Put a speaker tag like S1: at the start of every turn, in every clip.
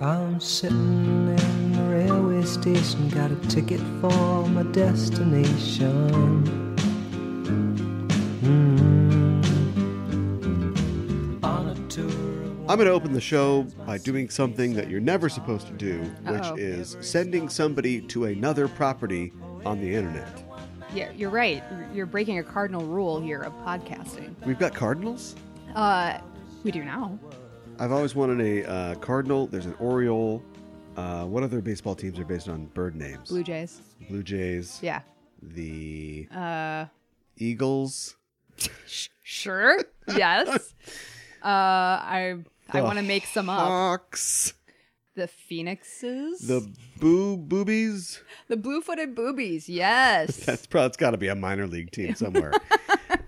S1: I'm sitting in the railway station, got a ticket for my destination. Mm. On a tour of
S2: I'm going to open the show by doing something that you're never supposed to do, which
S3: Uh-oh.
S2: is sending somebody to another property on the internet.
S3: Yeah, you're right. You're- You're breaking a cardinal rule here of podcasting.
S2: We've got cardinals.
S3: Uh, we do now.
S2: I've always wanted a uh, cardinal. There's an Oriole. Uh, what other baseball teams are based on bird names?
S3: Blue Jays.
S2: Blue Jays.
S3: Yeah.
S2: The
S3: Uh,
S2: Eagles.
S3: sh- sure. yes. Uh, I I
S2: the
S3: want to make some up.
S2: Hawks.
S3: The Phoenixes.
S2: Uh-huh. The Boo Boobies.
S3: the blue-footed boobies. Yes.
S2: That's probably it's got to be a minor league team somewhere.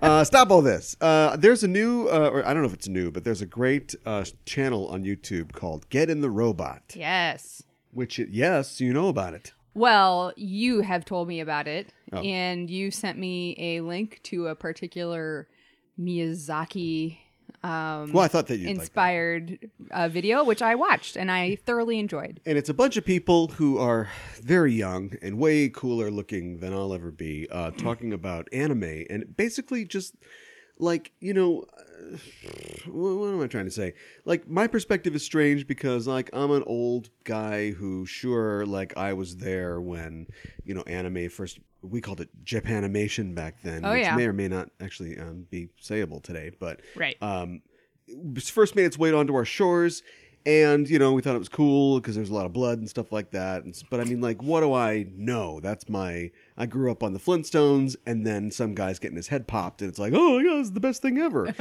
S2: uh, stop all this. Uh, there's a new, uh, or I don't know if it's new, but there's a great uh, channel on YouTube called Get in the Robot,
S3: yes.
S2: which it, yes, you know about it.
S3: Well, you have told me about it,
S2: Oh.
S3: and you sent me a link to a particular Miyazaki. Um,
S2: Well, I thought that you'd like that.
S3: inspired uh, video, which I watched and I thoroughly enjoyed.
S2: And it's a bunch of people who are very young and way cooler looking than I'll ever be, uh,
S3: Hmm.
S2: talking about anime and basically just like you know, uh, wh- what am I trying to say? Like my perspective is strange because like I'm an old guy who sure like I was there when you know anime first. We called it Japanimation back then,
S3: Oh,
S2: which
S3: yeah.
S2: may or may not actually um, be sayable today, but
S3: Right.
S2: um, it first made its way onto our shores and you know we thought it was cool because there's a lot of blood and stuff like that and, s- but i mean like what do i know that's my i grew up on the flintstones and then some guy's getting his head popped and it's like oh my god it's the best thing ever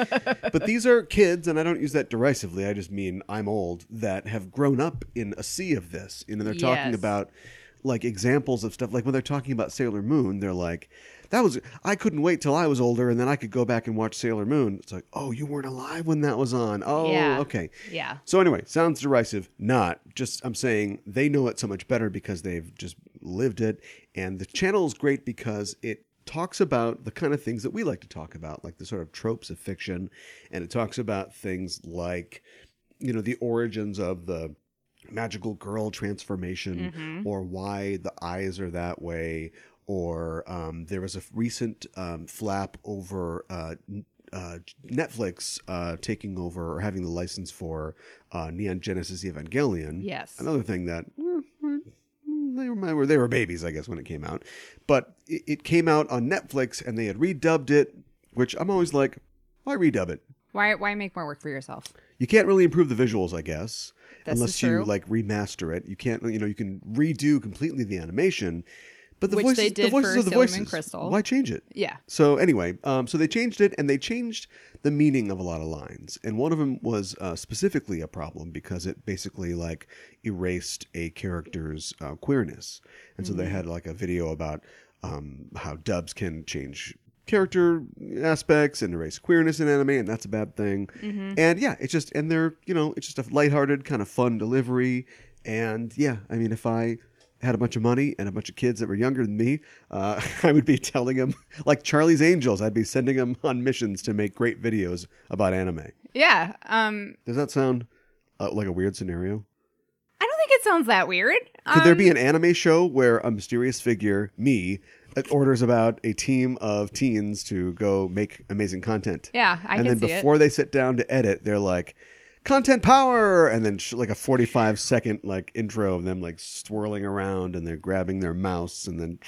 S2: but these are kids and i don't use that derisively i just mean i'm old that have grown up in a sea of this you know they're talking
S3: Yes.
S2: about like examples of stuff like when they're talking about Sailor Moon, they're like, "That was I couldn't wait till I was older, and then I could go back and watch Sailor Moon." It's like, "Oh, you weren't alive when that was on." Oh,
S3: Yeah.
S2: okay.
S3: yeah.
S2: So anyway, sounds derisive. Not just I'm saying they know it so much better because they've just lived it, and the channel is great because it talks about the kind of things that we like to talk about, like the sort of tropes of fiction, and it talks about things like, you know, the origins of the magical girl transformation or why the eyes are that way or um, there was a f- recent um, flap over uh, n- uh, netflix uh, taking over or having the license for uh, neon genesis evangelion
S3: Yes.
S2: another thing that they were they were babies, I guess, when it came out. But it, it came out on Netflix, and they had redubbed it, which I'm always like, why redub it?
S3: Why why make more work for yourself?
S2: You can't really improve the visuals, I guess,
S3: This is
S2: unless you
S3: true.
S2: like remaster it. You can't, you know, you can redo completely the animation, but the
S3: Which
S2: voices,
S3: they
S2: the
S3: did
S2: voices
S3: for
S2: are the
S3: Sailor Moon
S2: voices.
S3: Crystal.
S2: Why change it?
S3: Yeah.
S2: So anyway, um, so they changed it, and they changed the meaning of a lot of lines, and one of them was uh, specifically a problem because it basically like erased a character's uh, queerness, and so they had like a video about um, how dubs can change character aspects and erase queerness in anime, and that's a bad thing. And yeah, it's just and they're you know it's just a lighthearted kind of fun delivery, and yeah, I mean if I had a bunch of money and a bunch of kids that were younger than me, uh, I would be telling them, like Charlie's Angels, I'd be sending them on missions to make great videos about anime.
S3: Yeah. Um
S2: Does that sound uh, like a weird scenario?
S3: I don't think it sounds that weird.
S2: Could
S3: Um,
S2: there be an anime show where a mysterious figure, me, that orders about a team of teens to go make amazing content?
S3: Yeah, I
S2: and
S3: can
S2: then
S3: see
S2: before they sit down to edit, they're like, "Content power!" And then sh- like a forty-five second like intro of them like swirling around and they're grabbing their mouse and then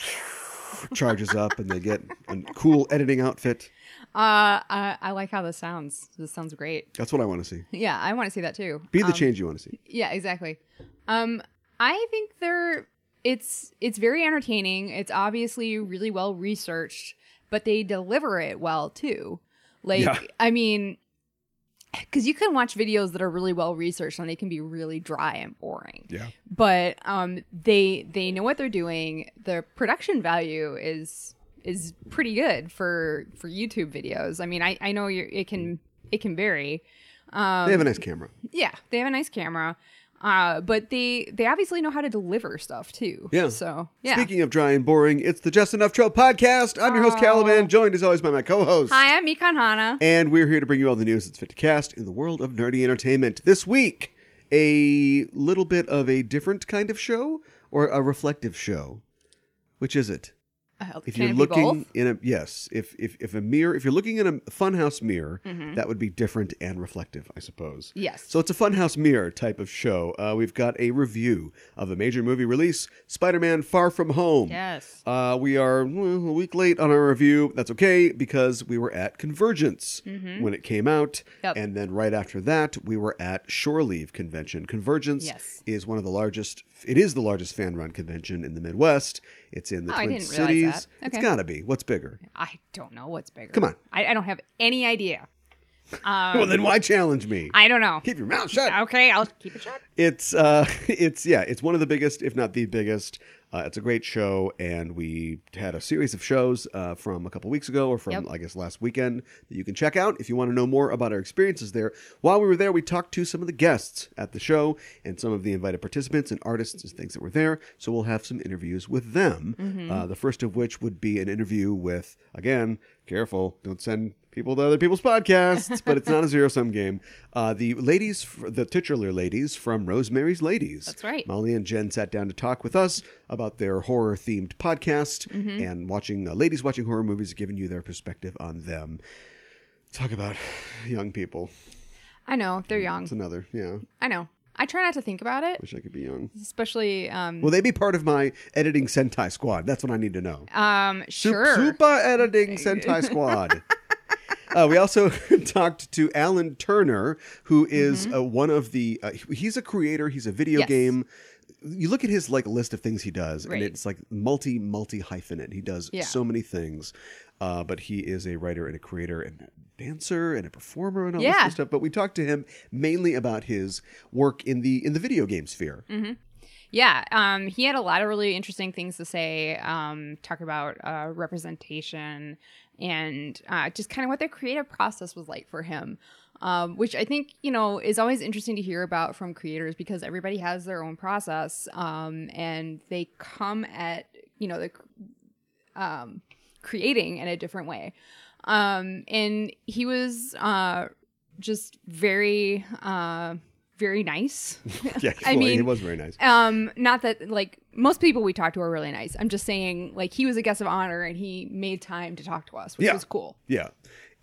S2: charges up and they get a cool editing outfit.
S3: it. Uh I, I like how this sounds. This sounds great.
S2: That's what I want to see.
S3: Yeah, I want to see that too.
S2: Be the change you want to see.
S3: Yeah, exactly. Um, I think they're it's it's very entertaining. It's obviously really well researched, but they deliver it well too. Like
S2: Yeah.
S3: I mean, because you can watch videos that are really well researched and they can be really dry and boring.
S2: Yeah.
S3: But um, they they know what they're doing. The production value is is pretty good for for YouTube videos. I mean, I I know you're, it can it can vary.
S2: they
S3: um,
S2: have a nice camera.
S3: Yeah, they have a nice camera. Uh, but they they obviously know how to deliver stuff too.
S2: Yeah.
S3: So yeah.
S2: Speaking of dry and boring, it's the Just Enough Trope podcast. I'm your host Caliban, joined as always by my co-host.
S3: Hi, I'm Mikan Hana.
S2: And we're here to bring you all the news that's fit to cast in the world of nerdy entertainment. This week, a little bit of a different kind of show or a reflective show? Which is it?
S3: Uh,
S2: If
S3: can
S2: you're
S3: it be
S2: looking
S3: both?
S2: in a yes, if if if a mirror, if you're looking in a funhouse mirror, that would be different and reflective, I suppose.
S3: Mm-hmm. Yes.
S2: So it's a funhouse mirror type of show. Uh, we've got a review of the major movie release, Spider-Man: Far From Home.
S4: Yes.
S2: Uh, we are well, a week late on our review. That's okay because we were at Convergence
S3: Mm-hmm.
S2: when it came out,
S4: Yep.
S2: and then right after that, we were at Shore Leave Convention. Convergence
S4: Yes.
S2: is one of the largest. It is the largest fan run convention in the Midwest. It's in the
S3: Oh, I
S2: Twin
S3: didn't realize
S2: Cities.
S3: that.
S2: It's
S3: Okay.
S2: gotta be. What's bigger?
S3: I don't know what's bigger.
S2: Come on.
S3: I, I don't have any idea.
S2: well, then why challenge me?
S3: Uh, I don't know.
S2: Keep your mouth shut.
S3: Okay, I'll keep it shut.
S2: it's uh it's yeah it's one of the biggest if not the biggest uh, it's a great show and we had a series of shows uh, from a couple weeks ago or from
S3: Yep.
S2: i guess last weekend that you can check out if you want to know more about our experiences there while we were there we talked to some of the guests at the show and some of the invited participants and artists and things that were there so we'll have some interviews with them uh, the first of which would be an interview with again careful don't send people to other people's podcasts, but it's not a zero sum game. Uh, the ladies, f- the titular ladies from Rosemary's Ladies.
S3: That's right.
S2: Molly and Jen sat down to talk with us about their horror themed podcast
S3: Mm-hmm.
S2: and watching uh, ladies watching horror movies, giving you their perspective on them. Talk about young people.
S3: I know they're young.
S2: It's another, yeah.
S3: I know. I try not to think about it,
S2: Wish I could be young.
S3: especially um
S2: Will they be part of my editing Sentai squad? That's what I need to know.
S3: um
S2: Sup-
S3: sure.
S2: Super editing Sentai Squad. Uh, we also talked to Alan Turner, who is, uh, one of the. Uh, he- he's a creator. He's a video
S3: Mm-hmm. Yes.
S2: game. You look at his like list of things he does,
S3: Right.
S2: and it's like multi multi hyphenate. He does
S3: Yeah.
S2: so many things, uh, but he is a writer and a creator and a dancer and a performer and all this
S3: Yeah.
S2: this stuff. But we talked to him mainly about his work in the in the video game sphere.
S3: Mm-hmm. Yeah, um, he had a lot of really interesting things to say. Um, talk about uh, representation and uh, just kind of what the creative process was like for him, um, which I think you know is always interesting to hear about from creators because everybody has their own process um, and they come at you know the um, creating in a different way. Um, and he was uh, just very, uh, very nice.
S2: Yeah,
S3: I
S2: well,
S3: mean,
S2: he was very nice.
S3: Um, not that like most people we talk to are really nice. I'm just saying like he was a guest of honor and he made time to talk to us, which
S2: Yeah.
S3: was cool.
S2: Yeah.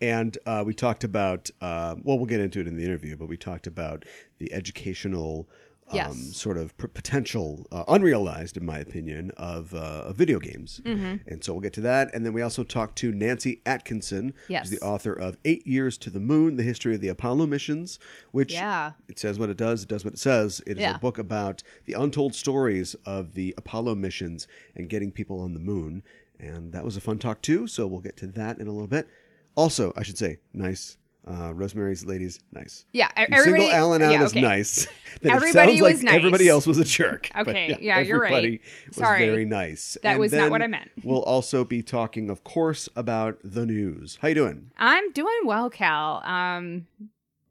S2: And uh, we talked about, uh, well, we'll get into it in the interview, but we talked about the educational um,
S3: Yes.
S2: sort of p- potential, uh, unrealized, in my opinion, of, uh, of video games.
S3: Mm-hmm.
S2: And so we'll get to that. And then we also talked to Nancy Atkinson,
S3: Yes.
S2: who's the author of Eight Years to the Moon The History of the Apollo Missions, which
S3: Yeah.
S2: it says what it does, it does what it says. It is
S3: Yeah.
S2: a book about the untold stories of the Apollo missions and getting people on the moon. And that was a fun talk, too. So we'll get to that in a little bit. Also, I should say, nice. Uh, Rosemary's Ladies, nice.
S3: Yeah, e-
S2: If you
S3: everybody-
S2: single Alan out
S3: yeah,
S2: as
S3: okay.
S2: nice. Then it
S3: Everybody
S2: sounds like
S3: was nice.
S2: everybody else was a jerk.
S3: Okay, yeah, you're right.
S2: everybody Was
S3: Sorry.
S2: very nice.
S3: That
S2: And
S3: was not
S2: then
S3: what I meant.
S2: we'll also be talking, of course, about the news. How you doing?
S3: I'm doing well, Cal. Um,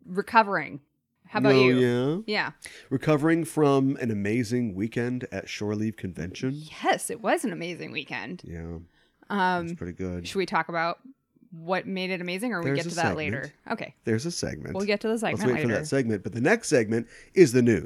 S3: recovering. How about
S2: Oh,
S3: you?
S2: Yeah.
S3: Yeah.
S2: recovering from an amazing weekend at Shore Leave Convention.
S3: Yes, it was an amazing weekend.
S2: Yeah,
S3: Um,
S2: it's pretty good.
S3: Should we talk about what made it amazing, or we
S2: There's
S3: get
S2: a
S3: to that
S2: segment.
S3: later? Okay,
S2: There's a segment.
S3: we'll get to the segment
S2: Let's wait
S3: later.
S2: for that segment. But the next segment is the news.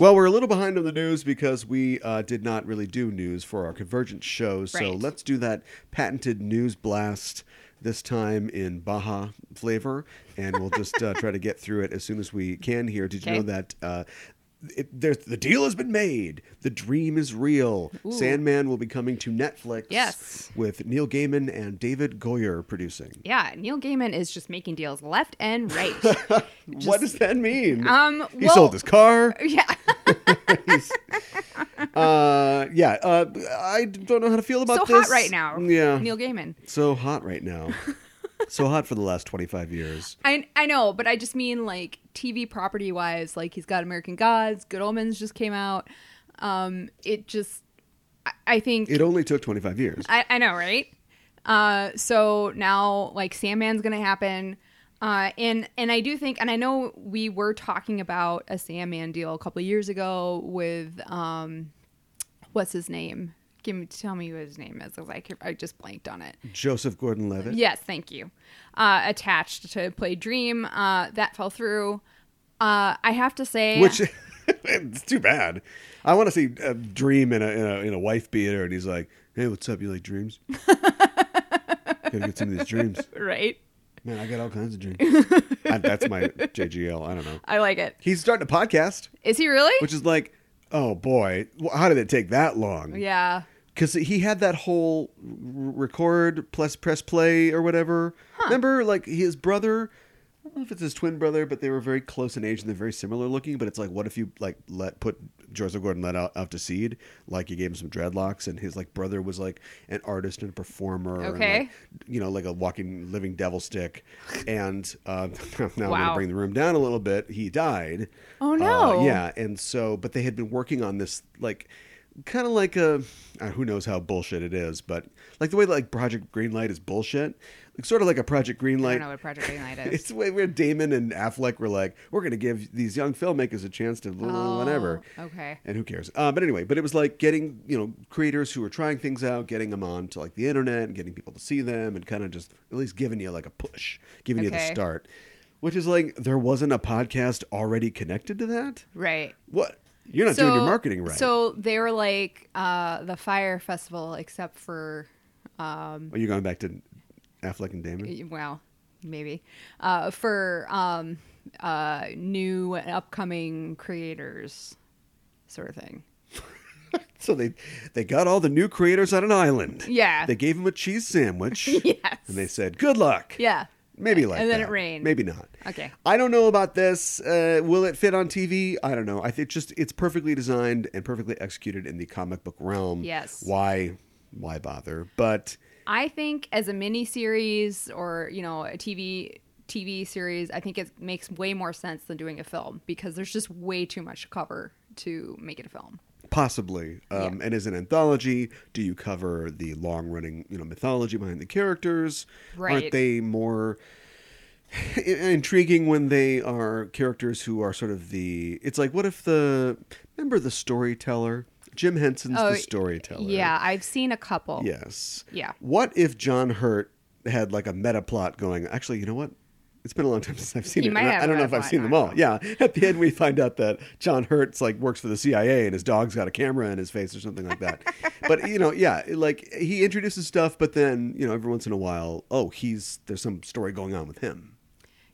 S2: Well, we're a little behind on the news because we uh, did not really do news for our convergence show. So
S3: Right.
S2: let's do that patented news blast this time in Baja flavor, and we'll just uh, try to get through it as soon as we can. Here, did you know
S3: Okay.
S2: that? Uh, it, there's, the deal has been made. The dream is real. Sandman will be coming to Netflix
S3: Yes.
S2: with Neil Gaiman and David Goyer producing.
S3: yeah, Neil Gaiman is just making deals left and right.
S2: what does that mean?
S3: Um,
S2: he
S3: well-
S2: sold his car.
S3: yeah.
S2: Uh, yeah. Uh, I don't know how to feel about
S3: so
S2: this.
S3: hot right now.
S2: Yeah.
S3: Neil Gaiman.
S2: so hot right now. so hot for the last twenty five years.
S3: I I know, but I just mean like TV property wise, like he's got American Gods, Good Omens just came out. Um, it just, I, I think
S2: It only took twenty five years.
S3: I, I know, right? Uh, so now like Sandman's gonna happen. Uh, and and I do think, and I know we were talking about a Sandman deal a couple of years ago with um, what's his name? Give me, tell me what his name is, 'cause I can- I just blanked on it.
S2: Joseph Gordon Levitt.
S3: Yes, thank you. Uh, attached to play Dream, uh, that fell through. Uh, I have to say,
S2: Which it's too bad. I want to see a dream in a, in a in a wife beater, and he's like, "Hey, what's up? You like dreams? Gotta get some of these dreams,
S3: right?
S2: man. I got all kinds of dreams. I, that's my JGL. I don't know.
S3: I like it.
S2: He's starting a podcast,
S3: Is he really?
S2: which is like, oh boy, wh- how did it take that long?
S3: yeah.
S2: because he had that whole r- record plus press play or whatever. Remember, like his brother. I don't know if it's his twin brother, but they were very close in age and they're very similar looking. But it's like, what if you like let put Joseph Gordon-Levitt out, out to seed? Like you gave him some dreadlocks, and his like brother was like an artist and a performer. and, like,
S3: Okay.
S2: you know, like a walking living devil stick. And uh, now I'm
S3: Wow.
S2: gonna bring the room down a little bit. He died.
S3: Oh,
S2: Uh,
S3: no.
S2: yeah, and so but they had been working on this like kind of like a uh, who knows how bullshit it is but like the way that, like project greenlight is bullshit like sort of like a project
S3: I
S2: greenlight
S3: don't know what Project Greenlight is.
S2: it's the way where damon and affleck were like we're gonna give these young filmmakers a chance to blah, blah, blah, whatever
S3: Oh, okay.
S2: and who cares uh, but anyway but it was like getting you know creators who were trying things out getting them on to like the internet and getting people to see them and kind of just at least giving you like a push giving you the
S3: Okay.
S2: start which is like there wasn't a podcast already connected to that
S3: Right.
S2: what? You're not doing your marketing right.
S3: So they were like uh, the Fire Festival, except for
S2: Are you going back to Affleck and Damon?
S3: well, maybe uh, for um, uh, new and upcoming creators, sort of thing.
S2: So they they got all the new creators on an island.
S3: Yeah.
S2: They gave him a cheese sandwich.
S3: Yes.
S2: And they said, "Good luck."
S3: Yeah.
S2: Maybe like
S3: And then
S2: that.
S3: it rained.
S2: Maybe not.
S3: Okay.
S2: I don't know about this. Uh, will it fit on TV? I don't know. I think just it's perfectly designed and perfectly executed in the comic book realm.
S3: Yes.
S2: Why why bother? But
S3: I think as a mini series or you know a TV TV series, I think it makes way more sense than doing a film because there's just way too much to cover to make it a film.
S2: possibly um, and as an anthology do you cover the long running you know mythology behind the characters aren't
S3: Right.
S2: they more i- intriguing when they are characters who are sort of the it's like what if the remember the storyteller jim henson's
S3: Oh,
S2: the storyteller
S3: Yeah, I've seen a couple.
S2: yes
S3: Yeah.
S2: what if john hurt had like a meta plot going actually you know what it's been a long time since I've seen
S3: He
S2: it.
S3: might
S2: and I-
S3: have
S2: I
S3: a
S2: don't know
S3: meta
S2: if I've
S3: plot,
S2: seen
S3: I
S2: them
S3: don't
S2: all. Yeah. At the end, we find out that John Hurt's like works for the CIA and his dog's got a camera in his face or something like that. but you know, yeah, like he introduces stuff, but then you know, every once in a while, oh, he's there's some story going on with him.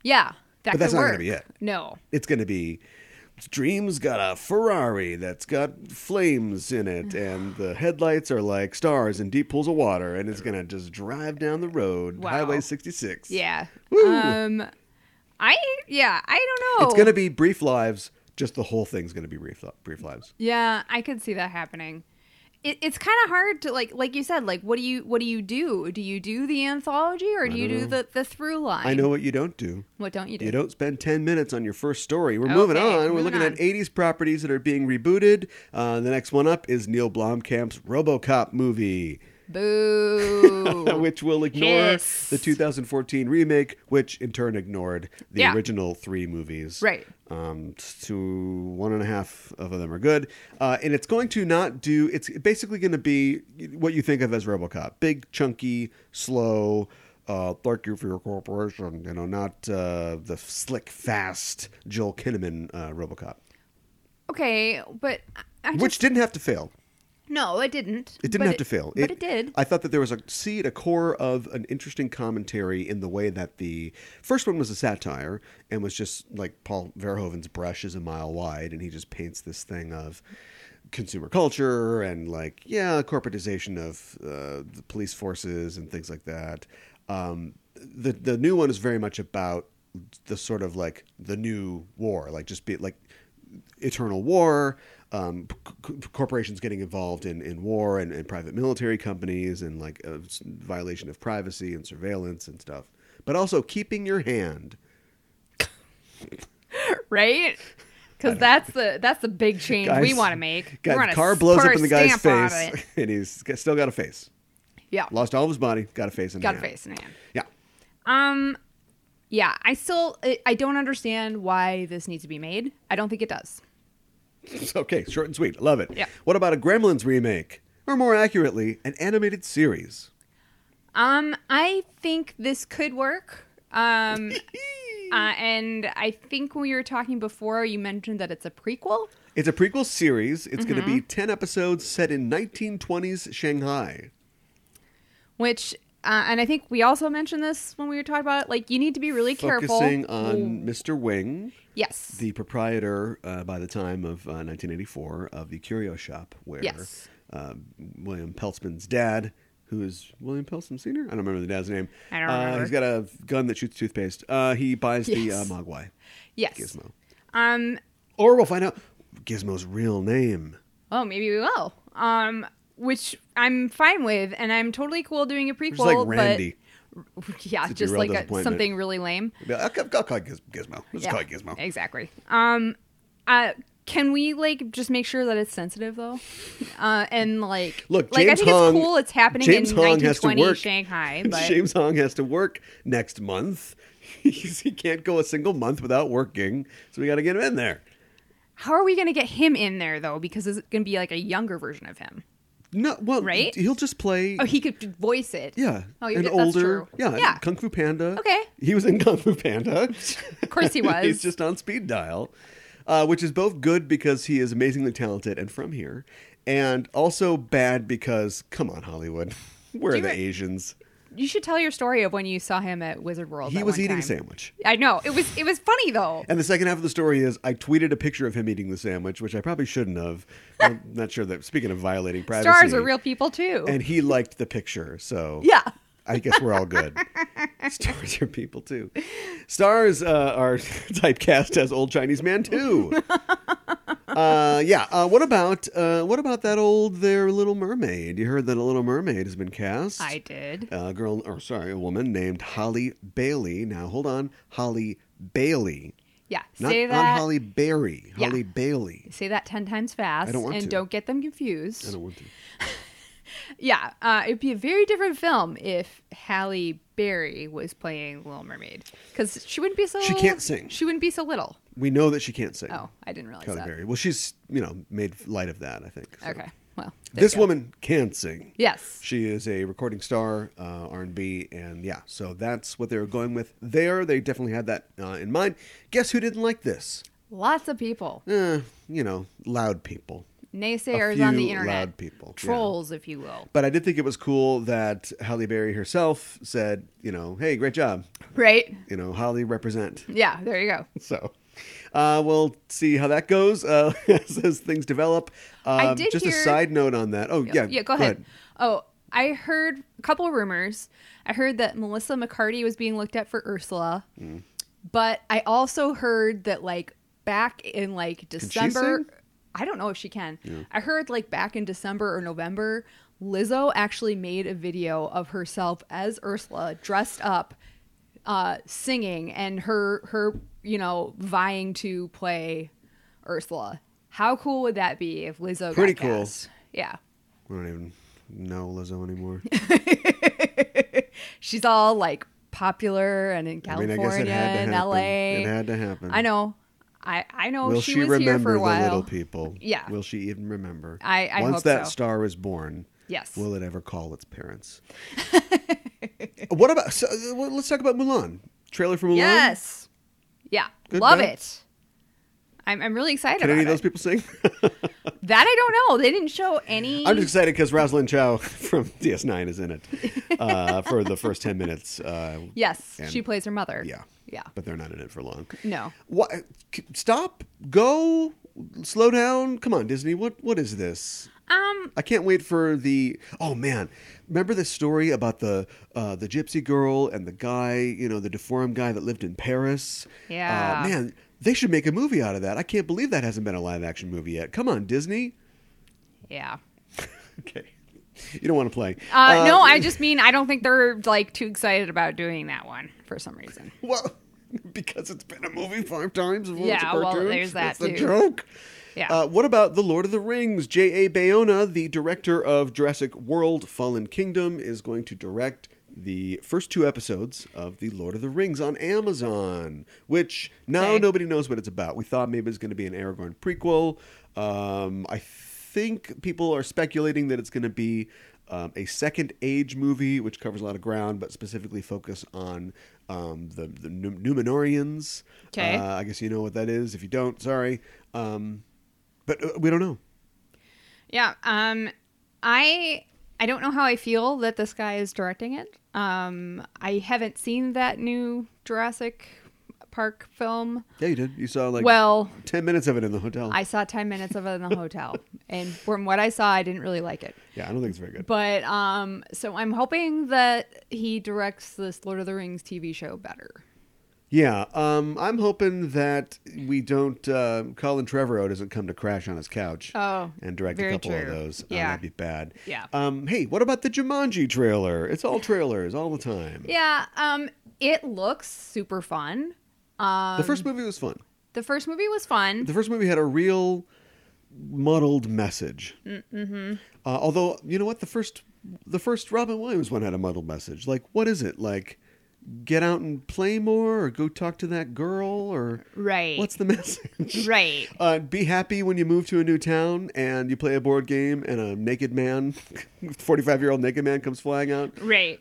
S3: Yeah, that
S2: But that's
S3: could
S2: not
S3: work.
S2: gonna be it.
S3: No,
S2: It's going to be. Dream's got a Ferrari that's got flames in it, and the headlights are like stars in deep pools of water, and it's gonna just drive down the road,
S3: Wow.
S2: Highway 66.
S3: yeah.
S2: Woo.
S3: Um, I yeah, I don't know.
S2: It's gonna be brief lives. Just the whole thing's gonna be brief, brief lives.
S3: Yeah, I could see that happening. It, it's kind of hard to like, like you said, like what do you what do you do? Do you do the anthology or do you do the the through line?
S2: I know what you don't do.
S3: What don't you do?
S2: You don't spend 10 minutes on your first story. We're moving
S3: Okay,
S2: on. We're
S3: moving
S2: looking
S3: on.
S2: at 80s properties that are being rebooted. Uh, the next one up is Neil Blomkamp's Robocop movie,
S3: Boo.
S2: which will ignore
S3: Yes.
S2: the 2014 remake, which in turn ignored the
S3: Yeah.
S2: original three movies.
S3: Right.
S2: Um, to one and a half of them are good. Uh, and it's going to not do, it's basically going to be what you think of as Robocop big, chunky, slow. Uh, thank you for your cooperation. You know, not uh, the slick, fast Joel Kinnaman uh, Robocop,
S3: okay, but I- I just,
S2: which didn't have to fail.
S3: no, it didn't.
S2: It didn't
S3: But
S2: have to fail.
S3: but it, did.
S2: I thought that there was a seed, a core of an interesting commentary in the way that the first one was a satire and was just like Paul Verhoeven's brush is a mile wide, and he just paints this thing of consumer culture and like yeah, corporatization of uh, the police forces and things like that. Um, the the new one is very much about the sort of like the new war, like just be like eternal war, um, c- c- corporations getting involved in, in war and, and private military companies and like uh, s- violation of privacy and surveillance and stuff, but also keeping your hand.
S3: right? Because that's the that's the big change we
S2: Guys-
S3: want to make.
S2: Guy,
S3: we want to
S2: car blows up in the guy's
S3: stamp
S2: face,
S3: On it.
S2: and he's got- still got a face.
S3: Yeah,
S2: Lost all of his body, got a face and
S3: got a
S2: hand.
S3: face in hand.
S2: Yeah,
S3: Um, yeah, I still I- I don't understand why this needs to be made. I don't think it does.
S2: okay, short and sweet. Love it.
S3: Yeah.
S2: What about a Gremlins remake, or more accurately, an animated series?
S3: Um, I think this could work. Um, Uh, and I think when we were talking before, you mentioned that it's a prequel.
S2: It's a prequel series. It's going
S3: Mm-hmm.
S2: to be 10 episodes set in 1920s Shanghai.
S3: which uh, and I think we also mentioned this when we were talking about it. Like, you need to be really careful.
S2: Focusing on Mr. Wing,
S3: yes,
S2: the proprietor uh, by the time of uh, 1984 of the Curio Shop, where
S3: Yes.
S2: uh, William Peltzman's dad, who is William Peltzman Sr.? I don't remember the dad's name.
S3: I don't
S2: Uh,
S3: remember.
S2: he's got a gun that shoots toothpaste. Uh, he buys the uh,
S3: Yes.
S2: Mogwai
S3: yes.
S2: Gizmo.
S3: Um.
S2: Or we'll find out Gizmo's real name.
S3: Oh, maybe we will. Um. Which I'm fine with, and I'm totally cool doing a prequel.
S2: Just like Randy.
S3: but yeah,
S2: a
S3: just
S2: real
S3: like a,
S2: disappointment.
S3: something really lame.
S2: Yeah, I'll, I'll call it Giz- Gizmo. Let's
S3: Yeah,
S2: call it Gizmo.
S3: Exactly. Um, uh, can we like just make sure that it's sensitive though, uh, and like
S2: Look,
S3: like I
S2: James
S3: think
S2: Hong-
S3: it's cool. It's happening
S2: James
S3: in
S2: Hong has to
S3: 1920
S2: work.
S3: Shanghai, but
S2: James Hong has to work next month. He's, he can't go a single month without working, so we got to get him in there.
S3: how are we gonna get him in there though? Because it's gonna be like a younger version of him.
S2: No, well,
S3: Right?
S2: He'll just play.
S3: Oh, he could voice it.
S2: yeah,
S3: Oh, you're
S2: an
S3: good- that's
S2: older.
S3: true.
S2: Yeah,
S3: Yeah.
S2: Kung Fu Panda.
S3: Okay.
S2: he was in Kung Fu Panda.
S3: Of course he was.
S2: He's just on speed dial, uh, which is both good because he is amazingly talented and from here, and also bad because come on, Hollywood, where are
S3: you
S2: the
S3: re-
S2: Asians?
S3: You should tell your story of when you saw him at Wizard World.
S2: He
S3: that
S2: was
S3: one
S2: eating
S3: time.
S2: a sandwich.
S3: I know it was. It was funny though.
S2: And the second half of the story is I tweeted a picture of him eating the sandwich, which I probably shouldn't have. I'm not sure that. Speaking of violating privacy,
S3: Stars are real people too.
S2: And he liked the picture, so
S3: yeah.
S2: I guess we're all good. Stars are people too. Stars uh, are typecast as old Chinese man too. Uh, yeah. Uh, what about uh, what about that old there Little Mermaid? You heard that a Little Mermaid has been cast.
S3: I did.
S2: A girl, or sorry, a woman named Holly Bailey. Now hold on, Holly Bailey.
S3: Yeah.
S2: Not,
S3: say
S2: not
S3: that.
S2: Holly Berry.
S3: Yeah.
S2: Holly Bailey.
S3: Say that ten times fast,
S2: I don't want
S3: and
S2: to.
S3: don't get them confused.
S2: I don't want to.
S3: Yeah, uh, it'd be a very different film if Halle Berry was playing Little Mermaid because she wouldn't be so.
S2: She can't sing.
S3: She wouldn't be so little.
S2: We know that she can't sing.
S3: Oh, I didn't realize
S2: Halle
S3: that.
S2: Berry. Well, she's you know made light of that. I think. so.
S3: Okay, well, there
S2: This
S3: you go.
S2: woman can sing.
S3: Yes.
S2: She is a recording star, uh, R and B, and yeah. So that's what they were going with there. They definitely had that uh, in mind. Guess who didn't like this?
S3: Lots of people,
S2: Eh, you know, loud people.
S3: naysayers on the
S2: few
S3: internet,
S2: loud people, yeah.
S3: trolls, if you will.
S2: But I did think it was cool that Halle Berry herself said, you know, hey, great job.
S3: Right?
S2: You know, Holly represent.
S3: Yeah. There you go.
S2: So uh, we'll see how that goes uh, as, as things develop. Um,
S3: I did
S2: just a
S3: hear-
S2: side note on that. Oh, yeah.
S3: Yeah. Go, ahead. Oh, I heard a couple of rumors. I heard that Melissa McCarty was being looked at for Ursula,
S2: Mm.
S3: but I also heard that like back in like December,
S2: sing?
S3: I don't know if she can. I heard like back in December or November, Lizzo actually made a video of herself as Ursula dressed up uh singing and her her you know vying to play Ursula. How cool would that be if Lizzo
S2: Pretty
S3: got
S2: cool.
S3: cast? Yeah.
S2: We don't even know Lizzo anymore.
S3: she's all like popular and in
S2: I mean,
S3: California
S2: I guess it had
S3: and
S2: to happen.
S3: LA.
S2: It had to happen.
S3: I know. I I know
S2: Will
S3: Oh, she,
S2: she,
S3: was here
S2: remember
S3: for a
S2: the
S3: while.
S2: little people?
S3: Yeah.
S2: Will she even remember?
S3: I- I
S2: Once
S3: hope
S2: that
S3: so.
S2: star is born,
S3: Yes.
S2: will it ever call its parents? what about? So, uh, well, let's talk about Mulan. Trailer for Mulan.
S3: Yes. Yeah.
S2: Good
S3: Love
S2: bad.
S3: it. I'm I'm really excited
S2: Did
S3: about
S2: any of
S3: it.
S2: those people sing?
S3: That I don't know. They didn't show any.
S2: I'm just excited because Rosalind Chow from DS9 is in it uh, for the first ten minutes. Uh,
S3: yes,
S2: And-
S3: she plays her mother.
S2: yeah.
S3: Yeah.
S2: But they're not in it for long.
S3: No.
S2: What? Stop. Go. Slow down. Come on, Disney. What? What is this?
S3: Um.
S2: I can't wait for the. Oh man, remember this story about the uh, the gypsy girl and the guy, you know, the deformed guy that lived in Paris.
S3: Yeah.
S2: Uh, man, they should make a movie out of that. I can't believe that hasn't been a live action movie yet. Come on, Disney.
S3: Yeah.
S2: Okay. You don't want to play.
S3: Uh, no, I just mean I don't think they're like too excited about doing that one for some reason.
S2: Well, because it's been a movie five times. before it's a
S3: Yeah, well,
S2: cartoon.
S3: there's
S2: That's
S3: that,
S2: the
S3: too.
S2: joke.
S3: Yeah.
S2: Uh, what about The Lord of the Rings? J.A. Bayona, the director of Jurassic World Fallen Kingdom, is going to direct the first two episodes of The Lord of the Rings on Amazon, which now
S3: Okay.
S2: nobody knows what it's about. We thought maybe it's going to be an Aragorn prequel. Um, I think people are speculating that it's going to be um, a second age movie, which covers a lot of ground, but specifically focus on um, the the Nu- Numenorians.
S3: Okay.
S2: Uh, I guess you know what that is. If you don't, sorry. Um, but uh, we don't know.
S3: Yeah. Um, I I don't know how I feel that this guy is directing it. Um, I haven't seen that new Jurassic Park film.
S2: Yeah, you did. You saw like
S3: Well-
S2: ten minutes of it in the hotel.
S3: I saw ten minutes of it in the hotel, and from what I saw, I didn't really like it.
S2: yeah, I don't think it's very good.
S3: But um, so I'm hoping that he directs this Lord of the Rings TV show better.
S2: Yeah, um, I'm hoping that we don't. Uh, Colin Trevorrow doesn't come to crash on his couch.
S3: Oh,
S2: and direct a
S3: very
S2: couple of
S3: true.
S2: those. Uh,
S3: Yeah.
S2: that'd be bad.
S3: Yeah.
S2: Um, hey, what about the Jumanji trailer? It's all trailers all the time.
S3: Yeah. Um, it looks super fun.
S2: the first
S3: Um,
S2: movie was fun.
S3: The first movie was fun.
S2: The first movie had a real muddled message.
S3: Mm,
S2: Mm-hmm. Uh, although you know what, the first the first Robin Williams one had a muddled message. Like, what is it? Like, get out and play more, or go talk to that girl, or
S3: Right.
S2: What's the message?
S3: right.
S2: Uh, be happy when you move to a new town and you play a board game and a naked man, 45 year old naked man comes flying out.
S3: Right.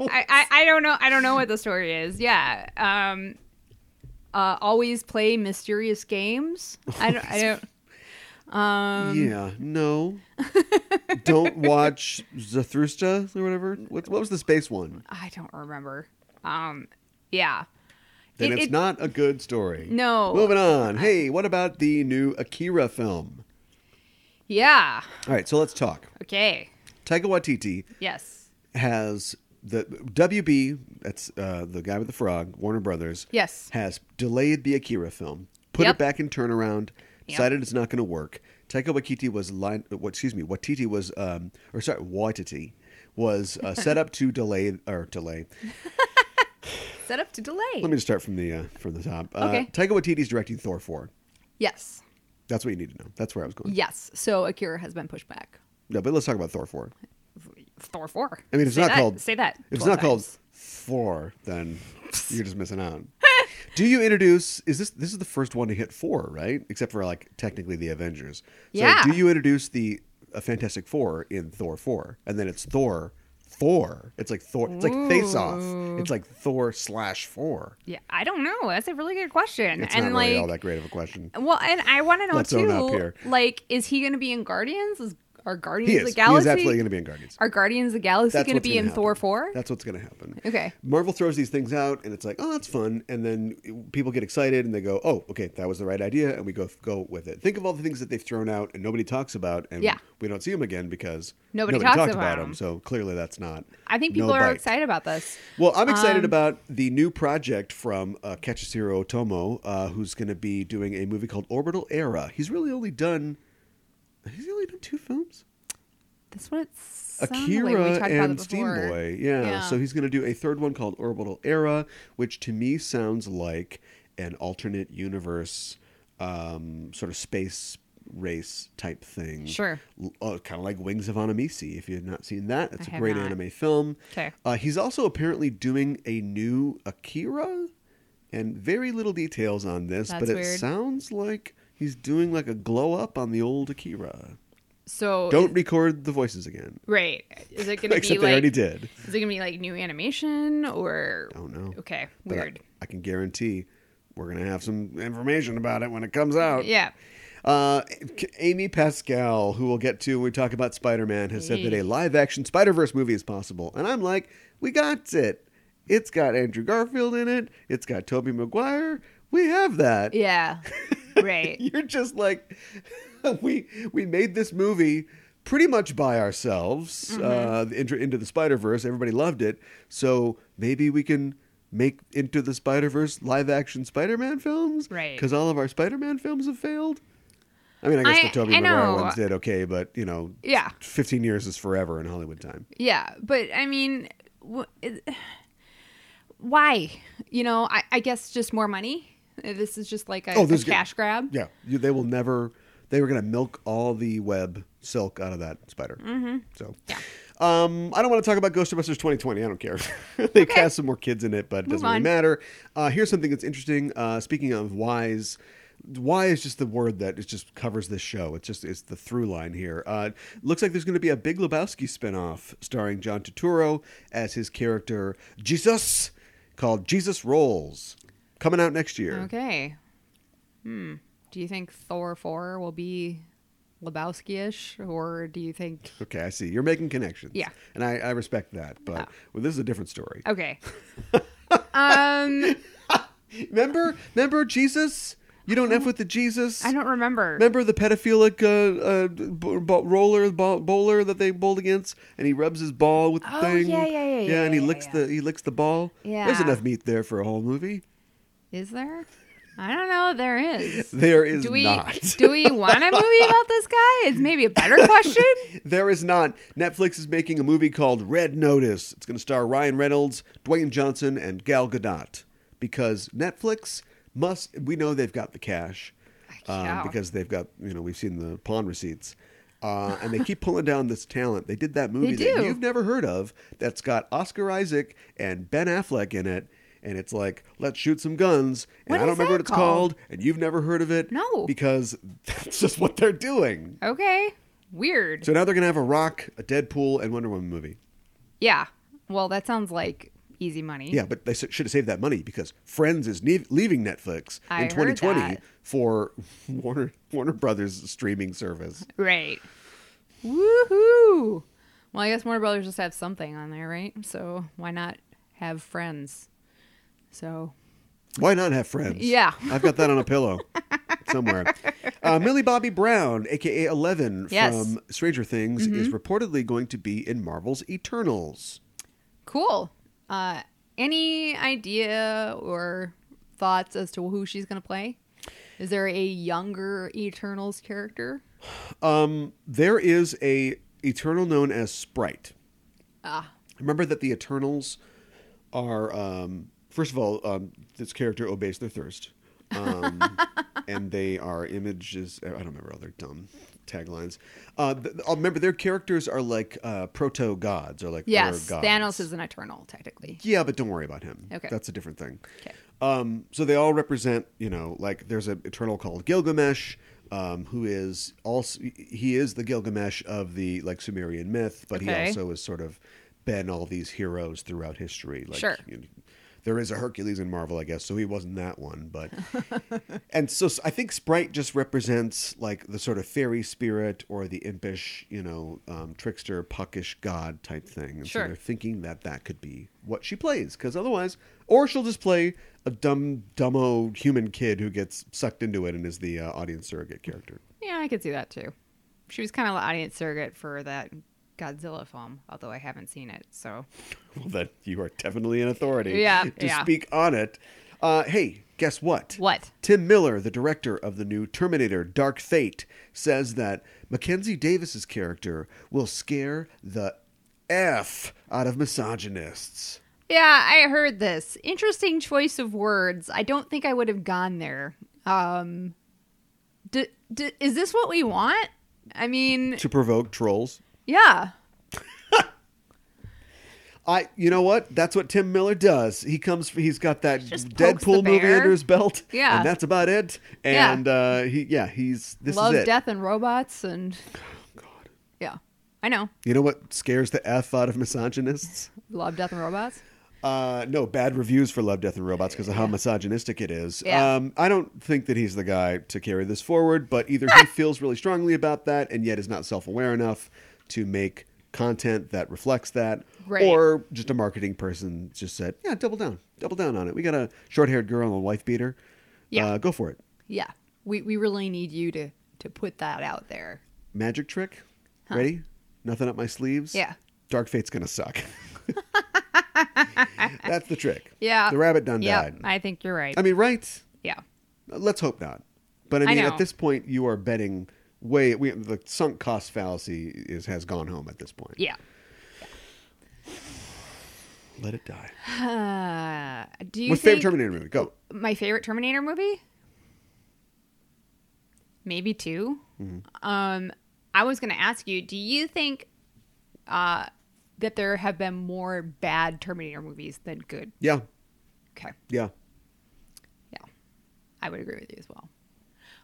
S3: I, I, I don't know I don't know what the story is. Yeah. Um uh always play mysterious games. I don't I don't Um.
S2: yeah, no. Don't watch Zarathustra or whatever. What, what was the space one?
S3: I don't remember. Um yeah.
S2: Then
S3: It-
S2: it's
S3: it-
S2: not a good story.
S3: No.
S2: Moving on. Hey, what about the new Akira film?
S3: Yeah.
S2: All right, so let's talk.
S3: Okay.
S2: Taika Waititi
S3: Yes.
S2: has the WB, that's uh, the guy with the frog, Warner Brothers.
S3: Yes.
S2: has delayed the Akira film, put
S3: Yep.
S2: it back in turnaround,
S3: Yep.
S2: decided it's not going to work. Taika Waititi was line, uh, what? Excuse me, Waititi was, um, or sorry, Waititi was uh, set up to delay or delay.
S3: Set up to delay.
S2: Let me just start from the uh, from the top. Uh,
S3: Okay.
S2: Taika Waititi's directing Thor four.
S3: yes.
S2: That's what you need to know. That's where I was going.
S3: Yes. So Akira has been pushed back.
S2: No, but let's talk about Thor four.
S3: Thor 4.
S2: I mean, it's
S3: Say
S2: not
S3: that-
S2: called
S3: Say that.
S2: If it's
S3: 12
S2: not called
S3: times.
S2: Thor, then you're just missing out. Do you introduce? Is this this is the first one to hit four, right? Except for like technically the Avengers. So
S3: Yeah.
S2: Do you introduce the uh, Fantastic Four in Thor four, and then it's Thor four? It's like Thor. It's like face off. It's like Thor slash four.
S3: Yeah, I don't know. That's a really good question.
S2: It's
S3: and
S2: not
S3: like uh,
S2: really all that great of a question.
S3: Well, and I want to know
S2: Let's own
S3: too.
S2: up here.
S3: Like, is he going to be in Guardians? Is are Guardians
S2: He
S3: of
S2: is.
S3: the
S2: He is
S3: Galaxy?
S2: absolutely going to be in Guardians.
S3: Are Guardians of the Galaxy
S2: That's
S3: going to
S2: what's
S3: be
S2: gonna
S3: in Thor
S2: happen.
S3: Four?
S2: That's what's going to happen.
S3: Okay.
S2: Marvel throws these things out, and it's like, oh, that's fun, and then people get excited, and they go, oh, okay, that was the right idea, and we go go with it. Think of all the things that they've thrown out, and nobody talks about, and
S3: Yeah.
S2: we don't see them again because
S3: Nobody talks
S2: talked
S3: about 'em.
S2: them. So clearly, that's not.
S3: I think
S2: no
S3: people are
S2: bite.
S3: excited Um, about this.
S2: Well, I'm excited about the new project from uh, Katsuhiro Otomo, uh, who's going to be doing a movie called Orbital Era. He's really only done. He's only done two films.
S3: That's what it's
S2: Akira
S3: like. we talked about it
S2: and
S3: before.
S2: Steamboy. Yeah.
S3: Yeah.
S2: So he's going to do a third one called Orbital Era, which to me sounds like an alternate universe, um, sort of space race type thing.
S3: Sure.
S2: kind of like Wings of Anamisi. If you've not seen that, it's a
S3: I have
S2: great
S3: not.
S2: anime film.
S3: Okay.
S2: Uh, he's also apparently doing a new Akira, and very little details on this,
S3: That's
S2: but it
S3: weird.
S2: sounds like he's doing like a glow up on the old Akira.
S3: So
S2: Don't record the voices again.
S3: right. Is it going to
S2: Except
S3: be
S2: they already
S3: like?
S2: did.
S3: Is it going to be like new animation or?
S2: don't know.
S3: Okay,
S2: But I-
S3: weird.
S2: I, can guarantee we're going to have some information about it when it comes out.
S3: yeah.
S2: Uh, K- Amy Pascal, who we'll get to when we talk about Spider Man, has said that a live action Spider Verse movie is possible. And I'm like, we got it. It's got Andrew Garfield in it, it's got Tobey Maguire. We have that.
S3: Yeah. Right.
S2: You're just like, we we made this movie pretty much by ourselves.
S3: Mm-hmm.
S2: Uh, the intro into the Spider Verse, everybody loved it, so maybe we can make into the Spider Verse live action Spider Man films,
S3: Right.
S2: Because all of our Spider Man films have failed. I mean, I guess
S3: I-
S2: the Tobey
S3: I
S2: Maguire
S3: know.
S2: ones did okay, but you know,
S3: Yeah.
S2: 15 years is forever in Hollywood time.
S3: Yeah, but I mean, wh- it- why? You know, I, I guess just more money. This is just like a,
S2: Oh,
S3: a
S2: there's-
S3: cash grab.
S2: Yeah, you, they will never. They were going to milk all the web silk out of that spider. Mm-hmm. So, um, I don't want to talk about Ghostbusters 2020. I don't care. they cast some more kids in it, but it
S3: Move
S2: doesn't really
S3: on.
S2: matter. Uh, here's something that's interesting. Uh, speaking of wise, why is just the word that it just covers this show. It's just it's the through line here. Uh, looks like there's going to be a Big Lebowski spinoff starring John Turturro as his character Jesus, called Jesus Rolls, coming out next year.
S3: Okay. Hmm. Do you think Thor four will be Lebowski ish, or do you think?
S2: Okay, I see. You're making connections.
S3: Yeah.
S2: And I, I respect that. But well, this is a different story.
S3: Okay. um,
S2: Remember, remember Jesus? You don't F with the Jesus?
S3: I don't remember.
S2: Remember the pedophilic uh, uh, b- b- roller b- bowler that they bowled against, and he rubs his ball with the
S3: Oh,
S2: thing.
S3: yeah, yeah, yeah, yeah,
S2: and he
S3: yeah,
S2: licks
S3: yeah.
S2: the he licks the ball. there's
S3: Yeah.
S2: enough meat there for a whole movie.
S3: Is there? I don't know. There is.
S2: There is
S3: do we
S2: not.
S3: do we want a movie about this guy? It's maybe a better question.
S2: There is not. Netflix is making a movie called Red Notice. It's going to star Ryan Reynolds, Dwayne Johnson, and Gal Gadot. Because Netflix must, we know they've got the cash. um,
S3: Yeah.
S2: because they've got, you know, we've seen the pawn receipts. Uh, and they keep pulling down this talent. They did that movie that
S3: do.
S2: you've never heard of that's got Oscar Isaac and Ben Affleck in it. And it's like, let's shoot some guns. And I
S3: What
S2: don't
S3: is
S2: remember what
S3: that
S2: it's
S3: called?
S2: called. And you've never heard of it.
S3: No.
S2: Because that's just what they're doing.
S3: Okay. Weird.
S2: So now they're gonna have a Rock, a Deadpool, and Wonder Woman movie.
S3: yeah. Well, that sounds like easy money.
S2: Yeah, but they s- should have saved that money because Friends is ne- leaving Netflix
S3: I
S2: in
S3: heard
S2: 2020
S3: that.
S2: for Warner Warner Brothers streaming service.
S3: Right. Woohoo! Well, I guess Warner Brothers just have something on there, right? So why not have friends? So
S2: Why not have Friends?
S3: Yeah.
S2: I've got that on a pillow somewhere. Uh, Millie Bobby Brown, aka Eleven
S3: Yes. Mm-hmm.
S2: from Stranger Things, is reportedly going to be in Marvel's Eternals.
S3: cool. Uh, any idea or thoughts as to who she's going to play? Is there a younger Eternals character?
S2: Um, there is a Eternal known as Sprite.
S3: Ah,
S2: Remember that the Eternals are, um, first of all, um, this character obeys their thirst. Um, and they are images. I don't remember other dumb taglines. Uh, th- I'll remember, their characters are like uh, proto gods or like
S3: yes.
S2: other gods.
S3: Thanos is an Eternal, technically.
S2: Yeah, but don't worry about him.
S3: Okay.
S2: That's a different thing.
S3: Okay.
S2: Um, so they all represent, you know, like there's an eternal called Gilgamesh, um, who is also he is the Gilgamesh of the like Sumerian myth, but he
S3: Okay.
S2: also has sort of been all these heroes throughout history. Like,
S3: Sure.
S2: you know, there is a Hercules in Marvel, I guess, so he wasn't that one, but and so s- I think Sprite just represents like the sort of fairy spirit or the impish, you know, um, trickster, puckish god type thing. And so
S3: Sure.
S2: they're thinking that that could be what she plays, because otherwise, or she'll just play a dumb, dumbo human kid who gets sucked into it and is the uh, audience surrogate character.
S3: Yeah, I could see that too. She was kind of the audience surrogate for that Godzilla film, although I haven't seen it. So
S2: Well, then you are definitely an authority
S3: Yeah,
S2: to
S3: yeah.
S2: speak on it. Uh, hey, guess what?
S3: What?
S2: Tim Miller, the director of the new Terminator Dark Fate, says that Mackenzie Davis's character will scare the F out of misogynists.
S3: Yeah, I heard this. Interesting choice of words. I don't think I would have gone there. Um, d- d- is this what we want? I mean,
S2: To provoke trolls.
S3: yeah.
S2: I, you know what? That's what Tim Miller does. He comes. He's got that
S3: Just pokes the
S2: Deadpool movie
S3: bear.
S2: under his belt.
S3: Yeah.
S2: and that's about it.
S3: Yeah.
S2: And uh, he, yeah, he's this
S3: Love,
S2: is it. Oh,
S3: death, and robots. And
S2: God.
S3: yeah, I know.
S2: You know what scares the F out of misogynists?
S3: Love, death, and robots.
S2: Uh, no, bad reviews for Love, Death, and Robots because of how misogynistic it is.
S3: Yeah.
S2: Um, I don't think that he's the guy to carry this forward, but either he feels really strongly about that and yet is not self aware enough to make content that reflects that,
S3: Right.
S2: or just a marketing person just said, yeah, double down, double down on it. We got a short haired girl and a wife beater.
S3: Yeah.
S2: Uh, go for it.
S3: Yeah, we we really need you to to put that out there.
S2: Magic trick. Ready? Nothing up my sleeves.
S3: Yeah.
S2: Dark Fate's going to suck. That's the trick.
S3: Yeah.
S2: The rabbit done
S3: Yeah,
S2: died.
S3: I think you're right.
S2: I mean, right?
S3: yeah.
S2: Let's hope not. But I
S3: I
S2: mean,
S3: know.
S2: at this point, you are betting way we, the sunk cost fallacy is has gone home at this point.
S3: Yeah.
S2: Let it die.
S3: Uh, do you
S2: What's
S3: think
S2: favorite Terminator movie? Go.
S3: my favorite Terminator movie? Maybe 2
S2: Mm-hmm.
S3: Um, I was going to ask you, do you think uh, that there have been more bad Terminator movies than good?
S2: Yeah,
S3: Okay,
S2: yeah.
S3: yeah, I would agree with you as well.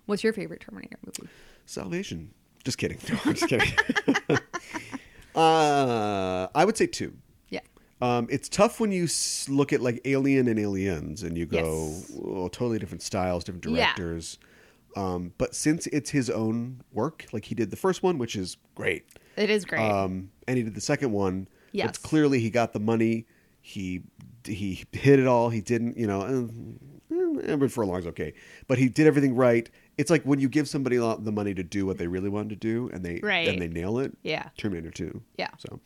S3: What's your favorite Terminator movie?
S2: Salvation. Just kidding. No, I'm just kidding. uh, I would say two.
S3: Yeah.
S2: Um, it's tough when you s- look at like Alien and Aliens and you go,
S3: Yes.
S2: oh, totally different styles, different
S3: Yeah.
S2: directors. Um, but since it's his own work, like he did the first one, which is great,
S3: It is great.
S2: um, and he did the second one.
S3: Yes.
S2: But clearly he got the money. He he hit it all. He didn't, you know, eh, eh, but for long is okay. But he did everything right. It's like when you give somebody a lot- the money to do what they really wanted to do, and they
S3: Right.
S2: and they nail it.
S3: Yeah.
S2: Terminator Two.
S3: Yeah.
S2: So,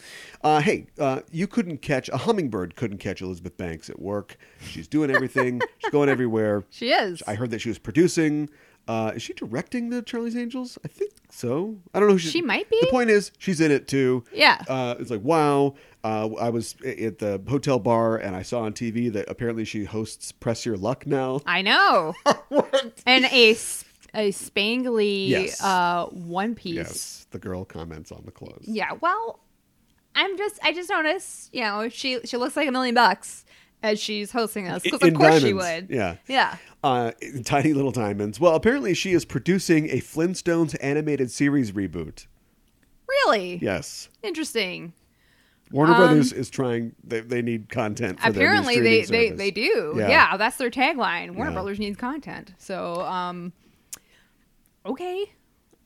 S2: uh, hey, uh, you couldn't catch a hummingbird. Couldn't catch Elizabeth Banks at work. She's doing everything. She's going everywhere.
S3: she is.
S2: I heard that she was producing. Uh, is she directing the Charlie's Angels? I think so. I don't know. Who she's,
S3: She might be.
S2: The point is, she's in it too.
S3: Yeah.
S2: Uh, it's like wow. Uh, I was a- at the hotel bar and I saw on TV that apparently she hosts Press Your Luck now.
S3: I know. And a s- a spangly
S2: Yes.
S3: uh one piece.
S2: Yes, the girl comments on the clothes.
S3: Yeah. Well, I'm just I just noticed, you know, she she looks like a million bucks as she's hosting us because of
S2: In
S3: course she
S2: diamonds.
S3: would.
S2: Yeah.
S3: Yeah.
S2: Uh, tiny little diamonds. Well, apparently she is producing a Flintstones animated series reboot.
S3: Really?
S2: Yes,
S3: Interesting.
S2: Warner Brothers is trying. They, they need content. For
S3: Um, Apparently
S2: their
S3: they,
S2: new
S3: they
S2: streaming
S3: they
S2: service.
S3: do. Yeah.
S2: Yeah.
S3: that's their tagline. Warner
S2: Yeah.
S3: Brothers needs content. So um okay.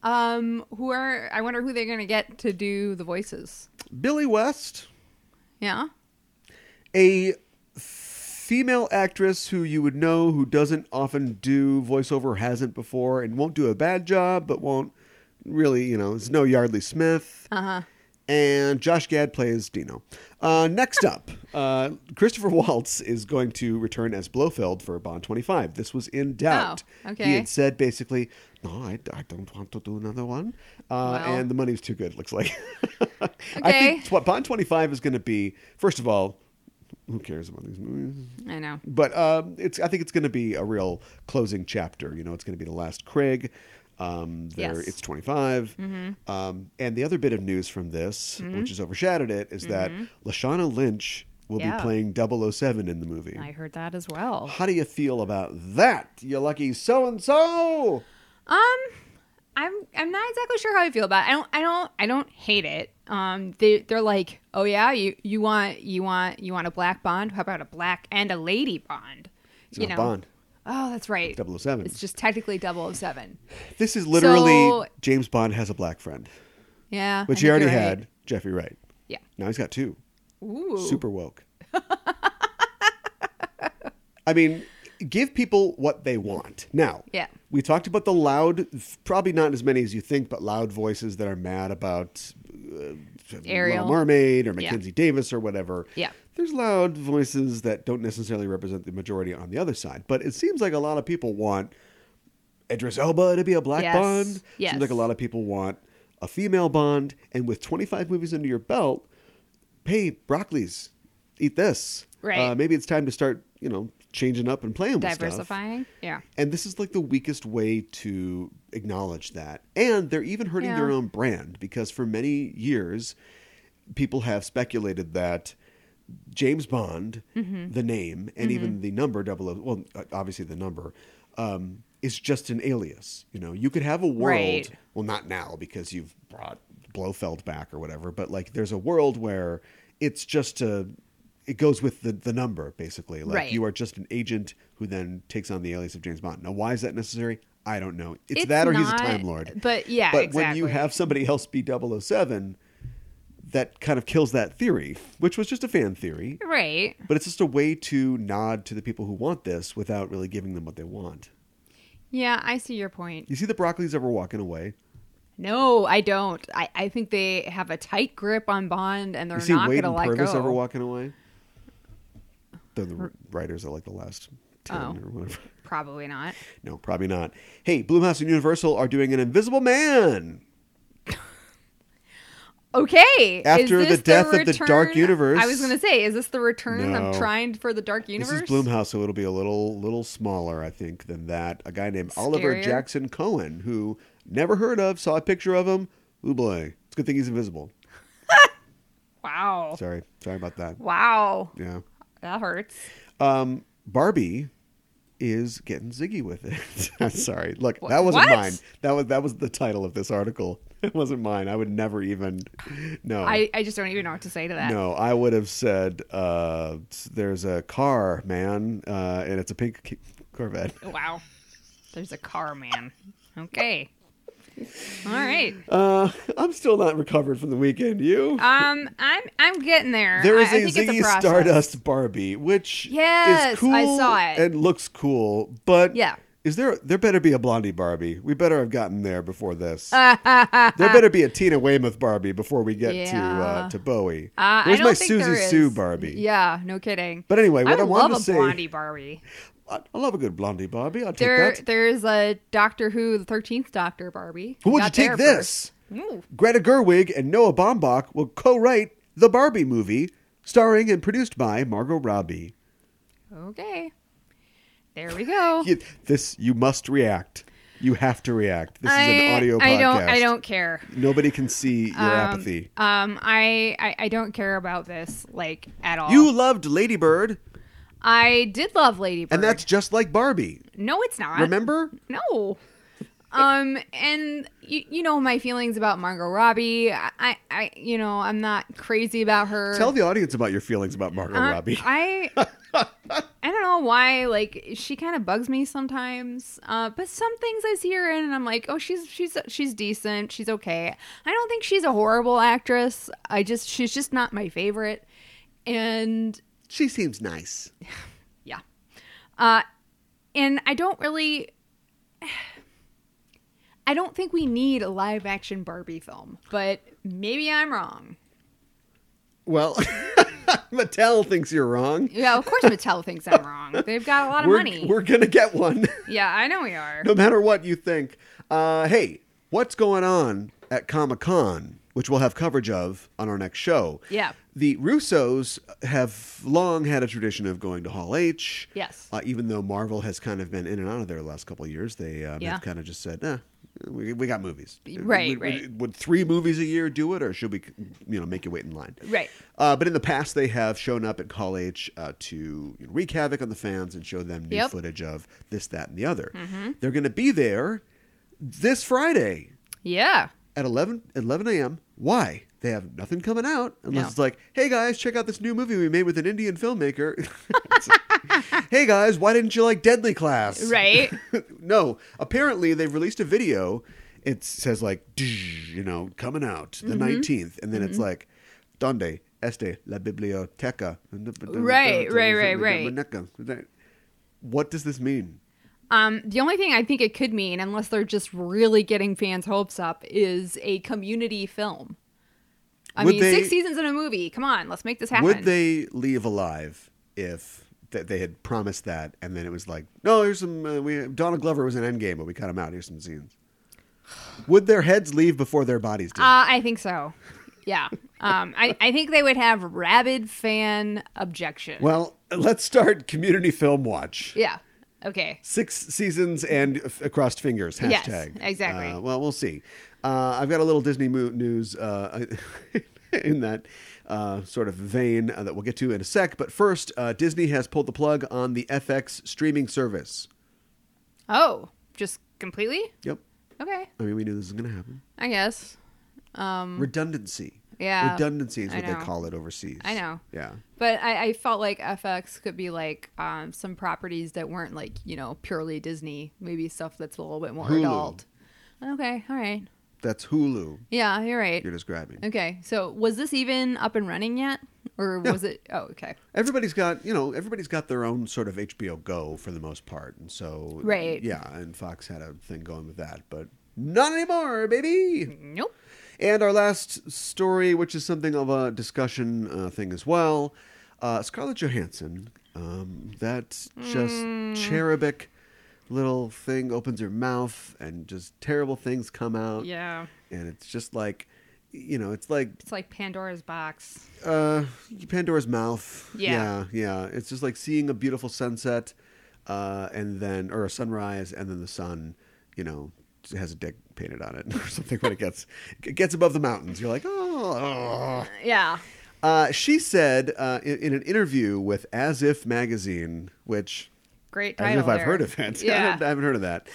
S3: Um who are I wonder who they're going to get to do the voices.
S2: Billy West.
S3: Yeah.
S2: a female actress who you would know who doesn't often do voiceover hasn't before and won't do a bad job but won't really you know it's no yardley smith uh-huh and josh gad plays dino uh, next up uh, christopher waltz is going to return as blofeld for bond 25 this was in doubt he
S3: Oh, okay.
S2: had said basically no I, I don't want to do another one uh,
S3: Well.
S2: and the money's too good looks like i
S3: Okay.
S2: think what bond 25 is going to be first of all who cares about these movies?
S3: I know.
S2: But um, it's I think it's going to be a real closing chapter. You know, it's going to be the last Craig. Um, there,
S3: Yes. Mm-hmm.
S2: it's 25. Um, and the other bit of news from this, which has overshadowed it, is that Lashana Lynch will
S3: Mm-hmm. Yeah.
S2: be playing 007 in the movie.
S3: I heard that as well.
S2: How do you feel about that? You lucky so and so.
S3: Um, I'm I'm not exactly sure how I feel about. It. I don't I don't I don't hate it. Um, they they're like, oh yeah, you you want you want you want a black bond? How about a black and a lady bond?
S2: It's not Bond.
S3: Oh, that's right.
S2: 007.
S3: It's just technically 007.
S2: This is literally
S3: So-
S2: James Bond has a black friend,
S3: Yeah,
S2: which
S3: I
S2: he
S3: think
S2: already
S3: you're right.
S2: had Jeffrey Wright.
S3: Yeah.
S2: Now he's got two.
S3: Ooh.
S2: super woke. I mean, give people what they want. Now,
S3: Yeah.
S2: we talked about the loud, probably not as many as you think, but loud voices that are mad about uh,
S3: Ariel.
S2: Little Mermaid or
S3: Yeah.
S2: Mackenzie Davis or whatever.
S3: Yeah.
S2: There's loud voices that don't necessarily represent the majority on the other side, but it seems like a lot of people want Idris Elba to be a black
S3: Yes.
S2: Bond.
S3: Yes.
S2: Seems like a lot of people want a female Bond, and with 25 movies under your belt, hey, broccoli's, eat this.
S3: Right.
S2: Uh, maybe it's time to start, you know, changing up and playing with stuff.
S3: Diversifying. Yeah.
S2: And this is like the weakest way to acknowledge that. And they're even hurting their
S3: Yeah.
S2: own brand because for many years, people have speculated that James Bond,
S3: Mm-hmm.
S2: the name, and even the number 00, well, uh, obviously the number, um, is just an alias. You know, you could have a world,
S3: Right.
S2: well, not now because you've brought Blofeld back or whatever, but like there's a world where it's just a. It goes with the, the number, basically. Like
S3: Right.
S2: you are just an agent who then takes on the alias of James Bond. Now, why is that necessary? I don't know. It's,
S3: It's
S2: that or he's a
S3: not-
S2: Time Lord.
S3: but yeah,
S2: But when you
S3: exactly.
S2: have somebody else be 007, that kind of kills that theory, which was just a fan theory.
S3: Right.
S2: But it's just a way to nod to the people who want this without really giving them what they want.
S3: Yeah, I see your point.
S2: You see the broccoli's ever walking away.
S3: No, I don't. I, I think they have a tight grip on Bond, and they're
S2: You see
S3: not going
S2: Wade
S3: to
S2: and
S3: let
S2: Purvis
S3: go.
S2: ever walking away. They're the writers are like the last 10
S3: Oh.
S2: or whatever.
S3: Probably not.
S2: No, probably not. Hey, Bloomhouse and Universal are doing an Invisible Man.
S3: Okay. is
S2: After the
S3: this
S2: death of the Dark
S3: return-
S2: Universe-
S3: I was going to say, is this the return
S2: No.
S3: of trying for the Dark Universe?
S2: This is Bloomhouse, so it'll be a little little smaller, I think, than that. A guy named Oliver
S3: Scarier?
S2: Jackson Cohen, who never heard of, saw a picture of him. Ooh boy, it's a good thing he's invisible.
S3: Wow.
S2: Sorry, sorry about that.
S3: Wow.
S2: Yeah,
S3: That hurts.
S2: um, Barbie is getting ziggy with it. I'm sorry. Look, that wasn't
S3: What?
S2: mine. That was that was the title of this article. It wasn't mine. I would never even. No.
S3: I, I just don't even know what to say to that.
S2: No, I would have said uh, there's a car, man, uh, and it's a pink ki- Corvette.
S3: Wow. There's a car man. Okay. All right.
S2: Uh, I'm still not recovered from the weekend. You?
S3: Um, I'm I'm getting there.
S2: there is
S3: I, I
S2: a
S3: think it's
S2: Ziggy
S3: process.
S2: Stardust Barbie, which
S3: Yes, I
S2: is cool
S3: saw it.
S2: and looks cool, but
S3: Yeah.
S2: Is there there better be a Blondie Barbie? We better have gotten there before this. there better be a Tina Weymouth Barbie before we get to
S3: Yeah.
S2: uh, to Bowie.
S3: Uh,
S2: Where's
S3: I don't
S2: my
S3: think
S2: Susie
S3: there is.
S2: Sue Barbie?
S3: Yeah, no kidding.
S2: But anyway, what I,
S3: I,
S2: wanted
S3: love
S2: to say,
S3: a Blondie Barbie.
S2: I, I love a good Blondie Barbie. I'll take
S3: There,
S2: that.
S3: there's a Doctor Who, the Thirteenth Doctor Barbie.
S2: Who would you
S3: Got
S2: take
S3: there
S2: this?
S3: first. Ooh.
S2: Greta Gerwig and Noah Baumbach will co-write the Barbie movie, starring and produced by Margot Robbie.
S3: Okay. There we go.
S2: You- this you must react. You have to react. This
S3: I,
S2: is an audio podcast.
S3: I don't. I don't care.
S2: Nobody can see your apathy.
S3: Um, I, I I don't care about this like at all.
S2: You loved Ladybird,
S3: I did love Lady Bird.
S2: and that's just like Barbie.
S3: no, it's not.
S2: Remember?
S3: No. Um, and you, you know my feelings about Margot Robbie. I, I, I, you know, I'm not crazy about her.
S2: Tell the audience about your feelings about Margot
S3: Uh,
S2: Robbie.
S3: I, I don't know why. Like she kind of bugs me sometimes. Uh, but some things I see her in, and I'm like, oh, she's she's she's decent. She's okay. I don't think she's a horrible actress. I just she's just not my favorite. And
S2: she seems nice.
S3: yeah. Uh, and I don't really. I don't think we need a live action Barbie film, but maybe I'm wrong.
S2: Well, Mattel thinks you're wrong.
S3: Yeah, of course Mattel thinks I'm wrong. They've got a lot of
S2: We're,
S3: money.
S2: we're gonna get one,
S3: yeah, I know we are.
S2: no matter what you think. Uh, hey, what's going on at Comic Con, which we'll have coverage of on our next show?
S3: Yeah.
S2: The Russos have long had a tradition of going to Hall H.
S3: Yes.
S2: Uh, even though Marvel has kind of been in and out of there the last couple of years, they um,
S3: Yeah.
S2: have kind of just said, eh, we, we got movies.
S3: Right,
S2: Would- would-
S3: right.
S2: Would three movies a year do it, or should we, you know, make you wait in line?
S3: Right.
S2: Uh, but in the past, they have shown up at Call H uh, to wreak havoc on the fans and show them new
S3: Yep. Mm-hmm.
S2: footage of this, that, and the other. They're going to be there this Friday
S3: Yeah.
S2: at 11, 11 a.m. Why? They have nothing coming out unless
S3: No.
S2: it's like, hey guys, check out this new movie we made with an Indian filmmaker. It's like, hey guys, why didn't you like Deadly Class?
S3: Right.
S2: no, apparently they've released a video. It says like, "Dzz," you know, coming out
S3: Mm-hmm.
S2: the 19th. And then it's like, donde este la biblioteca?
S3: Right, right, right,
S2: right. What does this mean?
S3: Um, the only thing I think it could mean, unless they're just really getting fans' hopes up, is a community film. I
S2: Would
S3: mean,
S2: they-
S3: six seasons in a movie. Come on, let's make this happen.
S2: Would they leave alive if th- they had promised that, and then it was like, no, here's some. Uh, we Donald Glover was in Endgame, but we cut him out. Here's some scenes. Would their heads leave before their bodies did?
S3: Uh, I think so. Yeah. Um, I, I think they would have rabid fan objection.
S2: well, let's start community film watch.
S3: yeah. Okay.
S2: Six seasons and f- uh, crossed fingers.
S3: Yes,
S2: Hashtag.
S3: exactly.
S2: Uh, well, we'll see. Uh, I've got a little Disney mo- news uh, in that uh, sort of vein uh, that we'll get to in a sec. But first, uh, Disney has pulled the plug on the FX streaming service.
S3: Oh, just completely?
S2: Yep.
S3: Okay.
S2: I mean, we knew this was going to happen.
S3: I guess.
S2: Redundancy.
S3: Um, Yeah,
S2: Redundancy is
S3: I
S2: what they
S3: know.
S2: call it overseas.
S3: I know.
S2: Yeah.
S3: But I, I felt like FX could be like um, some properties that weren't like, you know, purely Disney. Maybe stuff that's a little bit more
S2: Hulu.
S3: adult. Okay. All right.
S2: That's Hulu
S3: Yeah, you're right.
S2: you're describing.
S3: Okay. So was this even up and running yet? Or was it? Oh, okay.
S2: Everybody's got, you know, everybody's got their own sort of HBO Go for the most part. And so,
S3: Right.
S2: Yeah. And Fox had a thing going with that, but not anymore, baby.
S3: Nope.
S2: And our last story, which is something of a discussion uh, thing as well uh, Scarlett Johansson, um, that just
S3: Hmm.
S2: cherubic little thing opens her mouth and just terrible things come out.
S3: Yeah.
S2: And it's just like, you know, it's like
S3: It's like Pandora's box.
S2: uh, Pandora's mouth.
S3: Yeah.
S2: yeah, yeah. It's just like seeing a beautiful sunset, uh, and then or a sunrise, and then the sun, you know, has a dick painted on it or something when it gets it gets above the mountains. You're like, oh.
S3: Yeah.
S2: Uh, she said uh, in, in an interview with As If magazine, which
S3: Great
S2: I
S3: title.
S2: don't know if I've
S3: there.
S2: heard of it. I,
S3: Yeah.
S2: don't- I haven't heard of that.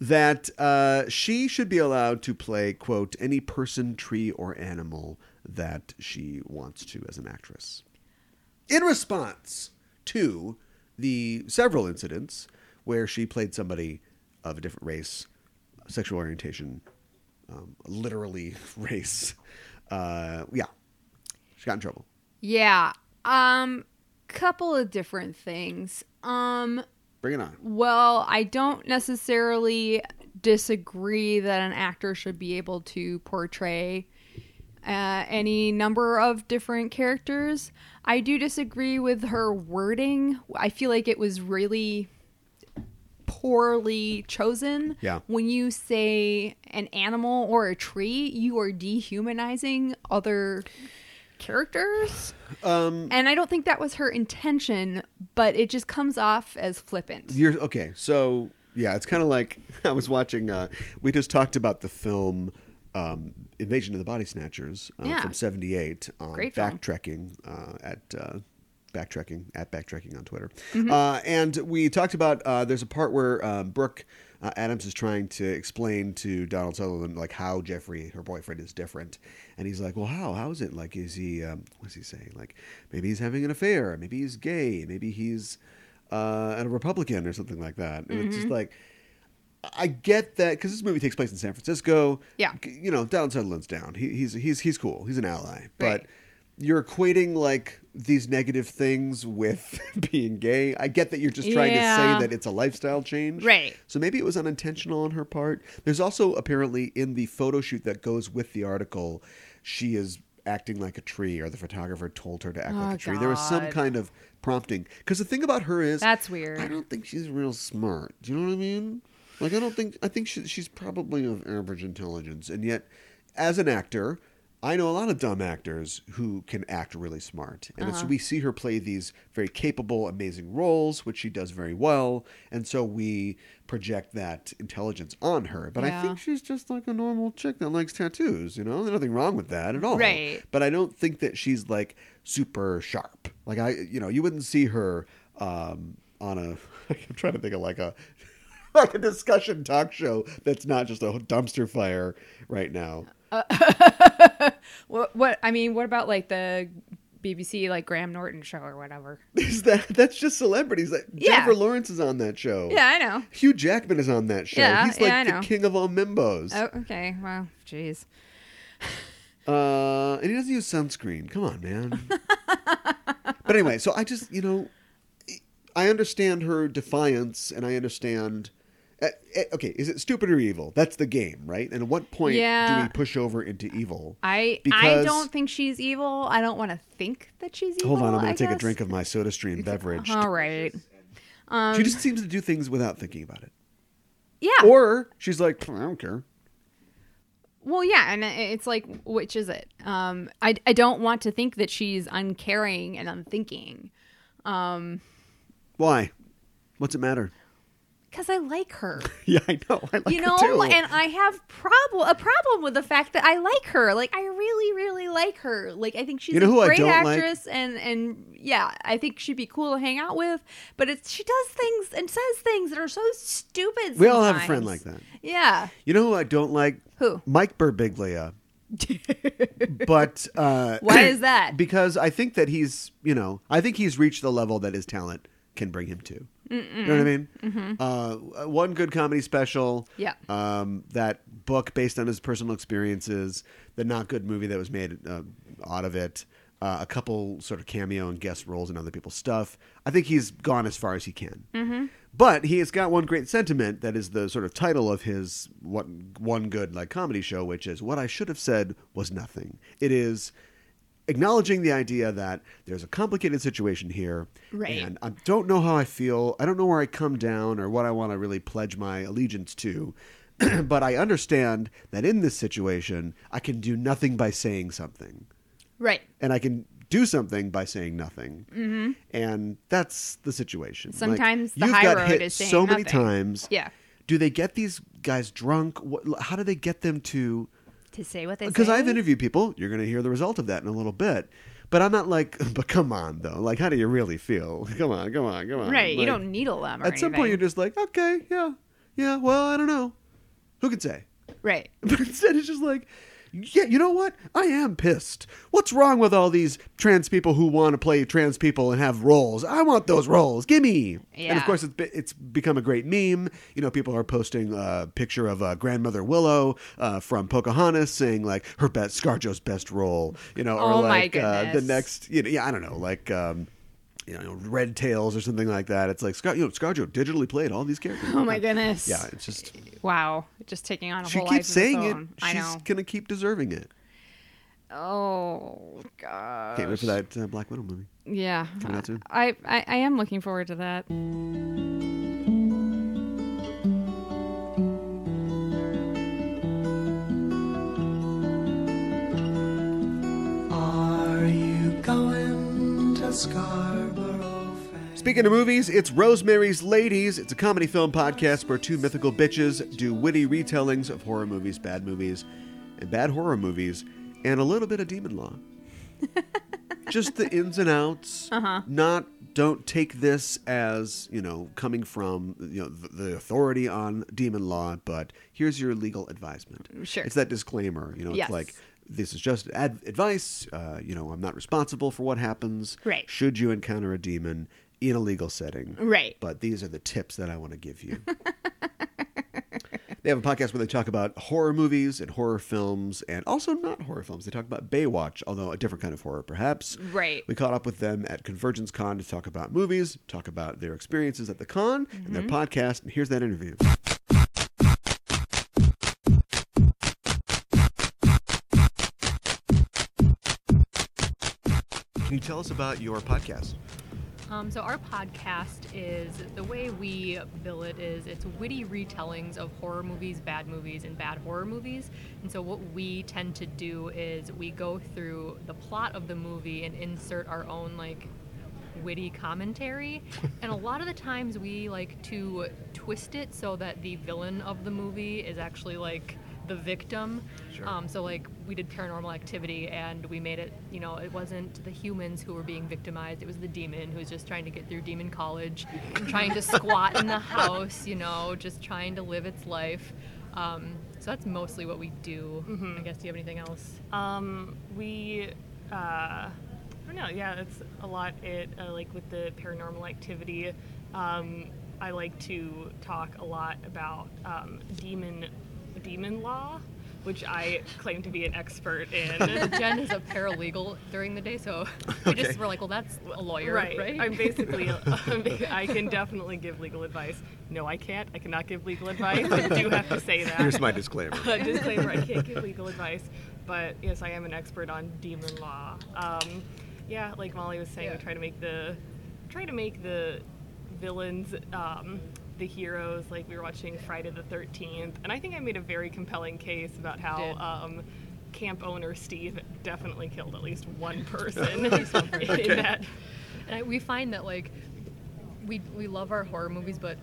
S2: That uh, she should be allowed to play, quote, any person, tree, or animal that she wants to as an actress. In response to the several incidents where she played somebody of a different race, sexual orientation, um, literally race. Uh, yeah. She got in trouble.
S3: Yeah. Um couple of different things. Um
S2: Bring it on.
S3: well, I don't necessarily disagree that an actor should be able to portray uh, any number of different characters. I do disagree with her wording. I feel like it was really poorly chosen.
S2: Yeah.
S3: When you say an animal or a tree, you are dehumanizing other characters. Um, and I don't think that was her intention, but it just comes off as flippant.
S2: You're okay. So yeah, it's kind of like I was watching. Uh, we just talked about the film um, Invasion of the Body Snatchers uh,
S3: Yeah.
S2: from '78 on
S3: Great film.
S2: um, backtracking uh, at. Uh, Backtracking at backtracking on Twitter,
S3: Mm-hmm.
S2: uh, and we talked about uh, there's a part where um, Brooke uh, Adams is trying to explain to Donald Sutherland like how Jeffrey, her boyfriend, is different, and he's like, well, how? How is it? Like, is he? Um, what's he saying? Like, maybe he's having an affair, maybe he's gay, maybe he's uh, a Republican or something like that. And it's
S3: Mm-hmm.
S2: just like, I get that because this movie takes place in San Francisco.
S3: Yeah.
S2: G- you know, Donald Sutherland's down. He, he's he's he's cool. He's an ally, but
S3: Right.
S2: you're equating like these negative things with being gay. I get that you're just trying
S3: Yeah.
S2: to say that it's a lifestyle change,
S3: Right.
S2: So maybe it was unintentional on her part. There's also apparently in the photo shoot that goes with the article, she is acting like a tree, or the photographer told her to act like
S3: Oh,
S2: a tree. There was some
S3: God.
S2: kind of prompting because the thing about her is
S3: That's weird.
S2: I don't think she's real smart. Do you know what I mean? Like I don't think I think she, she's probably of average intelligence, and yet, as an actor, I know a lot of dumb actors who can act really smart, and it's, we see her play these very capable, amazing roles, which she does very well, and so we project that intelligence on her. But I
S3: Yeah.
S2: think she's just like a normal chick that likes tattoos. You know, there's nothing wrong with that at all.
S3: Right.
S2: But I don't think that she's like super sharp. Like I, you know, you wouldn't see her um, on a. I'm trying to think of like a like a discussion talk show that's not just a dumpster fire right now.
S3: What, what I mean, what about like the BBC like Graham Norton show or whatever?
S2: Is that that's just celebrities? Like
S3: Yeah.
S2: Jennifer Lawrence is on that show.
S3: Yeah, I know.
S2: Hugh Jackman is on that show.
S3: Yeah,
S2: He's like
S3: yeah, I
S2: the
S3: know.
S2: king of all membos.
S3: Oh, okay. Well, jeez.
S2: Uh, and he doesn't use sunscreen. Come on, man. but anyway, so I just, you know, I understand her defiance and I understand. eh, eh, Okay, is it stupid or evil? That's the game, right? And at what point do
S3: Yeah.
S2: we push over into evil?
S3: I I
S2: Because-
S3: don't think she's evil. I don't want to think that she's evil.
S2: Hold on, I'm
S3: going
S2: going
S3: to
S2: to take a drink of my soda stream beverage.
S3: All right.
S2: she just seems to do things without thinking about it.
S3: um, Yeah.
S2: Or she's like, "Pff, I don't care.
S3: well, yeah, and it- it's like, which is it? Um, I I don't want to think that she's uncaring and unthinking
S2: Why? What's it matter?
S3: because I like her.
S2: yeah, I know. I like
S3: you know
S2: it too.
S3: and i have problem a problem with the fact that i like her like i really really like her like i think she's
S2: You know
S3: a
S2: who I
S3: great
S2: don't like?
S3: actress and and yeah i think she'd be cool to hang out with but it's she does things and says things that are so stupid
S2: we all have a friend
S3: sometimes.
S2: like that.
S3: yeah
S2: You know who I don't like?
S3: Who?
S2: Mike Birbiglia. but uh,
S3: Why is that?
S2: Because I think that he's, you know, I think he's reached the level that his talent can bring him to. You know what I mean? Uh, one good comedy special.
S3: Mm-hmm. Yeah.
S2: Um, that book based on his personal experiences. The not good movie that was made uh, out of it. Uh, a couple sort of cameo and guest roles in other people's stuff. I think he's gone as far as he can. Mm-hmm. But he has got one great sentiment that is the sort of title of his what one good like comedy show, which is what I should have said was nothing. It is acknowledging the idea that there's a complicated situation here
S3: Right.
S2: and I don't know how I feel. I don't know where I come down or what I want to really pledge my allegiance to. but I understand that in this situation, I can do nothing by saying something.
S3: right
S2: And I can do something by saying nothing. Mm-hmm. And that's the situation. Like,
S3: Sometimes the
S2: you've
S3: high
S2: got
S3: road
S2: hit
S3: is saying
S2: so many
S3: nothing.
S2: times.
S3: Yeah.
S2: Do they get these guys drunk? What, how do they get them to
S3: to say what they
S2: because
S3: say.
S2: I've interviewed people, you're going to hear the result of that in a little bit. But I'm not like, but come on though. Like, how do you really feel? Come on, come on, come on.
S3: Right. you
S2: Like,
S3: don't needle them or
S2: At some point, you're
S3: anything.
S2: just like, okay, yeah, yeah. Well, I don't know. Who could say?
S3: right.
S2: But instead, it's just like, yeah, you know what? I am pissed. What's wrong with all these trans people who want to play trans people and have roles? I want those roles. Gimme. And of
S3: Yeah.
S2: course, it's, be- it's become a great meme. You know, people are posting a picture of uh, grandmother Willow uh, from Pocahontas saying like her best ScarJo's best role. You know, or
S3: Oh my
S2: like uh, the
S3: goodness.
S2: next, you know, yeah, I don't know, like. Um, you know, Red Tails or something like that. It's like Scar, you know, ScarJo digitally played all these characters.
S3: Oh my goodness.
S2: Yeah, it's just
S3: Wow. Just taking on a
S2: she
S3: whole life
S2: keeps
S3: of
S2: saying
S3: its
S2: it.
S3: own.
S2: She's
S3: I know.
S2: gonna keep deserving it.
S3: Oh god.
S2: Can't wait for that uh, Black Widow movie.
S3: Yeah.
S2: Coming out soon.
S3: I, I I am looking forward to that.
S1: Are you going to Scarborough Fair?
S2: Speaking of movies, it's Rosemary's Ladies. It's a comedy film podcast where two mythical bitches do witty retellings of horror movies, bad movies, and bad horror movies, and a little bit of demon law. Just the ins and outs. Uh-huh. Not don't take this as you know coming from you know the, the authority on demon law, but here's your legal advisement.
S3: Sure.
S2: It's that disclaimer. You know,
S3: Yes.
S2: it's like this is just ad- advice. Uh, you know, I'm not responsible for what happens.
S3: Right.
S2: Should you encounter a demon in a legal setting.
S3: Right.
S2: But these are the tips that I want to give you. they have a podcast where they talk about horror movies and horror films and also not horror films. They talk about Baywatch, although a different kind of horror, perhaps.
S3: Right.
S2: We caught up with them at Convergence Con to talk about movies, talk about their experiences at the con and their podcast. And here's that interview. Can you tell us about your podcast?
S4: Um, so our podcast is the way we bill it is it's witty retellings of horror movies, bad movies, and bad horror movies. And so what we tend to do is we go through the plot of the movie and insert our own like witty commentary. and a lot of the times we like to twist it so that the villain of the movie is actually like the victim.
S2: Sure.
S4: Um, so like we did paranormal activity and we made it, you know, it wasn't the humans who were being victimized. It was the demon who was just trying to get through demon college and trying to squat in the house, you know, just trying to live its life. Um, so that's mostly what we do. I guess. Do you have anything else?
S5: Um, we, uh, I don't know. Yeah, that's a lot. It uh, like with the paranormal activity. Um, I like to talk a lot about um, demon, demon law, which I claim to be an expert in.
S4: Jen is a paralegal during the day, so we just were like, well, that's a lawyer, right?
S5: I'm basically. um, I can definitely give legal advice. No, I can't. I cannot give legal advice. I do have to say that.
S2: Here's my disclaimer.
S5: Uh, disclaimer: I can't give legal advice, but yes, I am an expert on demon law. Um, yeah, like Molly was saying, we try to make the try to make the villains um, the heroes. Like we were watching Friday the Thirteenth, and I think I made a very compelling case about
S4: did.
S5: how. Um, Camp owner Steve definitely killed at least one person in that
S4: And I, we find that like we we love our horror movies, but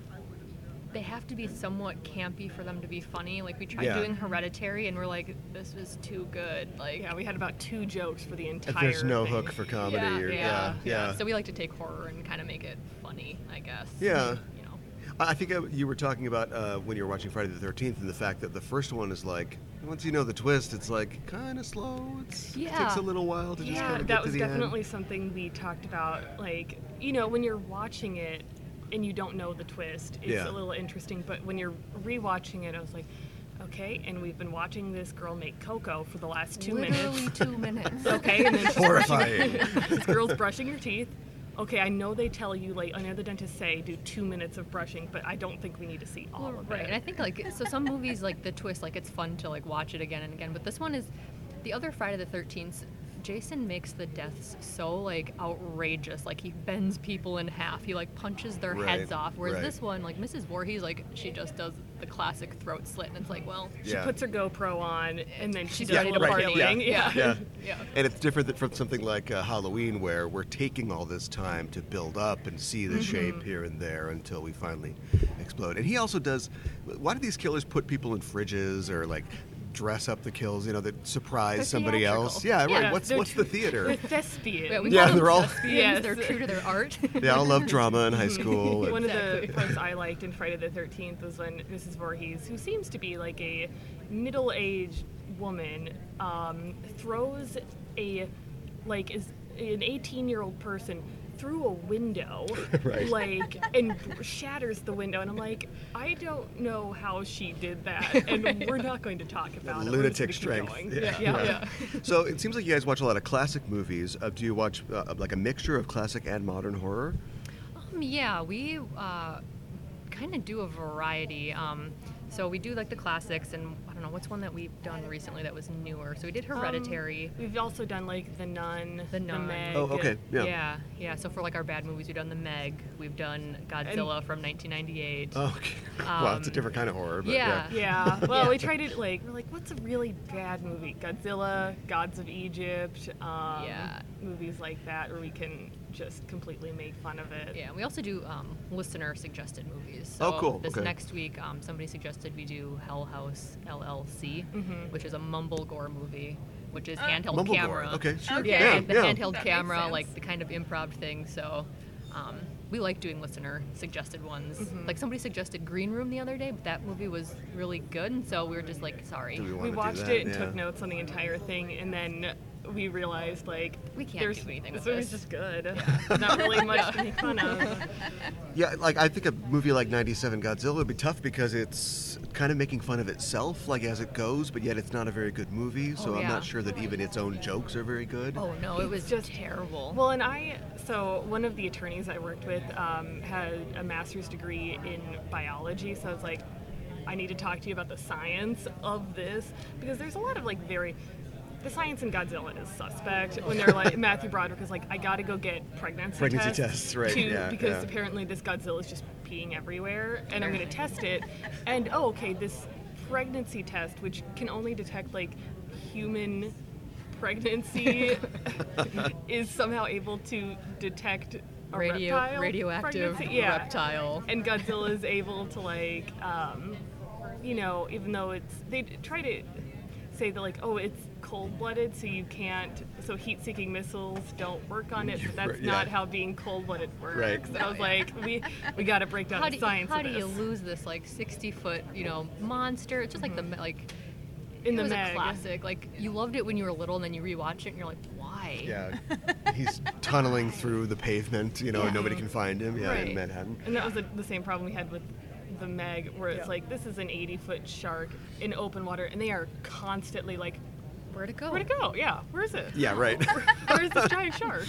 S4: they have to be somewhat campy for them to be funny. Like we tried
S2: Yeah.
S4: doing Hereditary, and we're like, this was too good. Like
S5: Yeah, we had about two jokes for the entire.
S2: There's no
S5: thing.
S2: hook for comedy. or, yeah, yeah.
S4: So we like to take horror and kind of make it funny, I guess.
S6: Yeah.
S4: You know.
S6: I I think uh, you were talking about uh, when you were watching Friday the 13th and the fact that the first one is like, once you know the twist, it's like kind of slow. It's, It
S4: Yeah.
S6: takes a little while to just
S5: Yeah,
S6: kind of get
S5: that
S6: to
S5: was
S6: the end.
S5: definitely something we talked about. Like, you know, when you're watching it and you don't know the twist, it's
S6: Yeah.
S5: a little interesting. But when you're rewatching it, I was like, okay, and we've been watching this girl make cocoa for the last two minutes.
S4: Literally two minutes.
S5: Okay, and then she's
S6: Horrifying.
S5: this girl's brushing her teeth. Okay, I know they tell you, like, I know the dentists say do two minutes of brushing, but I don't think we need to see all
S4: Well,
S5: of
S4: right, and I
S5: it.
S4: think like so some movies like the twist, like it's fun to like watch it again and again. But this one is the other Friday the Thirteenth. Jason makes the deaths so like outrageous. Like he bends people in half. He like punches their
S6: Right,
S4: heads off. Whereas
S6: right.
S4: this one, like Mrs. Voorhees, like she just does the classic throat slit, and it's like, well,
S5: She
S6: Yeah.
S5: puts her GoPro on and then she
S4: She's
S5: does
S4: Yeah,
S5: a little
S4: right, yeah,
S5: killing.
S4: yeah,
S6: Yeah.
S4: yeah,
S6: And it's different than from something like uh, Halloween, where we're taking all this time to build up and see
S5: Mm-hmm.
S6: the shape here and there until we finally explode. And he also does. Why do these killers put people in fridges or like
S2: dress up the kills, you know, that surprise
S4: They're
S2: somebody else. Yeah,
S4: theatrical.
S2: right.
S4: Yeah,
S2: What's
S5: they're
S2: what's the theater?
S5: The thespian.
S4: Yeah, we
S2: Yeah,
S4: call them
S2: they're all-
S4: thespians.
S5: Yes.
S4: They're true to their art.
S2: they all love drama in high school. and-
S5: One of
S4: Exactly.
S5: the parts I liked in Friday the 13th was when Mrs. Voorhees, who seems to be like a middle aged woman, um, throws a, like, is an 18 year old person through a window,
S2: Right.
S5: like, and shatters the window. And I'm like, I don't know how she did that, and we're not going to talk about it. We're
S2: lunatic
S5: just gonna
S2: strength.
S5: keep going.
S2: Yeah.
S5: yeah.
S2: Yeah.
S5: yeah.
S2: so it seems like you guys watch a lot of classic movies. Uh, do you watch uh, like a mixture of classic and modern horror?
S4: Um, yeah, we uh, kind of do a variety. Um, so we do like the classics, and I don't know what's one that we've done recently that was newer. So we did Hereditary.
S5: We've also done like the nun,
S4: The Nun.
S5: Meg,
S2: Oh, okay. Yeah.
S4: yeah. yeah, So for like our bad movies, we've done The Meg, we've done Godzilla from 1998.
S2: Oh, okay. well, it's a
S4: Um,
S2: different kind of horror. But
S4: yeah.
S5: Yeah. Well, we tried to like we're like, what's a really bad movie? Godzilla, Gods of Egypt, um,
S4: Yeah.
S5: movies like that where we can just completely make fun of it.
S4: Yeah, and we also do um, listener suggested movies. So
S2: Oh, cool.
S4: This
S2: Okay.
S4: next week, um, somebody suggested we do Hell House LLC,
S5: Mm-hmm.
S4: which is a mumble gore movie, which is handheld
S2: Mumblegore.
S4: camera.
S2: Okay, sure.
S4: Yeah,
S2: Yeah,
S4: and the
S2: yeah.
S4: handheld
S5: Uh, That makes
S4: camera,
S5: sense.
S4: like the kind of improv thing. So um, we like doing listener suggested ones.
S5: Mm-hmm.
S4: Like somebody suggested Green Room the other day, but that movie was really good, and so we were just like, sorry.
S2: Do we want
S5: We
S2: to
S5: watched
S2: do that?
S5: it and
S2: yeah.
S5: took notes on the entire thing, and then we realized like
S4: We can't
S5: there's,
S4: do anything
S5: This
S4: with
S5: movie's
S4: this.
S5: just good. Not really much to make fun of.
S2: Yeah, like I think a movie like '97 Godzilla would be tough because it's kind of making fun of itself, like as it goes, but yet it's not a very good movie. So
S4: Oh,
S2: I'm
S4: yeah.
S2: not sure that even its own jokes are very good.
S4: Oh no, it was
S5: just-
S4: just terrible.
S5: Well, and I, so one of the attorneys I worked with um, had a master's degree in biology, so I was like, I need to talk to you about the science of this because there's a lot of like very. The science in Godzilla is suspect when they're like Matthew Broderick is like I gotta go get pregnancy,
S2: Pregnancy
S5: tests,
S2: tests, right,
S5: to-
S2: yeah,
S5: because
S2: yeah.
S5: apparently this Godzilla is just peeing everywhere and I'm gonna test it and oh okay this pregnancy test which can only detect like human pregnancy is somehow able to detect a
S4: Radio,
S5: reptile
S4: radioactive
S5: pregnancy. Yeah.
S4: reptile.
S5: And Godzilla is able to like, um, you know, even though it's they try to say that like, oh, it's cold-blooded, so you can't. So heat-seeking missiles don't work on it. But that's
S2: Right, yeah.
S5: not how being cold-blooded works.
S2: Right.
S5: And I was like, we we got to break down
S4: how
S5: the
S4: do,
S5: science
S4: how
S5: of
S4: do you
S5: this.
S4: lose this like 60 foot you know monster it's just like the like
S5: Mm-hmm. in
S4: it
S5: the
S4: was
S5: Meg.
S4: a classic like you loved it when you were little and then you rewatch it and you're like why
S2: Yeah, he's tunneling through the pavement. You know, and nobody can find him. Yeah, in
S4: Right.
S2: Manhattan.
S5: And that was the, the same problem we had with the Meg, where it's like this is an 80-foot shark in open water, and they are constantly like,
S4: where'd it go
S5: where'd it go? Yeah, where's it?
S2: Yeah, right.
S5: Where's this giant shark?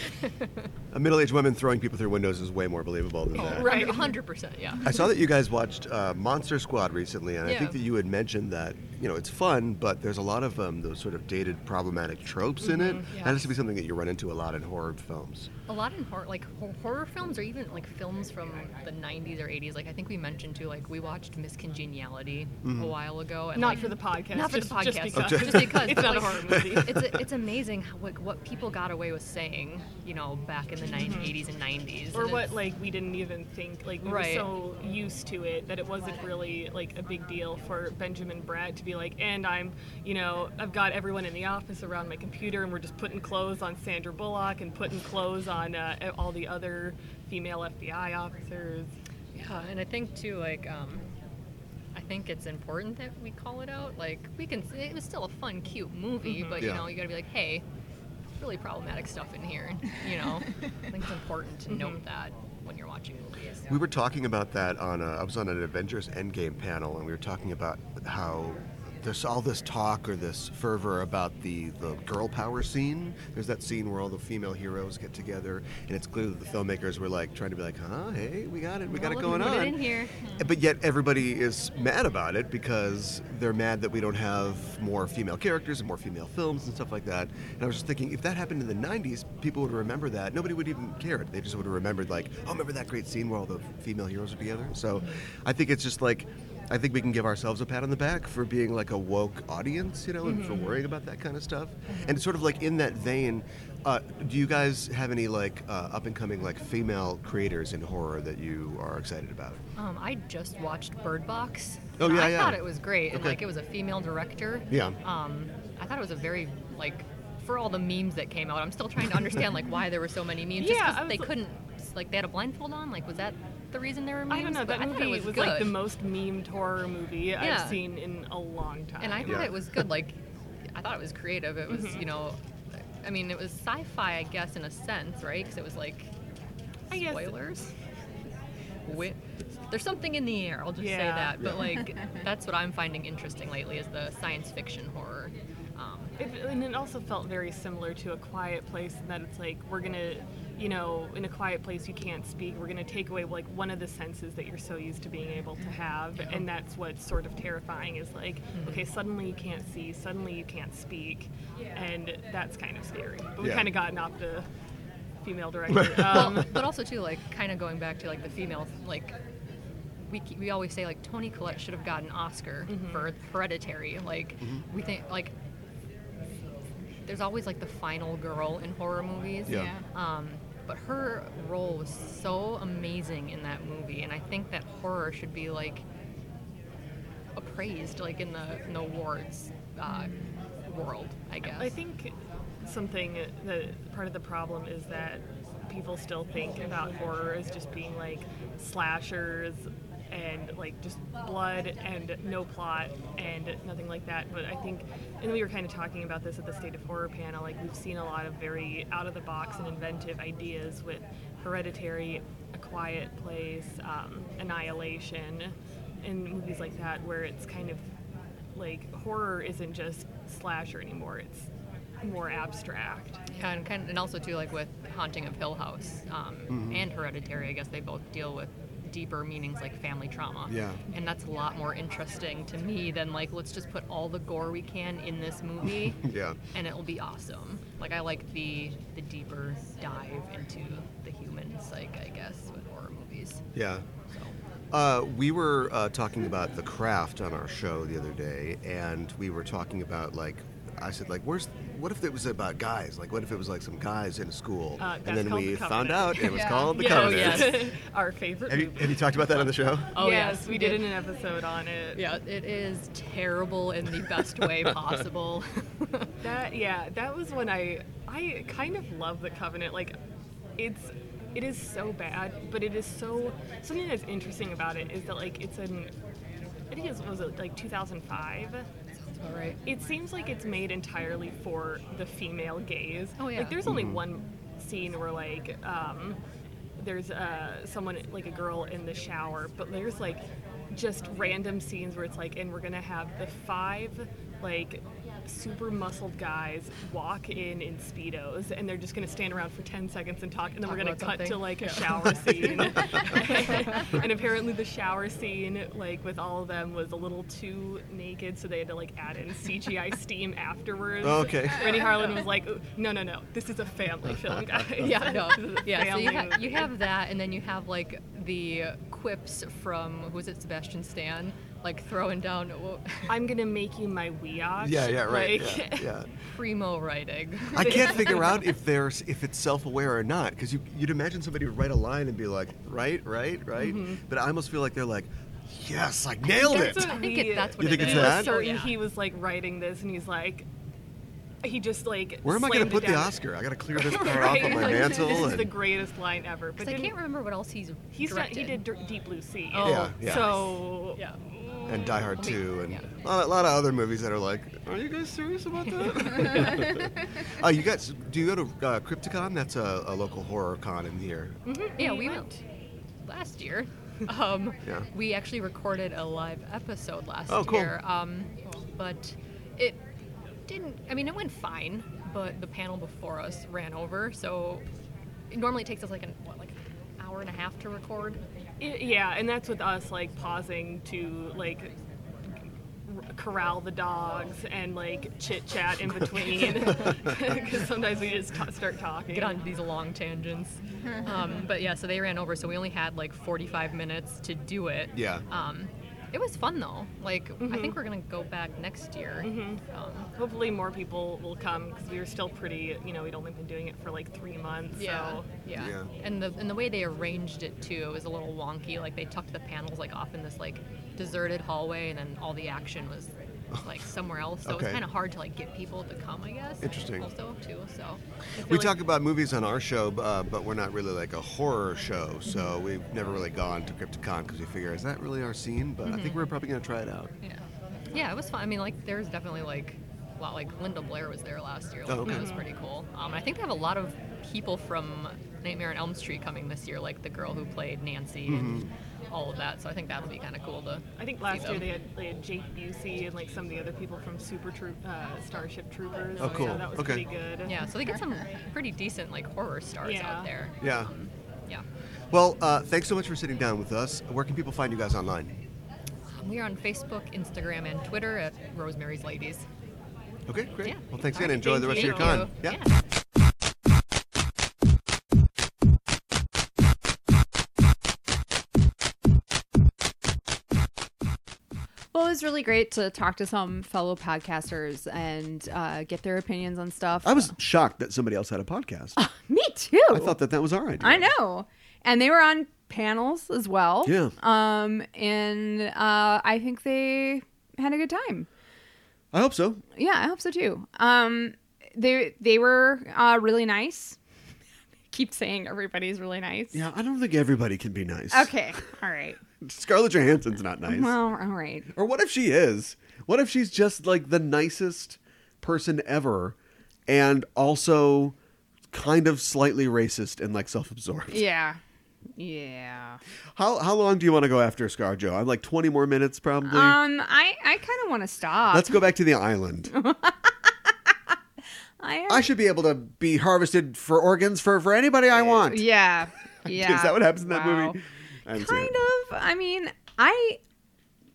S2: a middle-aged woman throwing people through windows is way more believable than
S4: Oh,
S2: that.
S5: Right.
S4: 100% yeah
S2: I saw that you guys watched uh, Monster Squad recently, and I think
S4: Yeah.
S2: that you had mentioned that you know it's fun, but there's a lot of um, those sort of dated, problematic tropes in it.
S4: yeah.
S2: That has to be something that you run into a lot in horror films.
S4: a lot in horror like hor- horror films or even like films from the 90s or 80s like i think we mentioned too like we watched miss congeniality
S2: Mm-hmm.
S4: a while ago and
S5: Not
S4: like,
S5: for the podcast.
S4: not for
S5: just,
S4: the podcast
S5: Just because.
S4: just because
S5: it's not a
S4: like,
S5: horror movie.
S4: it's, a, it's amazing how, like, what people got away with saying you know back in the 90s 80s and 90s
S5: Mm-hmm. or
S4: and
S5: what
S4: it's-
S5: like we didn't even think like we
S4: Right.
S5: were so used to it that it wasn't really like a big deal for Benjamin Brad to be like and I'm you know I've got everyone in the office around my computer and we're just putting clothes on Sandra Bullock and putting clothes on uh, all the other female FBI officers
S4: Yeah, and I think too, like, um, I think it's important that we call it out. Like, we can. It was still a fun, cute movie,
S6: Mm-hmm.
S4: but
S2: Yeah.
S4: you know, you got to be like, hey, really problematic stuff in here. You know, I think it's important to
S6: Mm-hmm.
S4: note that when you're watching movies.
S2: We were talking about that on a, I was on an Avengers Endgame panel, and we were talking about how there's all this talk or this fervor about the, the girl power scene. There's that scene where all the female heroes get together, and it's clear that the filmmakers were like trying to be like, huh, hey, we got it, we got it
S4: Well,
S2: going
S4: we put
S2: on.
S4: it in here.
S2: But yet everybody is mad about it because they're mad that we don't have more female characters and more female films and stuff like that. And I was just thinking, if that happened in the '90s, people would remember that. Nobody would even care. They just would have remembered, like, oh, remember that great scene where all the female heroes are together. So, I think it's just like, I think we can give ourselves a pat on the back for being like a woke audience, you know, and for worrying about that kind of stuff. And it's sort of like in that vein,
S6: Uh, do you guys have any like uh, up and coming like female creators in horror that you are excited about?
S4: Um, I just watched Bird Box.
S6: Oh, yeah,
S4: I
S6: yeah.
S4: thought it was great, and
S6: Okay.
S4: like it was a female director.
S6: Yeah.
S4: Um, I thought it was a very like for all the memes that came out. I'm still trying to understand like why there were so many memes.
S5: Yeah,
S4: just because
S5: I was
S4: they
S5: like-
S4: couldn't like they had a blindfold on. Like was that the reason there were memes?
S5: I don't know.
S4: But
S5: That
S4: I thought
S5: movie
S4: it
S5: was,
S4: was, good.
S5: like the most memed horror movie
S4: Yeah.
S5: I've seen in a long time.
S4: and I thought
S6: Yeah.
S4: it was good. Like, I thought it was creative. It
S5: Mm-hmm.
S4: was, you know, I mean, it was sci-fi, I guess, in a sense, right? Because it was like
S5: I guess-
S4: spoilers. Wi- There's something in the air. I'll just say
S5: Yeah.
S4: that. But like, that's what I'm finding interesting lately is the science fiction horror. Um,
S5: It, and it also felt very similar to a quiet place in that it's like we're gonna, you know, in a quiet place you can't speak. We're gonna take away like one of the senses that you're so used to being able to have, and that's what's sort of terrifying is like, okay, suddenly you can't see, suddenly you can't speak, and that's kind of scary. But we
S6: Yeah.
S5: kind of gotten off the female director. Um,
S4: well, but also too, like, kind of going back to like the female, like. We, ke- we always say like Tony Collette should have gotten an Oscar for Hereditary. Like we think like there's always like the final girl in horror movies.
S6: Yeah.
S4: Um, but her role was so amazing in that movie, and I think that horror should be like appraised, like in the in the awards uh, world, I guess.
S5: I think something that part of the problem is that people still think about horror as just being like slashers and like just blood and no plot and nothing like that. But I think, and we were kind of talking about this at the State of Horror panel, like we've seen a lot of very out of the box and inventive ideas with Hereditary, A Quiet Place, um, Annihilation, and movies like that where it's kind of like horror isn't just slasher anymore it's more abstract
S4: Yeah, and kind and also too like with Haunting of Hill House um,
S6: Mm-hmm.
S4: and Hereditary, I guess they both deal with deeper meanings like family trauma.
S6: Yeah.
S4: and that's a lot more interesting to me than like let's just put all the gore we can in this movie.
S6: Yeah.
S4: and it'll be awesome. Like I like the the deeper dive into the human psyche, I guess, with horror movies.
S6: Yeah.
S4: So
S6: Uh, we were uh, talking about the craft on our show the other day, and we were talking about like I said, like, where's what if it was about guys? Like, what if it was like some guys in a school?
S5: Uh, that's
S6: and then
S5: called
S6: we
S5: The
S6: found
S5: Covenant.
S6: out it was
S3: Yeah.
S6: called the
S5: Yeah, Uh,
S6: Covenant.
S4: oh, yes.
S5: our favorite
S6: Have you,
S5: movie
S6: have you talked about that on the show?
S4: Oh,
S5: yes,
S4: yes,
S5: we
S4: we
S5: did
S4: did.
S5: an episode on it
S4: yeah, it is terrible in the best way possible.
S5: that yeah that was when i i kind of love the covenant like it's it is so bad but it is so something that's interesting about it is that like it's an i think it was, was it like 2005
S4: Sounds about right.
S5: it seems like it's made entirely for the female gaze.
S4: Oh, yeah.
S5: Like there's only
S6: Mm-hmm.
S5: one scene where like um, there's uh, someone like a girl in the shower, but there's like just random scenes where it's like, and we're gonna have the five like super muscled guys walk in in speedos, and they're just gonna stand around for ten seconds and talk, and then
S4: Talk
S5: we're gonna
S4: about
S5: cut to
S4: something.
S5: like a
S4: Yeah.
S5: shower scene. and apparently the shower scene like with all of them was a little too naked so they had to like add in cgi steam afterwards
S6: Okay.
S5: rennie harlan was like "Ooh, no no no this is a family film guys
S4: yeah, no, yeah. So you,
S5: Family
S4: ha- you have that, and then you have like the quips from who was it, Sebastian Stan, like throwing down whoa,
S5: i'm gonna make you my weosh
S6: Yeah, yeah, right.
S5: like,
S6: yeah, yeah.
S4: primo writing.
S6: I can't figure out if there's if it's self-aware or not because you, you'd imagine somebody would write a line and be like, right, right, right. But I almost feel like they're like, yes, I nailed it.
S5: Mm-hmm. That's
S4: I
S5: what
S4: think
S5: we-
S4: it, that's what
S6: You
S4: it
S6: think it's
S4: is.
S5: he
S6: that?
S5: was
S6: Oh,
S5: certain
S4: yeah.
S5: he was like writing this and he's like he just like
S6: Where am I going
S5: slammed
S6: to
S5: it
S6: put the
S5: down.
S6: Oscar? I got to clear this part
S5: Right,
S6: off of my
S5: like,
S6: mantle.
S5: this is
S6: and-
S5: the greatest line ever but
S4: 'Cause I
S5: didn't-
S4: can't remember what else he's
S5: he's done,
S4: directed.
S5: he did Mm-hmm. Dir- deep blue sea
S4: Oh,
S6: Yeah, yeah.
S5: so
S4: yeah.
S6: and Die Hard
S4: I mean,
S5: oh,
S6: 2 and
S4: yeah.
S6: a, lot, a lot of other movies that are like, are you guys serious about that? uh, you guys, do you go to uh, Crypticon? That's a, a local horror con in here.
S5: Mm-hmm.
S4: Yeah, we went last year. Um,
S6: Yeah.
S4: We actually recorded a live episode last
S6: Oh, cool.
S4: year. Um, but it didn't, I mean, it went fine, but the panel before us ran over. So it normally takes us like an, what, like an hour and a half to record.
S5: It, yeah, and that's with us like pausing to like r- corral the dogs and like chit chat in between because sometimes we just ta start talking.
S4: Get on these long tangents. Um, but yeah, so they ran over. So we only had like 45 minutes to do it.
S6: Yeah.
S4: Um, It was fun though. Like I think we're gonna go back next year. Um,
S5: Hopefully, more people will come because we were still pretty. You know, we'd only been doing it for like three months.
S4: Yeah,
S5: So
S4: yeah,
S6: Yeah.
S4: And the and the way they arranged it too, it was a little wonky. Like they tucked the panels like off in this like deserted hallway, and then all the action was like somewhere else. So it
S6: Okay.
S4: was kind of hard to like get people to come. I guess.
S6: Interesting.
S4: Also too. So
S6: We talk about movies on our show, uh, but we're not really like a horror show, so we've never really gone to Crypticon because we figure, is that really our scene? But
S5: Mm-hmm.
S6: I think we're probably going to try it out.
S5: Um,
S4: yeah, yeah, it was fun. I mean, like there's definitely like a lot. Like Linda Blair was there last year. Like,
S6: Oh, okay.
S4: That was pretty cool. Um, and I think they have a lot of people from Nightmare on Elm Street coming this year. Like the girl who played Nancy and
S6: Mm-hmm.
S4: all of that. So I think that'll be kind of cool to.
S5: I think
S4: see
S5: last year
S4: them.
S5: they had they had Jake Busey and like some of the other people from Super Troop, uh, Starship Troopers.
S6: Oh, cool.
S5: So that was
S6: Okay.
S5: pretty good.
S4: Yeah, so they get some pretty decent like horror stars
S5: Yeah.
S4: out there.
S6: Yeah.
S4: Yeah.
S6: Well, uh, thanks so much for sitting down with us. Where can people find you guys online?
S4: We are on Facebook, Instagram, and Twitter at Rosemary's Ladies.
S6: Okay, great.
S4: Yeah.
S6: Well, thanks again.
S5: All right,
S6: Enjoy the rest
S5: thank
S6: of your
S5: you.
S6: con.
S4: Yeah.
S6: yeah.
S3: Well, it was really great to talk to some fellow podcasters and uh, get their opinions on stuff.
S2: I was shocked that somebody else had a podcast.
S3: me too.
S2: I thought that that was our idea.
S3: I know, and they were on panels as well.
S2: Yeah.
S3: Um, and uh, I think they had a good time.
S2: I hope so.
S3: Yeah, I hope so too. Um, they they were uh, really nice. Keep saying everybody's really nice.
S2: Yeah, I don't think everybody can be nice.
S3: Okay. All right.
S2: Scarlett Johansson's not nice.
S3: Well, all right.
S2: Or what if she is? What if she's just like the nicest person ever and also kind of slightly racist and like self-absorbed?
S3: Yeah. Yeah.
S2: How how long do you want to go after Scar Joe? I'm like 20 more minutes probably.
S3: Um, I I kind of want to stop.
S2: Let's go back to the island.
S3: I,
S2: I should be able to be harvested for organs for for anybody I want.
S3: Yeah. Yeah.
S2: Is that what happens in that
S3: Wow.
S2: movie? I haven't seen
S3: Kind
S2: it.
S3: of. I mean, I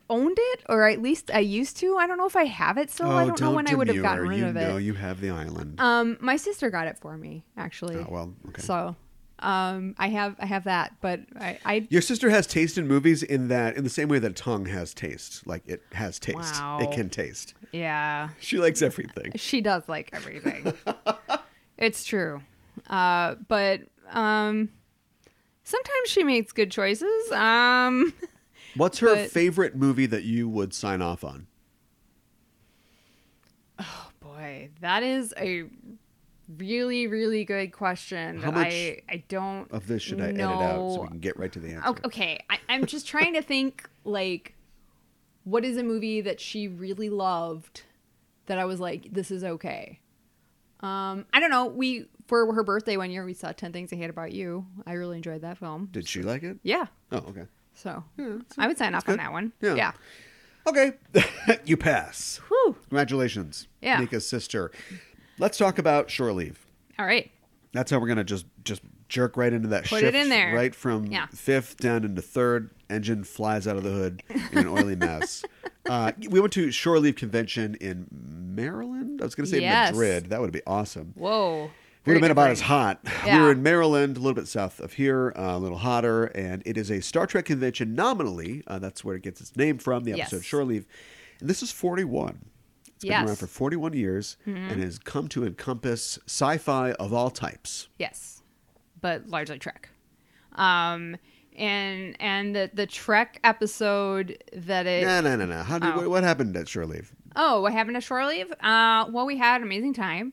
S3: owned it, or at least I used to. I don't know if I have it still. I
S2: Oh,
S3: don't, know when I would have
S2: demur.
S3: gotten rid
S2: you
S3: of
S2: know
S3: it.
S2: you have the island.
S3: um, my sister got it for me actually.
S2: Oh, well, okay.
S3: So, um, I have I have that, but I, I
S2: Your sister has taste in movies in that in the same way that a tongue has taste. Like it has taste.
S3: Wow.
S2: It can taste.
S3: yeah.
S2: She likes everything.
S3: She does like everything. it's true. Uh, but um, sometimes she makes good choices. Um,
S2: What's her
S3: But-
S2: favorite movie that you would sign off on?
S3: boy, that is a really, really good question.
S2: How
S3: that
S2: much
S3: I, I don't
S2: Of this should I edit
S3: know.
S2: out so we can get right to the answer?
S3: O- Okay, I, I'm just trying to think like, what is a movie that she really loved that I was like, this is okay. Um, I don't know. We for her birthday one year we saw Ten Things I Hate About You. I really enjoyed that film.
S2: Did she like it?
S3: Yeah.
S2: Oh, okay.
S3: So
S2: Hmm,
S3: I would sign off on that one.
S2: Yeah.
S3: Yeah.
S2: Okay. you pass.
S3: Whew.
S2: Congratulations.
S3: Yeah.
S2: Nika's sister. Let's talk about Shore Leave.
S3: All right.
S2: That's how we're gonna just just jerk right into that
S3: Put it
S2: shift
S3: in there.
S2: right from
S3: Yeah.
S2: fifth down into third. Engine flies out of the hood in an oily mess. Uh, we went to Shore Leave Convention in Maryland. I was gonna say
S3: Yes.
S2: Madrid. That would be awesome.
S3: Whoa.
S2: Would
S3: Very
S2: have been about
S3: different.
S2: as hot.
S3: Yeah.
S2: We were in Maryland, a little bit south of here, uh, a little hotter, and it is a Star Trek convention nominally. Uh, that's where it gets its name from, the
S3: Yes.
S2: episode Shore Leave. And this is 41. It's been
S3: Yes. Mm-hmm.
S2: around for 41 years and has come to encompass sci fi of all types.
S3: Yes, but largely Trek. Um, and and the the Trek episode that it.
S2: No, no, no, no. How did, what, what happened at Shore Leave?
S3: Oh, what happened to shore leave? Uh, well, we had an amazing time.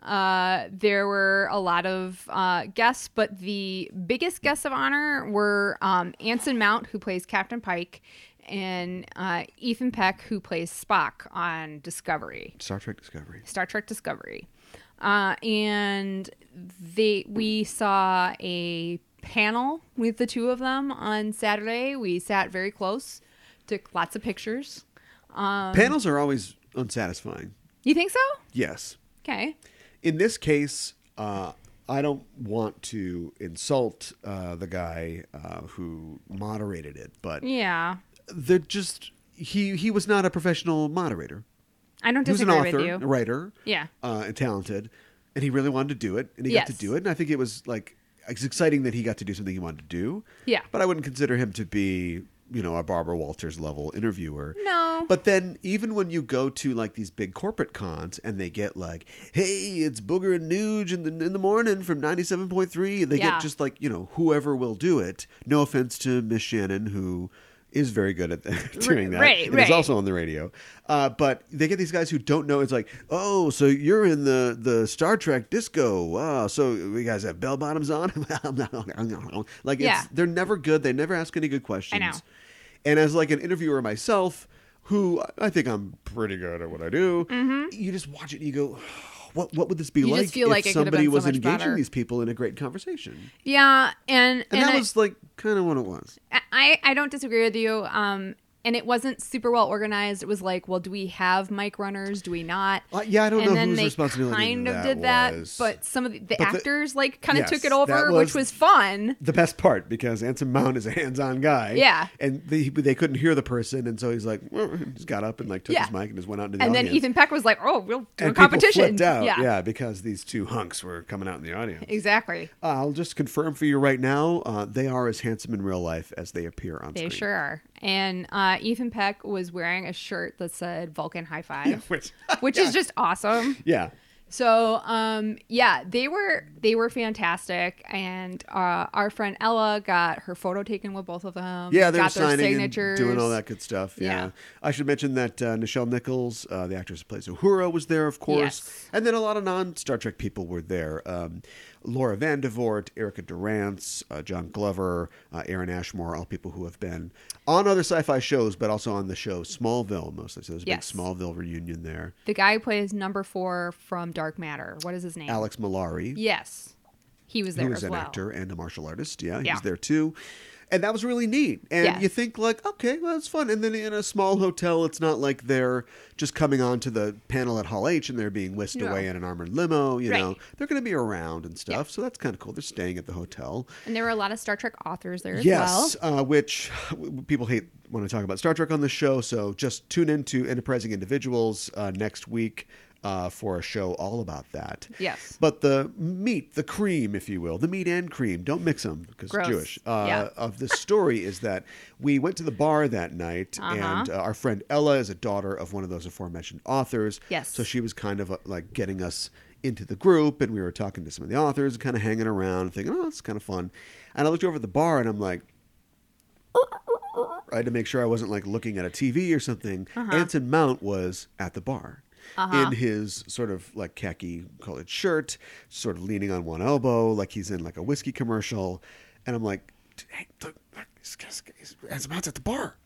S3: Uh, there were a lot of uh, guests, but the biggest guests of honor were um, Anson Mount, who plays Captain Pike, and uh, Ethan Peck, who plays Spock on Discovery.
S2: Star Trek Discovery.
S3: Star Trek Discovery, uh, and they we saw a panel with the two of them on Saturday. We sat very close, took lots of pictures. Um,
S2: Panels are always unsatisfying.
S3: You think so?
S2: Yes.
S3: Okay.
S2: in this case, uh, I don't want to insult uh, the guy uh, who moderated it, but
S3: Yeah,
S2: they're just he he was not a professional moderator.
S3: I don't
S2: He was an
S3: disagree
S2: author,
S3: with you.
S2: a writer,
S3: Yeah.
S2: uh, and talented, and he really wanted to do it, and he got
S3: Yes.
S2: to do it, and I think it was like it's exciting that he got to do something he wanted to do.
S3: Yeah.
S2: but I wouldn't consider him to be you know, a Barbara Walters level interviewer.
S3: No.
S2: But then even when you go to like these big corporate cons and they get like, hey, it's Booger and Nuge in the, in the morning from 97.3, they
S3: Yeah.
S2: get just like, you know, whoever will do it. No offense to Miss Shannon, who is very good at doing that.
S3: right,
S2: and
S3: right.
S2: is also on the radio. Uh, but they get these guys who don't know. It's like, oh, so you're in the, the Star Trek disco. Wow. So you guys have bell bottoms on? like,
S3: Yeah.
S2: it's, they're never good. They never ask any good questions.
S3: I know.
S2: And as like an interviewer myself, who I think I'm pretty good at what I do, you just watch it and you go, what what would this be
S3: Mm-hmm. You just
S2: like
S3: feel
S2: if
S3: like it could have
S2: somebody
S3: been so
S2: was
S3: much
S2: engaging
S3: better.
S2: these people in a great conversation?
S3: Yeah, and
S2: And,
S3: and,
S2: that
S3: I,
S2: was like kind of what it was.
S3: I I don't disagree with you. Um, and it wasn't super well organized. It was like, well, do we have mic runners? Do we not?
S2: Uh, yeah, I don't
S3: and
S2: know
S3: then
S2: whose
S3: they
S2: responsibility
S3: kind of
S2: that
S3: did that,
S2: was.
S3: but some of the, the
S2: But the-
S3: actors like kind of
S2: Yes,
S3: took
S2: that
S3: it over, which
S2: was-
S3: was fun.
S2: The best part because Anson Mount is a hands-on guy.
S3: Yeah.
S2: and they they couldn't hear the person, and so he's like, just got up and like took
S3: Yeah.
S2: his mic and just went out into the
S3: And then
S2: audience.
S3: Ethan Peck was like, "Oh, we'll do a
S2: and people
S3: competition."
S2: flipped out,
S3: yeah,
S2: yeah. because these two hunks were coming out in the audience.
S3: exactly.
S2: Uh, I'll just confirm for you right now, uh, they are as handsome in real life as they appear on
S3: They
S2: screen.
S3: sure are. And uh, Ethan Peck was wearing a shirt that said Vulcan High Five,
S2: Which,
S3: which is just awesome.
S2: yeah,
S3: So, um, yeah, they were they were fantastic, and uh, our friend Ella got her photo taken with both of them.
S2: yeah, they were
S3: got their
S2: signing
S3: signatures.
S2: and doing all that good stuff. Yeah,
S3: Yeah.
S2: I should mention that uh, Nichelle Nichols, uh, the actress who plays Uhura, was there, of course,
S3: Yes.
S2: and then a lot of non-Star Trek people were there. Um, Laura Vandervoort, Erica Durance, uh, John Glover, uh, Aaron Ashmore, all people who have been on other sci-fi shows, but also on the show Smallville mostly. So there's a
S3: Yes.
S2: big Smallville reunion there.
S3: The guy who plays number four from Dark Matter. What is his name?
S2: Alex Malari,
S3: Yes, he was there
S2: who is
S3: as
S2: an
S3: well.
S2: actor and a martial artist. Yeah,
S3: Yeah.
S2: he's there too. And that was really neat. And
S3: Yes.
S2: you think like, okay, well, it's fun. And then in a small hotel, it's not like they're just coming onto the panel at Hall H and they're being whisked
S3: No.
S2: away in an armored limo. You
S3: Right.
S2: know, they're going to be around and stuff. So that's kind of cool. They're staying at the hotel.
S3: And there were a lot of Star Trek authors there as well.
S2: Yes, uh, which w- people hate when I talk about Star Trek on this show. So just tune into Enterprising Individuals uh, next week uh, for a show all about that.
S3: Yes.
S2: But the meat, the cream, if you will, the meat and cream, don't mix them because
S3: Gross.
S2: Jewish, uh,
S3: Yeah.
S2: of the story is that we went to the bar that night and uh, our friend Ella is a daughter of one of those aforementioned authors.
S3: Yes.
S2: So she was kind of uh, like getting us into the group and we were talking to some of the authors, kind of hanging around, thinking, oh, it's kind of fun. And I looked over at the bar and I'm like, I had to make sure I wasn't like looking at a TV or something.
S3: Uh-huh.
S2: Anson Mount was at the bar in his sort of like khaki colored shirt, sort of leaning on one elbow, like he's in like a whiskey commercial. And I'm like, hey, look, look this guy's, he's- Anson Mount's at the bar.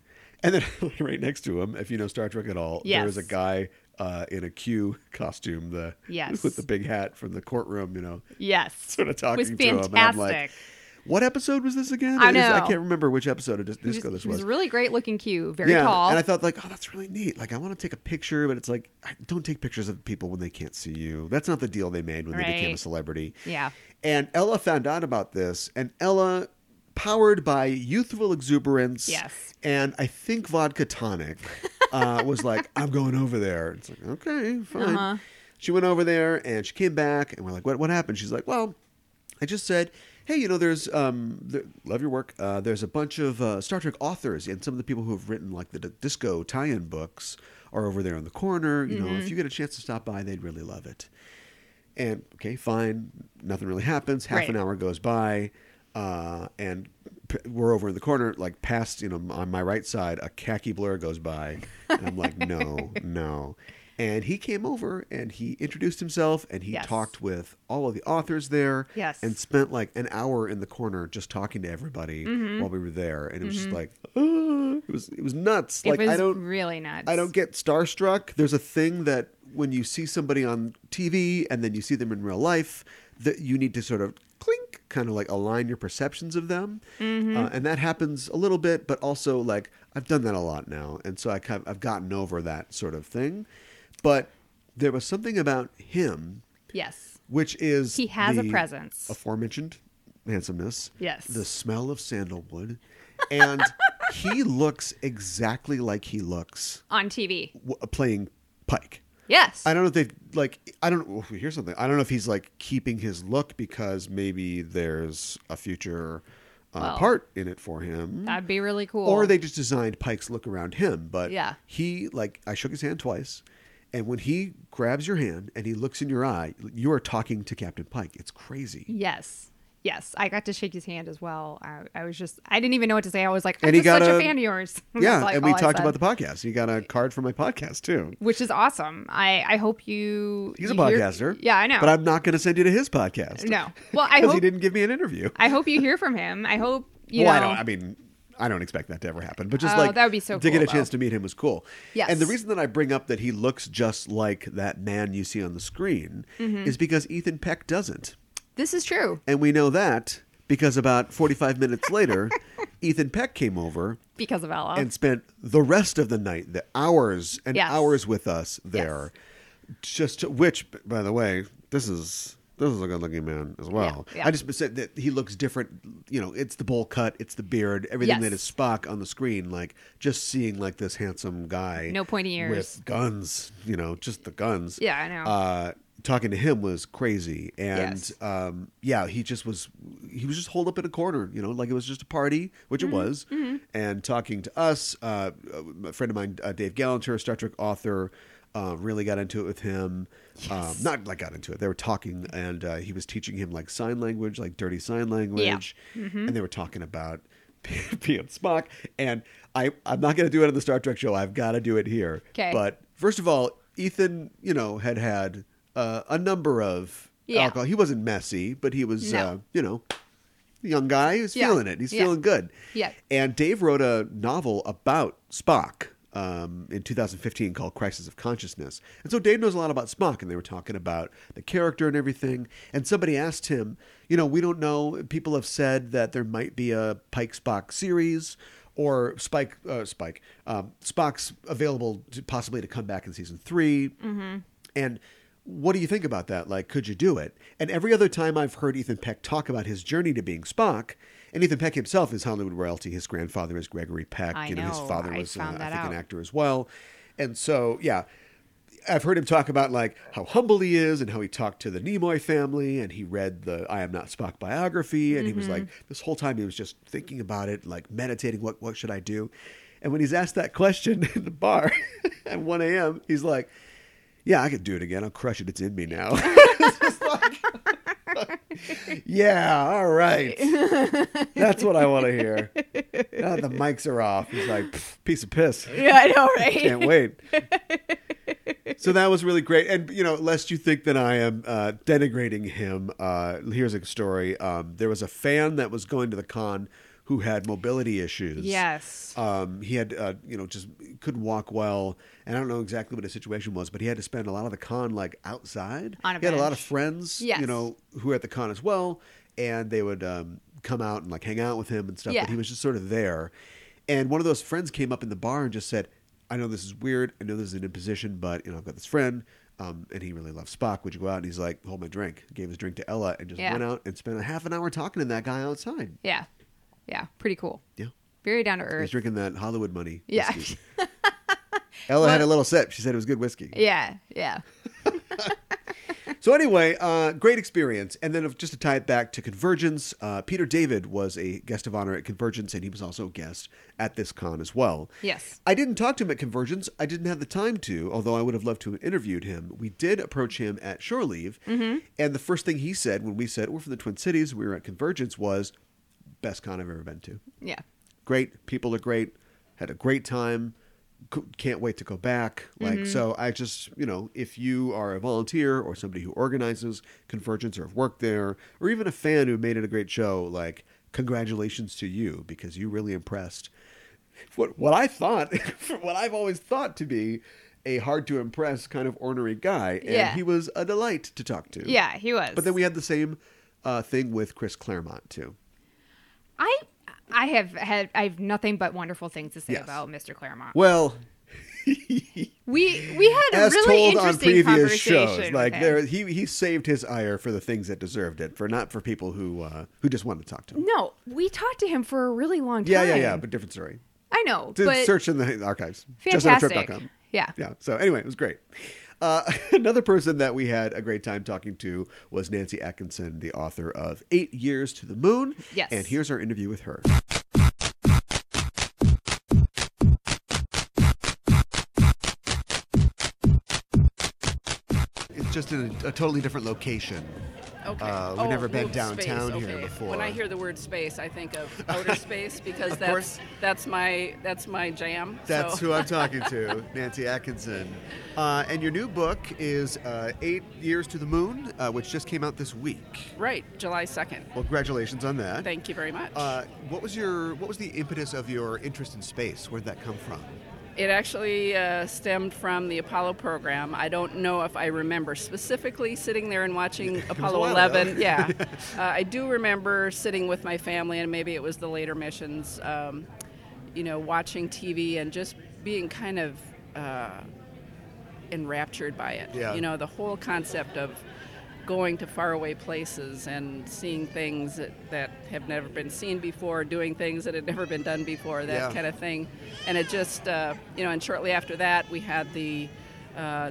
S2: And then right next to him, if you know Star Trek at all, there was a
S3: Yes.
S2: guy uh, in a Q costume, the
S3: Yes.
S2: with the big hat from the courtroom, you know,
S3: Yes,
S2: sort of talking
S3: was
S2: to him. And I'm like,
S3: fantastic.
S2: what episode was this again?
S3: I
S2: It is- I
S3: know.
S2: can't remember which episode of Dis-
S3: He was,
S2: Disco this
S3: he was
S2: was.
S3: really great looking, cute, very tall.
S2: And I thought like, oh, that's really neat. Like, I want to take a picture, but it's like, I don't take pictures of people when they can't see you. That's not the deal they made when they became a
S3: Right.
S2: celebrity.
S3: Yeah.
S2: And Ella found out about this, and Ella, powered by youthful exuberance,
S3: Yes.
S2: and I think vodka tonic, uh, was like, I'm going over there. It's like, okay, fine. She went over there and she came back, and we're like, what? What happened? She's like, well. I just said, hey, you know, there's um, there, love your work. Uh, there's a bunch of uh, Star Trek authors and some of the people who have written like the d- disco tie-in books are over there in the corner. You know, if you get a chance to stop by, they'd really love it. And okay, fine. Nothing really happens. Half an
S3: Right.
S2: hour goes by, uh, and p- we're over in the corner, like past you know on my right side, a khaki blur goes by, and I'm like, no, no. And he came over and he introduced himself and he
S3: Yes.
S2: talked with all of the authors there
S3: Yes.
S2: and spent like an hour in the corner just talking to everybody
S3: Mm-hmm.
S2: while we were there and it was just like "Ah." it was it was nuts
S3: it
S2: like
S3: was
S2: I don't
S3: really nuts.
S2: I don't get starstruck. There's a thing that when you see somebody on TV and then you see them in real life, that you need to sort of clink, kind of like align your perceptions of them,
S3: Mm-hmm.
S2: uh, and that happens a little bit. But also, like I've done that a lot now, and so I kind of, I've gotten over that sort of thing. But there was something about him,
S3: Yes,
S2: which is
S3: he has a
S2: the
S3: presence.
S2: aforementioned handsomeness.
S3: Yes.
S2: The smell of sandalwood, and he looks exactly like he looks
S3: on TV.
S2: w- playing Pike.
S3: Yes.
S2: I don't know if they like. I don't. oh, Here's something. I don't know if he's like keeping his look because maybe there's a future uh,
S3: Well.
S2: part in it for him.
S3: That'd be really cool.
S2: Or they just designed Pike's look around him. But
S3: Yeah.
S2: he like I shook his hand twice, and when he grabs your hand and he looks in your eye, you are talking to Captain Pike. It's crazy.
S3: Yes. Yes, I got to shake his hand as well. I, I was just—I didn't even know what to say. I was like, "I'm
S2: And he
S3: just such
S2: got
S3: a,
S2: a-
S3: fan of yours." That's,
S2: Yeah,
S3: like,
S2: and we
S3: all I
S2: talked
S3: said.
S2: about the podcast. You got a card for my podcast too.
S3: which is awesome. I I hope you.
S2: He's a
S3: you hear-
S2: podcaster.
S3: yeah, I know.
S2: But I'm not going to send you to his podcast.
S3: no. Well, I
S2: because
S3: hope
S2: he didn't give me an interview.
S3: I hope you hear from him. I hope you
S2: well,
S3: know.
S2: I don't. I mean, I don't expect that to ever happen. But just
S3: Oh,
S2: like
S3: that would be so
S2: to get
S3: cool,
S2: a chance to
S3: though.
S2: meet him was cool.
S3: Yes.
S2: And the reason that I bring up that he looks just like that man you see on the screen
S3: Mm-hmm.
S2: is because Ethan Peck doesn't,
S3: this is true
S2: and we know that because about 45 minutes later, Ethan Peck came over
S3: because of Ella.
S2: and spent the rest of the night, the hours and
S3: Yes.
S2: hours with us there. Just to, which, b- by the way, this is this is a good looking man as well.
S3: yeah.
S2: I just said that he looks different. You know, it's the bowl cut, it's the beard, everything
S3: Yes.
S2: that is Spock on the screen. Like just seeing like this handsome guy,
S3: No pointy ears.
S2: with guns. You know, just the guns.
S3: Yeah, I know.
S2: Uh, talking to him was crazy, and
S3: Yes.
S2: um, yeah, he just was he was just holed up in a corner, you know, like it was just a party, which it was. And talking to us, uh, a friend of mine, uh, Dave Gallanter, a Star Trek author, uh, really got into it with him. Um, not like got into it. They were talking, and uh, he was teaching him like sign language, like dirty sign language, and they were talking about. being Spock, and I, I'm not going to do it on the Star Trek show. I've got to do it here.
S3: 'Kay.
S2: But first of all, Ethan, you know, had had uh, a number of
S3: Yeah.
S2: alcohol. He wasn't messy, but he was,
S3: No.
S2: uh, you know, a young guy. He's
S3: Yeah.
S2: feeling it. He's
S3: Yeah.
S2: feeling good.
S3: Yeah.
S2: And Dave wrote a novel about Spock um, in 2015 called Crisis of Consciousness. And so Dave knows a lot about Spock, and they were talking about the character and everything. And somebody asked him, you know, we don't know. People have said that there might be a Pike Spock series. Or Spike, uh, Spike, um, Spock's available to possibly to come back in season 3
S3: Mm-hmm.
S2: and what do you think about that? Like, could you do it? And every other time I've heard Ethan Peck talk about his journey to being Spock, and Ethan Peck himself is Hollywood royalty. His grandfather is Gregory Peck.
S3: I
S2: you know, his
S3: know.
S2: father
S3: I
S2: was, uh, I
S3: found
S2: think,
S3: that
S2: an
S3: out.
S2: actor as well. And so, yeah, I've heard him talk about like how humble he is and how he talked to the Nimoy family and he read the I Am Not Spock biography and he
S3: Mm-hmm.
S2: was like this whole time he was just thinking about it, like meditating, what what should I do? And when he's asked that question in the bar at 1 a.m., he's like, Yeah, I could do it again. I'll crush it. It's in me now. It's just like- yeah, all right. That's what I want to hear. Now that the mics are off, he's like, "Pff, piece of piss.
S3: yeah, I know, right?
S2: Can't wait. so that was really great. And, you know, lest you think that I am uh, denigrating him, uh, here's a story. Um, there was a fan that was going to the con who had mobility issues.
S3: Yes.
S2: Um, he had, uh, you know, just couldn't walk well. And I don't know exactly what his situation was, but he had to spend a lot of the con, like, outside.
S3: On a
S2: he had a lot of
S3: bench.
S2: friends,
S3: Yes.
S2: you know, who were at the con as well. And they would um, come out and, like, hang out with him and stuff.
S3: Yeah.
S2: But he was just sort of there. And one of those friends came up in the bar and just said, I know this is weird. I know this is an imposition, but, you know, I've got this friend. Um, and he really loves Spock. Would you go out? And he's like, hold my drink. Gave his drink to Ella and just
S3: Yeah.
S2: went out and spent a half an hour talking to that guy outside.
S3: yeah, yeah, pretty cool.
S2: Yeah.
S3: Very down to
S2: He's
S3: earth.
S2: drinking that Hollywood money.
S3: Yeah.
S2: whiskey. Ella had a little sip. She said it was good whiskey.
S3: Yeah, yeah,
S2: So anyway, uh, great experience. And then just to tie it back to Convergence, uh, Peter David was a guest of honor at Convergence, and he was also a guest at this con as well.
S3: Yes.
S2: I didn't talk to him at Convergence. I didn't have the time to, although I would have loved to have interviewed him. We did approach him at Shore Leave,
S3: Mm-hmm.
S2: and the first thing he said when we said we're from the Twin Cities, we were at Convergence, was best con I've ever been to.
S3: yeah.
S2: great. People are great. Had a great time. C- Can't wait to go back. Like so, I just you know, if you are a volunteer or somebody who organizes Convergence or have worked there, or even a fan who made it a great show, like congratulations to you because you really impressed. What what I thought, what I've always thought to be a hard to impress kind of ornery guy, and
S3: Yeah.
S2: he was a delight to talk to.
S3: Yeah, he was.
S2: But then we had the same uh, thing with Chris Claremont too.
S3: I I have had I have nothing but wonderful things to say
S2: Yes.
S3: about Mr. Claremont.
S2: Well,
S3: we we had a
S2: as
S3: really
S2: told on
S3: interesting
S2: previous
S3: conversation.
S2: shows,
S3: with
S2: like
S3: him.
S2: there he he saved his ire for the things that deserved it, for not for people who uh, who just wanted to talk to him.
S3: No, we talked to him for a really long time.
S2: Yeah, yeah, yeah, but different story.
S3: I know,
S2: Did
S3: but
S2: search in the archives. Just on
S3: fantastic.
S2: trip.com.
S3: Yeah.
S2: Yeah. So anyway, it was great. Uh, another person that we had a great time talking to was Nancy Atkinson, the author of Eight Years to the Moon.
S3: Yes.
S2: And here's our interview with her.
S6: It's just in a, a totally different location.
S7: Okay.
S6: Uh, we've
S7: Oh,
S6: never been
S7: well, space,
S6: downtown
S7: okay.
S6: here before.
S7: When I hear the word space, I think of outer space because that's
S6: course.
S7: that's my that's my jam.
S6: That's
S7: so.
S6: who I'm talking to, Nancy Atkinson. Uh, and your new book is uh, Eight Years to the Moon, uh, which just came out this week.
S7: Right, July second.
S6: Well, congratulations on that.
S7: Thank you very much.
S6: Uh, what was your What was the impetus of your interest in space? Where did that come from?
S7: It actually uh, stemmed from the Apollo program. I don't know if I remember specifically sitting there and watching Apollo
S6: while ago.
S7: 11. Yeah. uh, I do remember sitting with my family, and maybe it was the later missions, um, you know, watching TV and just being kind of uh, enraptured by it.
S6: Yeah.
S7: You know, the whole concept of going to faraway places and seeing things that, that have never been seen before, doing things that had never been done before, that
S6: Yeah.
S7: kind of thing. And it just, uh, you know, and shortly after that, we had the, uh,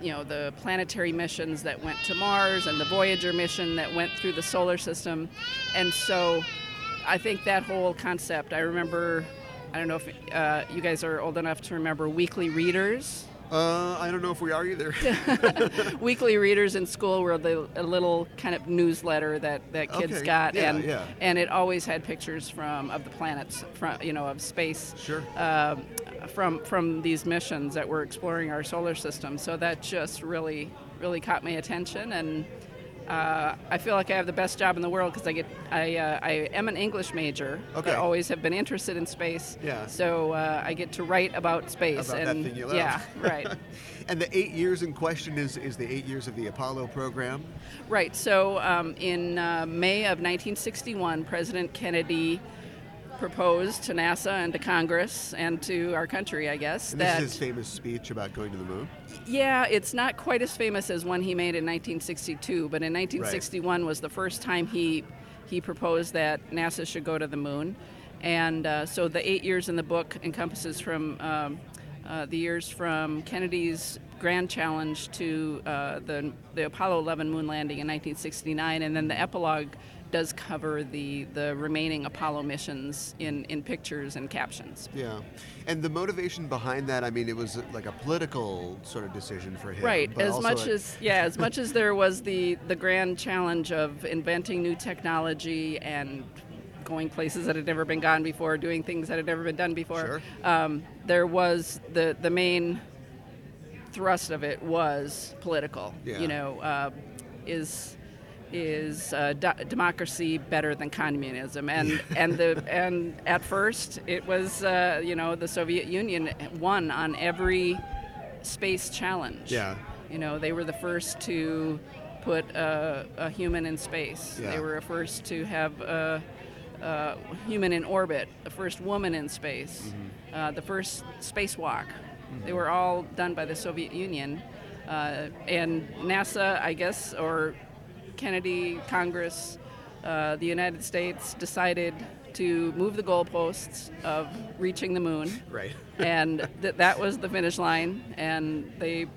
S7: you know, the planetary missions that went to Mars and the Voyager mission that went through the solar system. And so I think that whole concept, I remember, I don't know if uh, you guys are old enough to remember Weekly Readers.
S6: Uh, I don't know if we are either.
S7: Weekly readers in school were the, a little kind of newsletter that, that kids
S6: Okay.
S7: got,
S6: Yeah,
S7: and
S6: yeah.
S7: and it always had pictures from of the planets, from you know of space,
S6: Sure.
S7: um, from from these missions that were exploring our solar system. So that just really really caught my attention, and uh, I feel like I have the best job in the world because I get I uh, I am an English major. but
S6: Okay.
S7: always have been interested in space.
S6: Yeah.
S7: So uh, I get to write about space
S6: About that
S7: and
S6: thing you love.
S7: yeah, right.
S6: and the eight years in question is is the eight years of the Apollo program.
S7: Right. So um, in uh, May of 1961, President Kennedy proposed to NASA and to Congress and to our country, I guess,
S6: And this
S7: that
S6: is his famous speech about going to the moon.
S7: yeah, it's not quite as famous as one he made in 1962, but in 1961 was the first time he he proposed that NASA should go to the moon, and uh, so the eight years in the book encompasses from um, uh, the years from Kennedy's grand challenge to uh, the the Apollo 11 moon landing in 1969, and then the epilogue does cover the the remaining Apollo missions in in pictures and captions.
S6: Yeah, and the motivation behind that, I mean, it was like a political sort of decision for him.
S7: Right,
S6: but
S7: as
S6: also
S7: much
S6: a-
S7: as yeah, as much as there was the the grand challenge of inventing new technology and going places that had never been gone before, doing things that had never been done before.
S6: Sure.
S7: Um, there was the the main thrust of it was political.
S6: Yeah.
S7: You know, uh, is is uh, de- democracy better than communism? And and the and at first it was uh, you know the Soviet Union won on every space challenge.
S6: Yeah.
S7: You know, they were the first to put a, a human in space.
S6: Yeah.
S7: They were the first to have a, a human in orbit, the first woman in space,
S6: Mm-hmm.
S7: uh, the first spacewalk. They were all done by the Soviet Union. Uh, and NASA, I guess, or Kennedy, Congress, uh, the United States decided to move the goalposts of reaching the moon
S6: right.
S7: and th- that was the finish line and they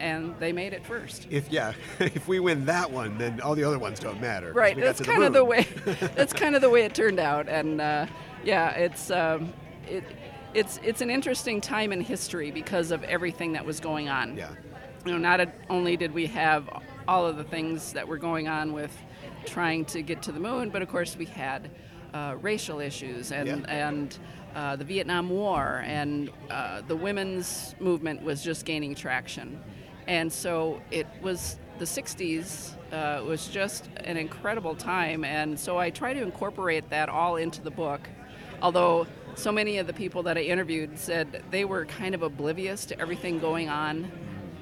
S7: and they made it first
S6: If yeah, if we win that one, then all the other ones don't matter. 'cause
S7: right
S6: we got
S7: that's
S6: to
S7: kind of the
S6: moon.
S7: way that's kind of the way it turned out and uh, yeah it's um, it, it's it's an interesting time in history because of everything that was going on
S6: Yeah.
S7: you know not a- only did we have all of the things that were going on with trying to get to the moon but of course we had uh, racial issues and
S6: Yeah.
S7: and uh, the Vietnam War and uh, the women's movement was just gaining traction and so it was the 60s uh, was just an incredible time and so I try to incorporate that all into the book although so many of the people that I interviewed said they were kind of oblivious to everything going on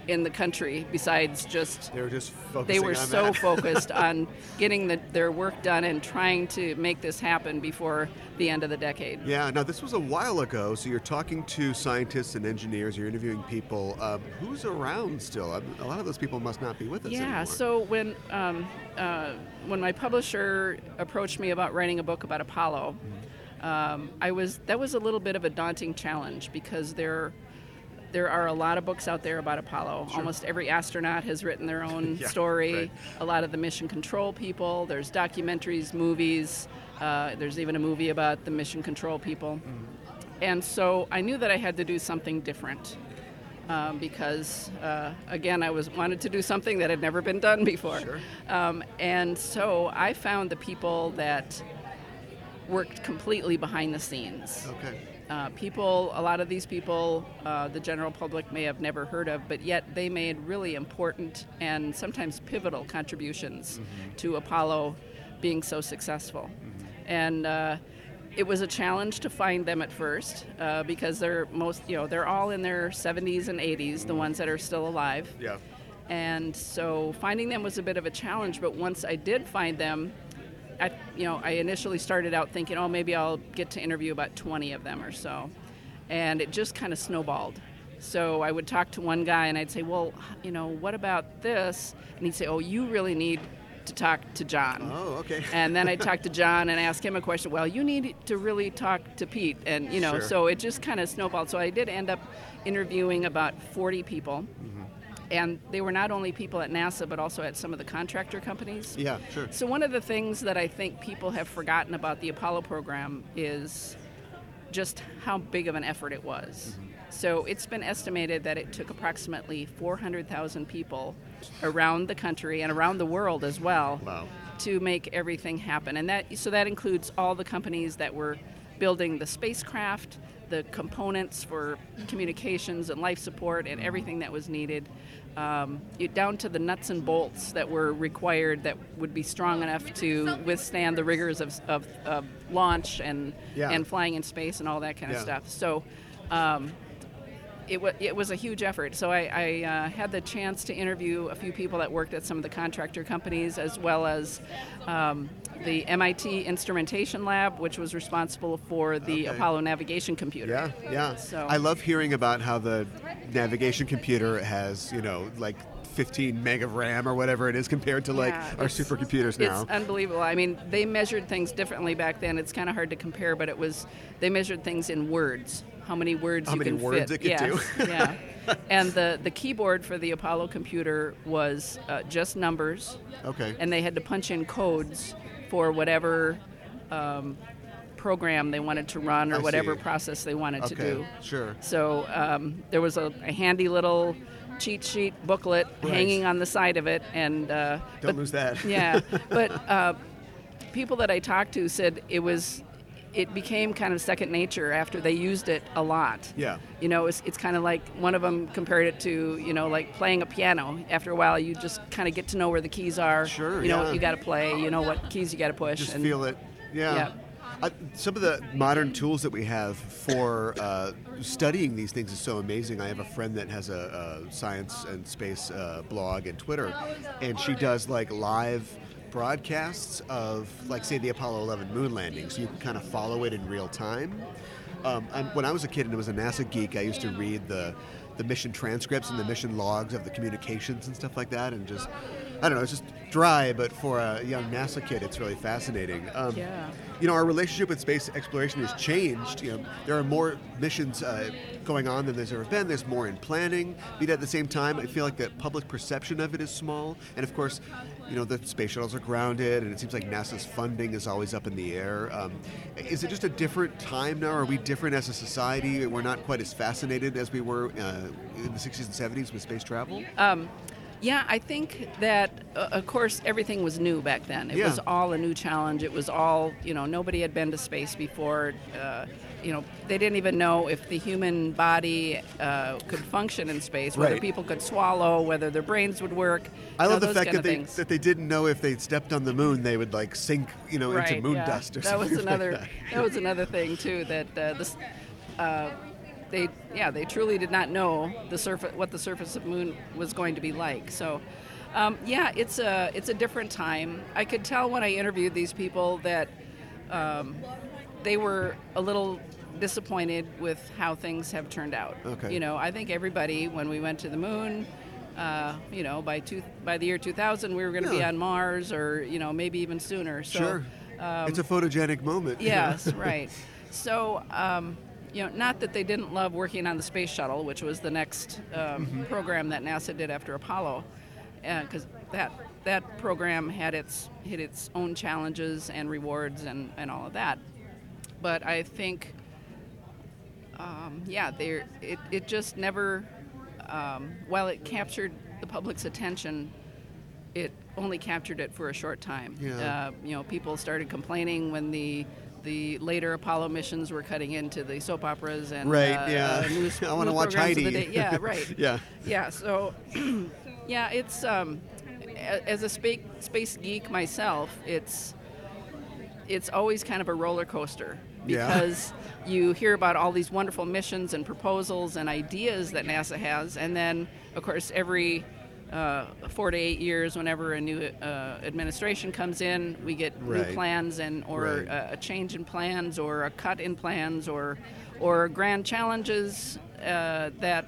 S7: in the country besides just
S6: They were just focusing
S7: they were
S6: on
S7: so
S6: that.
S7: focused on getting the, their work done and trying to make this happen before the end of the decade.
S6: Yeah, now this was a while ago, so you're talking to scientists and engineers, you're interviewing people. Um, who's around still? Um, a lot of those people must not be with us
S7: Yeah.
S6: anymore.
S7: So when um, uh, when my publisher approached me about writing a book about Apollo,
S6: Mm-hmm.
S7: um, I was that was a little bit of a daunting challenge because there there are a lot of books out there about Apollo. Almost every astronaut has written their own
S2: Yeah,
S7: story.
S2: right.
S7: A lot of the mission control people. There's documentaries, movies. Uh, there's even a movie about the mission control people.
S6: Mm-hmm.
S7: And so I knew that I had to do something different um, because, uh, again, I was wanted to do something that had never been done before. Um, and so I found the people that worked completely behind the scenes.
S2: Okay.
S7: Uh, people, a lot of these people, uh, the general public may have never heard of, but yet they made really important and sometimes pivotal contributions to Apollo being so successful. And uh, it was a challenge to find them at first uh, because they're most, you know, they're all in their 70s and 80s, the ones that are still alive.
S2: Yeah.
S7: And so finding them was a bit of a challenge, but once I did find them, I, you know, I initially started out thinking, oh, maybe I'll get to interview about 20 of them or so. And it just kind of snowballed. So I would talk to one guy and I'd say, well, you know, what about this? And he'd say, oh, you really need to talk to John.
S2: Oh, okay.
S7: And then I'd talk to John and ask him a question. Well, you need to really talk to Pete. And, you know,
S2: Sure.
S7: so it just kind of snowballed. So I did end up interviewing about 40 people.
S2: Mm-hmm.
S7: And they were not only people at NASA, but also at some of the contractor companies.
S2: Yeah, sure.
S7: So one of the things that I think people have forgotten about the Apollo program is just how big of an effort it was.
S2: Mm-hmm.
S7: So it's been estimated that it took approximately 400,000 people around the country and around the world as well
S2: Wow.
S7: to make everything happen. And that so that includes all the companies that were building the spacecraft, the components for communications and life support and everything that was needed, um, it, down to the nuts and bolts that were required that would be strong enough to withstand the rigors of, of, of launch and
S2: Yeah.
S7: and flying in space and all that kind of
S2: Yeah.
S7: stuff. So. Um, it, wa it was a huge effort. So I, I uh, had the chance to interview a few people that worked at some of the contractor companies, as well as um, the MIT Instrumentation Lab, which was responsible for the
S2: Okay.
S7: Apollo navigation computer.
S2: Yeah, yeah.
S7: So-
S2: I love hearing about how the navigation computer has, you know, like 15 meg of RAM or whatever it is compared to like
S7: Yeah,
S2: our
S7: it's-
S2: supercomputers now.
S7: It's unbelievable. I mean, they measured things differently back then. It's kind of hard to compare, but it was they measured things in words. How many words
S2: How
S7: you
S2: many
S7: can
S2: words
S7: fit.
S2: it could
S7: Yes,
S2: do.
S7: yeah. And the the keyboard for the Apollo computer was uh, just numbers.
S2: Okay.
S7: And they had to punch in codes for whatever um, program they wanted to run or
S2: I
S7: whatever
S2: see.
S7: process they wanted
S2: okay,
S7: to do.
S2: sure.
S7: So um, there was a, a handy little cheat sheet booklet
S2: Right.
S7: hanging on the side of it, and uh,
S2: Don't lose that.
S7: yeah, but uh, people that I talked to said it was, it became kind of second nature after they used it a lot.
S2: Yeah.
S7: you know, it's, it's kind of like one of them compared it to you know like playing a piano. After a while, you just kind of get to know where the keys are.
S2: Sure,
S7: you know
S2: yeah.
S7: what you got to play. You know what keys you got to push.
S2: Just
S7: and
S2: feel it. Yeah.
S7: yeah.
S2: I, Uh, some of the modern tools that we have for uh, studying these things is so amazing. I have a friend that has a, a science and space uh, blog and Twitter, and she does like live broadcasts of, like, say, the Apollo 11 moon landing, so you can kind of follow it in real time. Um, i when I was a kid and was a NASA geek, I used to read the the mission transcripts and the mission logs of the communications and stuff like that, and just I don't know, it's just dry, but for a young NASA kid, it's really fascinating. Um,
S7: Yeah.
S2: you know, our relationship with space exploration has changed. You know, there are more missions uh, going on than there's ever been. There's more in planning. But at the same time, I feel like the public perception of it is small. And of course, you know, the space shuttles are grounded, and it seems like NASA's funding is always up in the air. Um, is it just a different time now? Are we different as a society? We're not quite as fascinated as we were uh, in the 60s and 70s with space travel.
S7: Uh, Yeah, I think that uh, of course everything was new back then. It
S2: Yeah.
S7: was all a new challenge. It was all you know. Nobody had been to space before. Uh, you know, they didn't even know if the human body uh, could function in space. Whether
S2: Right.
S7: people could swallow, whether their brains would work.
S2: I
S7: you know,
S2: love the
S7: those
S2: fact
S7: kind
S2: that
S7: of
S2: they,
S7: things.
S2: that they didn't know if they stepped on the moon, they would like sink, you know, into
S7: Right,
S2: moon
S7: yeah.
S2: dust or
S7: that
S2: something.
S7: was another.
S2: Like that.
S7: was another thing too. That uh, this, uh, they yeah they truly did not know the surface what the surface of the moon was going to be like. So. Um, yeah, it's a it's a different time. I could tell when I interviewed these people that um, they were a little disappointed with how things have turned out.
S2: Okay.
S7: You know, I think everybody when we went to the moon, uh, you know, by two by the year 2000 we were going to be
S2: Yeah.
S7: on Mars or you know maybe even sooner. So um,
S2: Sure. it's a photogenic moment.
S7: Yes, right. So um, you know, not that they didn't love working on the space shuttle, which was the next um, program that NASA did after Apollo, because that that program had its hit its own challenges and rewards and, and all of that. But I think, um, yeah, there it it just never, um, while it captured the public's attention, it only captured it for a short time.
S2: Yeah.
S7: Uh, you know, people started complaining when the the later Apollo missions were cutting into the soap operas and
S2: Right,
S7: uh,
S2: yeah.
S7: news-
S2: I wanna
S7: news
S2: watch
S7: programs of the
S2: Heidi.
S7: day. Yeah, right.
S2: Yeah.
S7: yeah. So, yeah, it's um, a- as a space space geek myself, it's it's always kind of a roller coaster
S2: Yeah.
S7: because you hear about all these wonderful missions and proposals and ideas that NASA has, and then of course every uh, four to eight years, whenever a new uh, administration comes in, we get
S2: Right.
S7: new plans and or uh,
S2: Right.
S7: a, a change in plans or a cut in plans or or grand challenges uh, that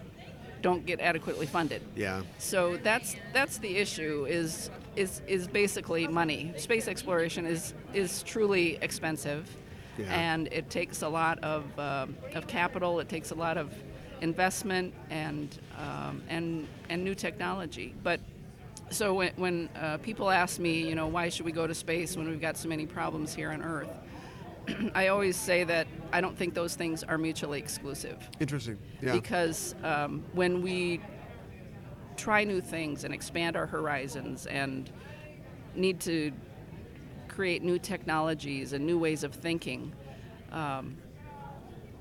S7: don't get adequately funded.
S2: Yeah.
S7: So that's that's the issue is is is basically money. Space exploration is is truly expensive,
S2: Yeah.
S7: and it takes a lot of um of capital. It takes a lot of investment and um, and and new technology. But so when when uh, people ask me, you know, why should we go to space when we've got so many problems here on Earth? I always say that I don't think those things are mutually exclusive
S2: Interesting. Yeah.
S7: because um, when we try new things and expand our horizons and need to create new technologies and new ways of thinking, um,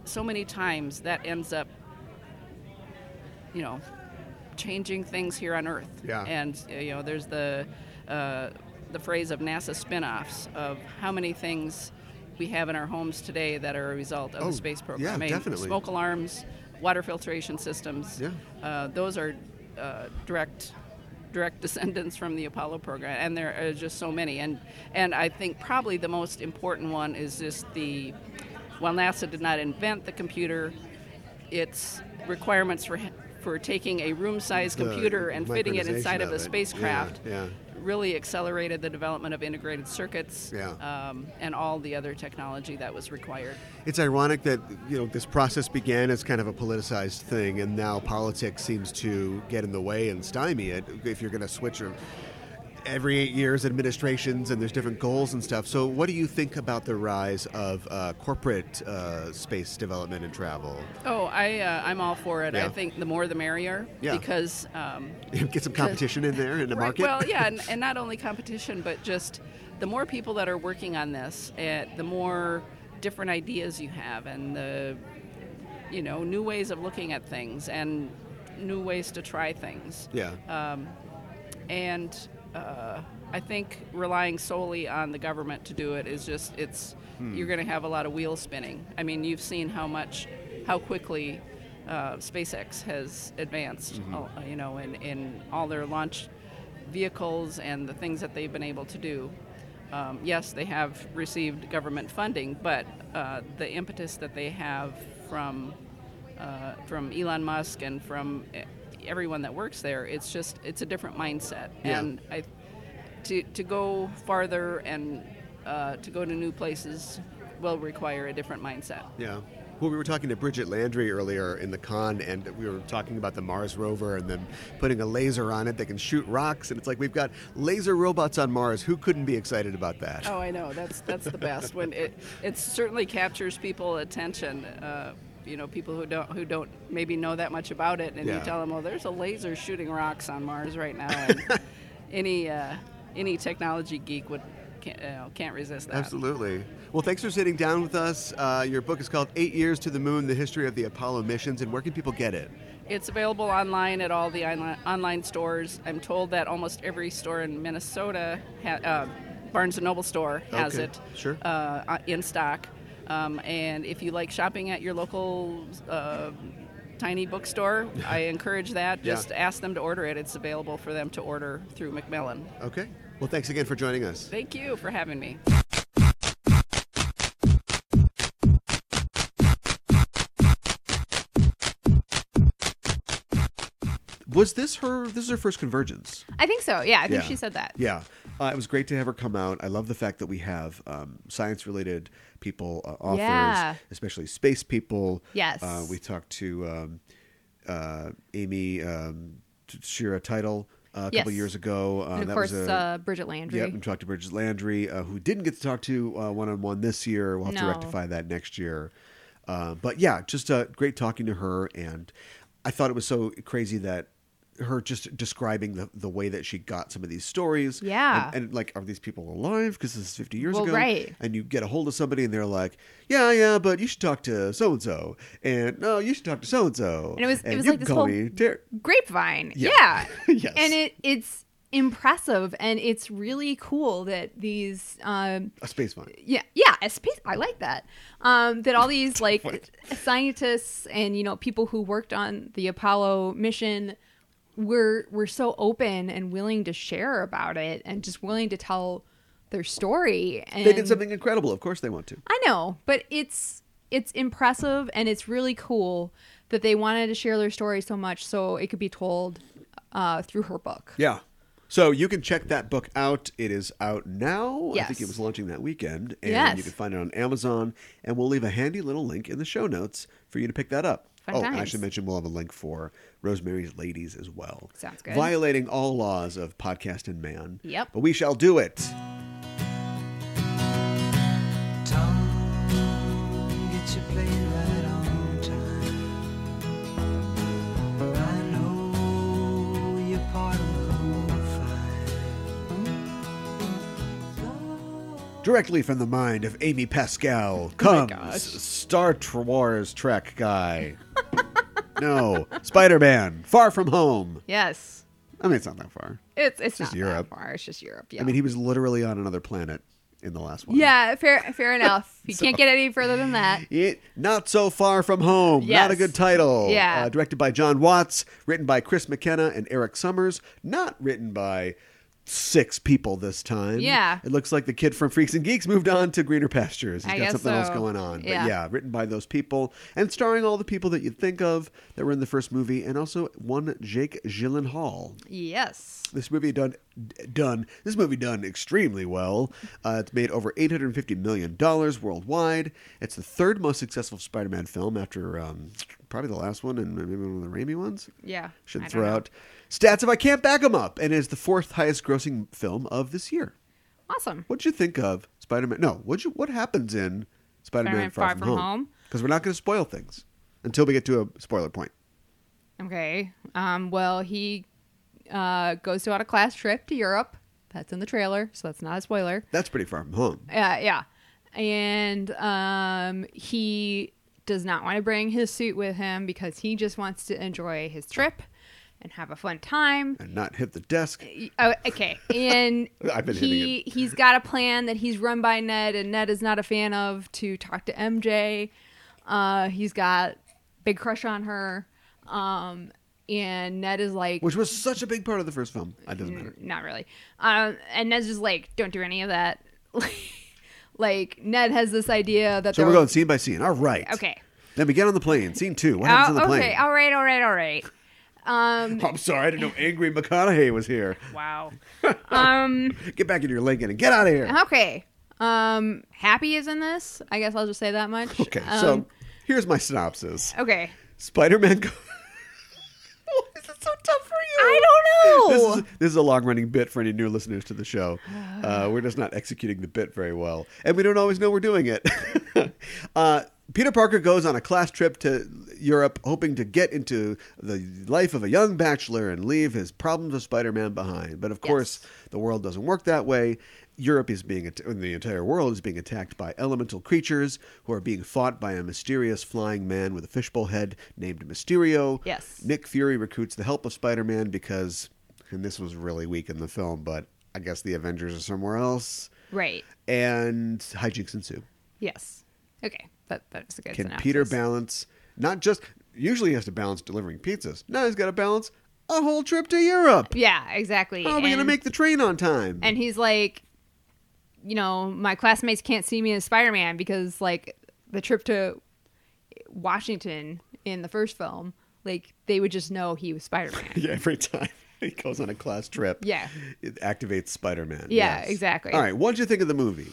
S7: so many times that ends up, you know, changing things here on Earth.
S2: Yeah.
S7: And uh, you know, there's the uh, the phrase of NASA spin-offs of how many things we have in our homes today that are a result of
S2: Oh,
S7: the space program.
S2: yeah,
S7: I mean,
S2: definitely.
S7: smoke alarms, water filtration systems.
S2: Yeah.
S7: Uh, those are uh, direct direct descendants from the Apollo program, and there are just so many. And and I think probably the most important one is just the while NASA did not invent the computer, its requirements for for taking a room-sized
S2: The
S7: computer and fitting it inside
S2: micronization
S7: of a
S2: of it.
S7: spacecraft
S2: Yeah, yeah.
S7: really accelerated the development of integrated circuits
S2: Yeah.
S7: um, and all the other technology that was required.
S2: It's ironic that you know this process began as kind of a politicized thing, and now politics seems to get in the way and stymie it. If you're going to switch or- every eight years, administrations and there's different goals and stuff. So, what do you think about the rise of uh, corporate uh, space development and travel?
S7: Oh, I uh, I'm all for it.
S2: Yeah.
S7: I think the more the merrier.
S2: Yeah.
S7: Because um,
S2: Get some competition in there in the market.
S7: Well, yeah, and, and not only competition, but just the more people that are working on this, uh, the more different ideas you have, and the you know new ways of looking at things and new ways to try things.
S2: yeah.
S7: And uh, I think relying solely on the government to do it is just it's you're going to have a lot of wheels spinning. I mean, you've seen how much, how quickly. Uh, SpaceX has advanced, uh, you know, in, in all their launch vehicles and the things that they've been able to do. Um, yes, they have received government funding, but uh, the impetus that they have from uh, from Elon Musk and from eh, everyone that works there, it's just it's a different mindset.
S2: Yeah.
S7: And I to to go farther and uh, to go to new places will require a different mindset.
S2: Yeah. Well, we were talking to Bridget Landry earlier in the con, and we were talking about the Mars rover and them putting a laser on it that can shoot rocks. And it's like we've got laser robots on Mars. Who couldn't be excited about that?
S7: Oh, I know. That's that's the best when it it certainly captures people attention. Uh, you know, people who don't who don't maybe know that much about it, and
S2: Yeah.
S7: you tell them, "Well, there's a laser shooting rocks on Mars right now." And any uh, any technology geek would can't, you know, can't resist that.
S2: Absolutely. Well, thanks for sitting down with us. Uh, your book is called Eight Years to the Moon The History of the Apollo Missions. And where can people get it?
S7: It's available online at all the onli- online stores. I'm told that almost every store in Minnesota, ha- uh, Barnes and Noble store has
S2: Okay,
S7: it
S2: sure.
S7: uh, uh, in stock. Um, and if you like shopping at your local uh, tiny bookstore, I encourage that.
S2: Yeah.
S7: Just ask them to order it. It's available for them to order through Macmillan.
S2: Okay. Well, thanks again for joining us.
S7: Thank you for having me.
S2: Was this her? This is her first convergence.
S3: I think so. Yeah, I think
S2: Yeah.
S3: she said that.
S2: Yeah, uh, it was great to have her come out. I love the fact that we have um, science-related people, uh, authors,
S3: Yeah.
S2: especially space people.
S3: Yes.
S2: uh, we talked to um, uh, Amy um, T- Shira Title uh, a couple
S3: Yes.
S2: years ago. Uh,
S3: and of
S2: that
S3: course,
S2: was a,
S3: uh, Bridget Landry.
S2: Yep, and talked to Bridget Landry, uh, who didn't get to talk to one on one this year. We'll have to
S3: No.
S2: rectify that next year. Uh, but yeah, just uh, great talking to her. And I thought it was so crazy that her just describing the, the way that she got some of these stories.
S3: Yeah.
S2: And, and, like, are these people alive? Because this is 50 years
S3: Well,
S2: ago.
S3: right.
S2: And you get a hold of somebody and they're like, yeah, yeah, but you should talk to so and so. And no, you should talk to so and so.
S3: And it was- it was
S2: you
S3: like
S2: can
S3: this
S2: call
S3: whole-
S2: me Ter-"
S3: grapevine.
S2: Yeah.
S3: Yeah.
S2: Yes.
S3: And it it's impressive and it's really cool that these um
S2: a space vine.
S3: yeah yeah a space I like that um that all these like scientists and you know people who worked on the Apollo mission were were so open and willing to share about it and just willing to tell their story and
S2: They did something incredible. Of course they want to.
S3: I know, but it's it's impressive and it's really cool that they wanted to share their story so much so it could be told uh, through her book.
S2: Yeah. So you can check that book out. It is out now. I think
S3: Yes.
S2: it was launching that weekend. And
S3: Yes.
S2: you can find it on Amazon. And we'll leave a handy little link in the show notes for you to pick that up.
S3: Fun
S2: oh, and I
S3: times.
S2: should mention we'll have a link for Rosemary's Ladies as well.
S3: Sounds good.
S2: Violating all laws of podcast and man.
S3: Yep.
S2: But we shall do it.
S1: Tom, get your play right on time. I know you're part of the whole fine.
S2: Directly from the mind of Amy Pascal comes
S3: Oh gosh.
S2: Star Wars Trek guy. no, Spider Man, Far From Home.
S3: Yes,
S2: I mean, it's not that far.
S3: it's it's,
S2: just
S3: not
S2: Europe.
S3: Europe. That far. It's just Europe. Yeah.
S2: I mean, he was literally on another planet in the last one.
S3: yeah, fair fair enough. You can't get any further than that.
S2: It, not so far from home. Not a
S3: Yes.
S2: good title.
S3: Yeah.
S2: Uh, directed by John Watts, written by Chris McKenna and Eric Summers. Not written by six people this time.
S3: Yeah.
S2: It looks like the kid from Freaks and Geeks moved on to greener pastures. He's
S3: I
S2: got
S3: guess
S2: something else
S3: so.
S2: going on. But
S3: Yeah.
S2: yeah, written by those people and starring all the people that you'd think of that were in the first movie, and also one Jake Gyllenhaal.
S3: Yes.
S2: This movie done d- done this movie done extremely well. Uh, it's made over 850 million dollars worldwide. It's the third most successful Spider-Man film after um, probably the last one and maybe one of the Raimi ones.
S3: Yeah.
S2: Should
S3: I don't
S2: throw
S3: know.
S2: out stats if I can't back them up and is the fourth highest grossing film of this year.
S3: Awesome.
S2: What'd you think of Spider-Man? No, what you what happens in Spider-Man,
S3: Spider-Man
S2: Far, From, Home? Because we're not going to spoil things until we get to a spoiler point.
S3: Okay. Um, well, he uh, goes to on a class trip to Europe. That's in the trailer, so that's not a spoiler.
S2: That's pretty far from home.
S3: Yeah, yeah. And um, he does not want to bring his suit with him because he just wants to enjoy his trip and have a fun time.
S2: And not hit the desk.
S3: Oh, okay. And
S2: I've been
S3: he he's got a plan that he's run by Ned, and Ned is not a fan of to talk to MJ. Uh, he's got big crush on her, um, and Ned is like,
S2: Which was such a big part of the first film. It doesn't matter.
S3: N- Not really. Um, and Ned's just like, don't do any of that. like Ned has this idea that
S2: So
S3: there
S2: we're
S3: will-
S2: going scene by scene. All right.
S3: Okay.
S2: Then we get on the plane. Scene two. What happens
S3: Oh,
S2: on the
S3: okay.
S2: plane?
S3: All right. All right. All right. Um.
S2: I'm sorry. I didn't know Angry McConaughey was here.
S3: wow. Um.
S2: Get back into your Lincoln and get out of here.
S3: Okay. Um. Happy is in this. I guess I'll just say that much.
S2: Okay.
S3: Um,
S2: so here's my synopsis.
S3: Okay.
S2: Spider Man. Go- Why is it so tough for you?
S3: I don't know.
S2: This is, this is a long running bit for any new listeners to the show. Uh, we're just not executing the bit very well. And we don't always know we're doing it. uh, Peter Parker goes on a class trip to Europe, hoping to get into the life of a young bachelor and leave his problems of Spider Man behind. But of course, the world doesn't work that way. Europe is being, at- and the entire world is being attacked by elemental creatures who are being fought by a mysterious flying man with a fishbowl head named Mysterio.
S3: Yes.
S2: Nick Fury recruits the help of Spider Man because, and this was really weak in the film, but I guess the Avengers are somewhere else.
S3: right.
S2: And hijinks ensue.
S3: Yes. Okay. That that's a good.
S2: Can
S3: synopsis.
S2: Peter balance not just, usually he has to balance delivering pizzas. Now he's got to balance a whole trip to Europe.
S3: Yeah. Exactly.
S2: How are we going to
S3: And-
S2: Oh, make the train on time?
S3: and he's like you know my classmates can't see me as spider-man because like the trip to washington in the first film Like they would just know he was Spider Man.
S2: Yeah, every time he goes on a class trip,
S3: Yeah.
S2: it activates Spider Man.
S3: Yeah, exactly.
S2: All right, what'd you think of the movie?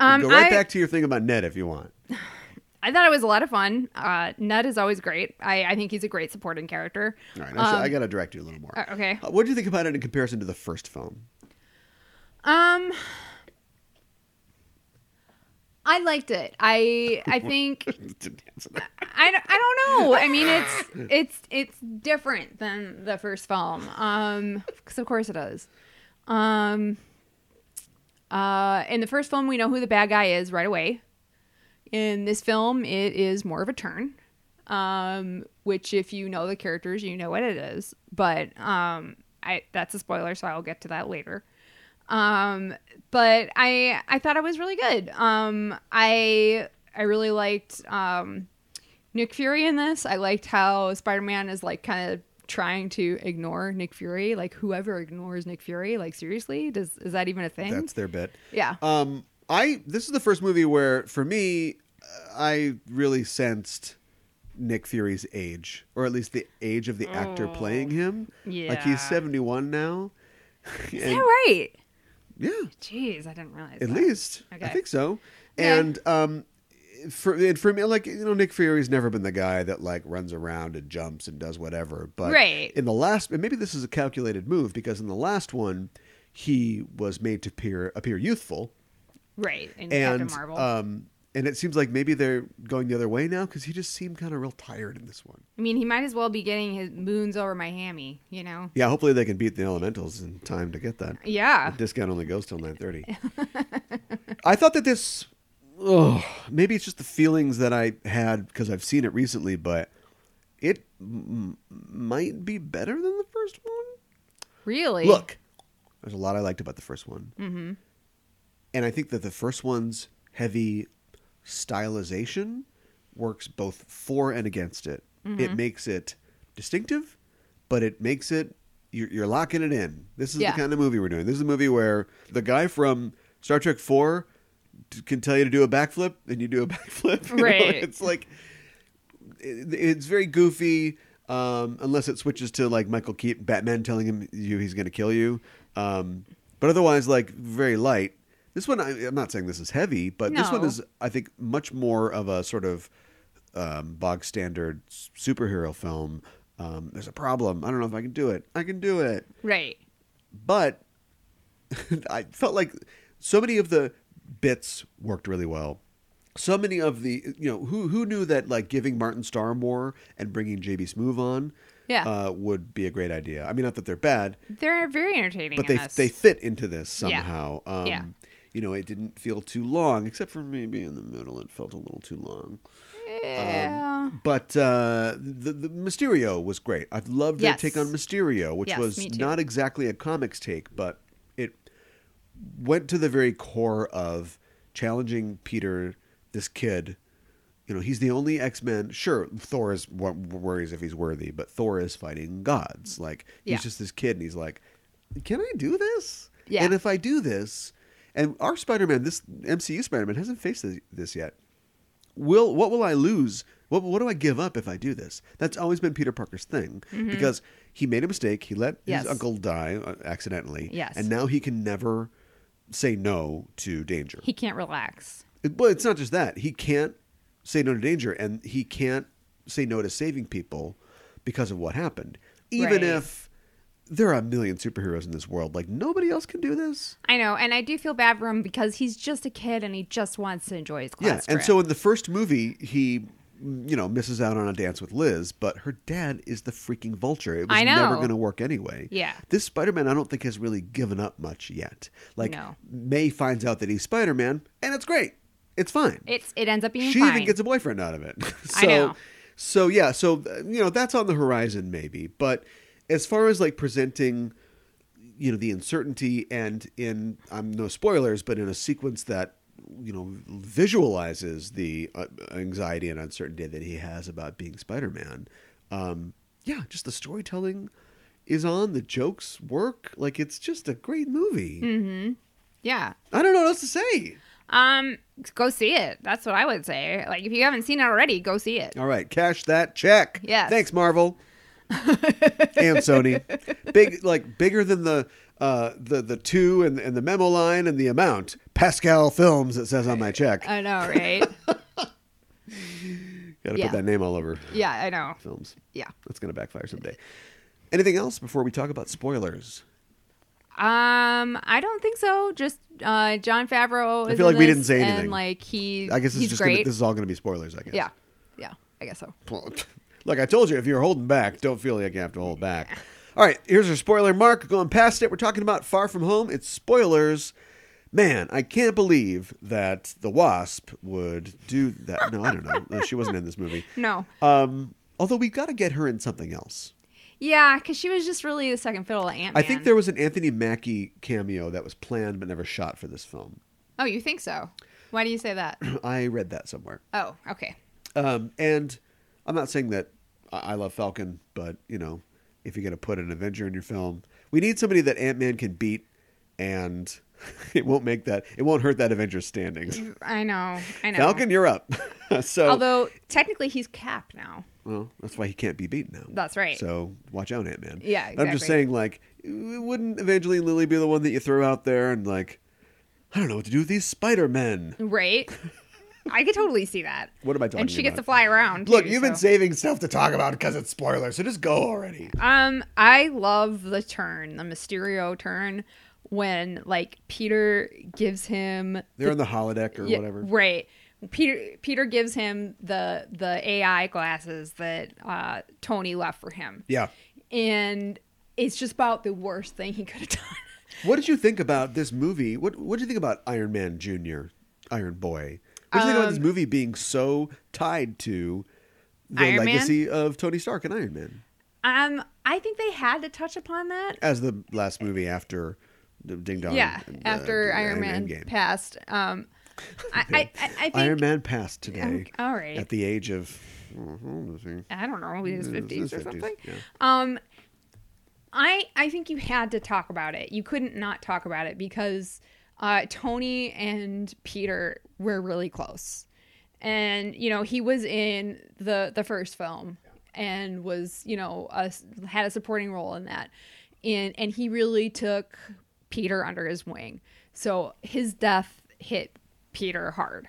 S3: Um,
S2: Go right
S3: I-
S2: back to your thing about Ned if you want.
S3: I thought it was a lot of fun. Uh, Ned is always great. I, I think he's a great supporting character.
S2: All right, I'm
S3: Um,
S2: sorry, I got to direct you a little more.
S3: uh, okay.
S2: Uh, what do you think about it in comparison to the first film?
S3: Um, I liked it. I I think I, don't- I don't know. I mean, it's it's it's different than the first film. Um, because of course it is. Um, uh, in the first film, we know who the bad guy is right away. In this film, it is more of a turn. Um, which if you know the characters, you know what it is. But um, I that's a spoiler, so I'll get to that later um but i i thought it was really good um i i really liked um nick fury in this i liked how spider-man is like kind of trying to ignore nick fury like whoever ignores nick fury like seriously does is that even a thing
S2: That's their bit.
S3: yeah
S2: Um, I this is the first movie where, for me, uh, I really sensed Nick Fury's age, or at least the age of the actor playing him. like
S3: Yeah.
S2: he's seventy one now.
S3: is
S2: And-
S3: that right
S2: Yeah,
S3: jeez i didn't realize
S2: at
S3: that.
S2: least I
S3: Okay.
S2: think so.
S3: Yeah.
S2: And um, for and for me, like you know, Nick Fury's never been the guy that like runs around and jumps and does whatever. But
S3: Right.
S2: in the last, and maybe this is a calculated move because in the last one, he was made to appear appear youthful.
S3: right in
S2: and
S3: captain marvel
S2: um and it seems like maybe they're going the other way now because he just seemed kind of real tired in this one.
S3: i mean he might as well be getting his moons over my hammy you know
S2: Yeah, hopefully they can beat the elementals in time to get that.
S3: yeah
S2: The discount only goes till nine thirty. I thought that this, oh, maybe it's just the feelings that I had because I've seen it recently, but it m- might be better than the first one.
S3: really
S2: Look, there's a lot I liked about the first one. Mm-hmm. And I think that the first one's heavy stylization works both for and against it.
S3: Mm-hmm.
S2: It makes it distinctive, but it makes it, you're, you're locking it in. This is
S3: Yeah.
S2: the kind of movie we're doing. This is a movie where the guy from Star Trek 4 t- can tell you to do a backflip, and you do a backflip. you know?
S3: Right.
S2: It's like, it- it's very goofy um, unless it switches to like Michael Keaton Batman telling him you he's going to kill you. Um, but otherwise, like very light. This one, I, I'm not saying this is heavy, but this one
S3: No.
S2: is, I think, much more of a sort of um, bog standard s- superhero film. Um, there's a problem. I don't know if I can do it. I can do it
S3: right
S2: but I felt like so many of the bits worked really well. So many of the you know who who knew that like giving Martin Starr more and bringing JB Smoove on
S3: Yeah.
S2: uh, would be a great idea. I mean, not that they're bad,
S3: they're very entertaining
S2: but
S3: in
S2: they
S3: this.
S2: they fit into this
S3: Yeah.
S2: somehow. Um,
S3: Yeah.
S2: You know, it didn't feel too long, except for maybe in the middle, it felt a little too long. Um,
S3: yeah.
S2: But uh, the, the Mysterio was great. I loved their
S3: Yes.
S2: take on Mysterio, which
S3: Yes, me
S2: was
S3: too.
S2: not exactly a comics take, but it went to the very core of challenging Peter, this kid. You know, he's the only X Men. Sure, Thor is what worries if he's worthy, but Thor is fighting gods. Like he's
S3: Yeah.
S2: just this kid, and he's like, "Can I do this?
S3: Yeah.
S2: And if I do this, and our Spider Man, this MCU Spider Man, hasn't faced this- this yet will what will I lose? What what do I give up if I do this? That's always been Peter Parker's thing because he made a mistake. He let
S3: Mm-hmm. Yes.
S2: his uncle die uh, accidentally.
S3: Yes.
S2: and now he can never say no to danger.
S3: he can't relax.
S2: It- well, it's not just that he can't say no to danger, and he can't say no to saving people because of what happened. Even
S3: Right.
S2: if there are a million superheroes in this world, like nobody else can do this.
S3: I know, and I do feel bad for him because he's just a kid and he just wants to enjoy his class.
S2: Yeah, and
S3: trip.
S2: so in the first movie, he, you know, misses out on a dance with Liz, but her dad is the freaking vulture. It was
S3: I
S2: never
S3: know.
S2: going to work anyway.
S3: Yeah.
S2: this Spider-Man, I don't think has really given up much yet. Like
S3: No.
S2: May finds out that he's Spider-Man, and it's great. It's fine.
S3: it's it ends up being
S2: she
S3: fine.
S2: even gets a boyfriend out of it. so,
S3: I know.
S2: So yeah, so uh, you know that's on the horizon maybe, but as far as like presenting, you know, the uncertainty and in I'm no spoilers, but in a sequence that you know visualizes the uh, anxiety and uncertainty that he has about being Spider-Man. Um, yeah, just the storytelling is on the jokes work like it's just a great movie.
S3: yeah,
S2: I don't know what else to say.
S3: Um, go see it. That's what I would say. Like if you haven't seen it already, go see it.
S2: All right, cash that check.
S3: Yes.
S2: Thanks, Marvel. and Sony. Big like bigger than the uh the the two and and the memo line and the amount. Pascal Films it says on my check.
S3: I know, right?
S2: Gotta
S3: yeah.
S2: put that name all over
S3: yeah, I know.
S2: films.
S3: Yeah.
S2: That's gonna backfire someday. Anything else before we talk about spoilers?
S3: Um, I don't think so. Just uh, John Favreau.
S2: I
S3: is
S2: feel
S3: in
S2: like we
S3: this,
S2: didn't say anything.
S3: And like he,
S2: I guess it's
S3: he's
S2: just
S3: great.
S2: Gonna, this is all gonna be spoilers, I guess.
S3: yeah, yeah. I guess so.
S2: Look, I told you if you're holding back, don't feel like you have to hold back. All right, here's our spoiler mark. Going past it, we're talking about Far From Home. It's spoilers. Man, I can't believe that the Wasp would do that. No, I don't know. No, she wasn't in this movie.
S3: No,
S2: Um, although we've got to get her in something else.
S3: yeah, because she was just really the second fiddle to Ant Man.
S2: I think there was an Anthony Mackie cameo that was planned but never shot for this film.
S3: Oh, you think so? Why do you say that?
S2: I read that somewhere.
S3: Oh, okay.
S2: Um, and I'm not saying that I I love Falcon, but you know, if you're going to put an Avenger in your film, we need somebody that Ant Man can beat, and it won't make that it won't hurt that Avenger's standings.
S3: I know. I know.
S2: Falcon, you're up. so
S3: Although technically he's Cap now.
S2: well, that's why he can't be beaten now.
S3: That's right.
S2: So watch out, Ant Man.
S3: Yeah,
S2: I'm just
S3: exactly.
S2: saying, like, wouldn't Evangeline Lilly be the one that you throw out there and like, I don't know what to do with these Spider Men.
S3: Right. I could totally see that.
S2: What am I talking
S3: And she gets
S2: about?
S3: to fly around.
S2: Look,
S3: too,
S2: you've been
S3: so-
S2: saving stuff to talk about because it's spoilers, so just go already.
S3: Um, I love the turn, the Mysterio turn, when like Peter gives him
S2: They're in the holodeck or
S3: Yeah,
S2: whatever.
S3: Right. Peter Peter gives him the the AI glasses that uh, Tony left for him.
S2: Yeah.
S3: And it's just about the worst thing he could have done.
S2: What did you think about this movie? What What did you think about Iron Man Junior, Iron Boy? What did you think about this
S3: Um,
S2: movie being so tied to the
S3: Iron Man?
S2: legacy of Tony Stark and Iron Man
S3: Um, I think they had to touch upon that.
S2: as the last movie after the Ding Dong?
S3: yeah,
S2: uh,
S3: after
S2: uh,
S3: Iron Man
S2: Endgame.
S3: passed. Um, I, I, I, I think
S2: Iron Man passed today.
S3: Okay, all right.
S2: At the age of. Mhm,
S3: I don't know, in his
S2: it's in his
S3: fifties or
S2: 50s,
S3: something.
S2: yeah.
S3: Um, I I think you had to talk about it. You couldn't not talk about it because uh, Tony and Peter were really close, and you know he was in the the first film and was you know a, had a supporting role in that, and and he really took Peter under his wing. So his death hit Peter hard,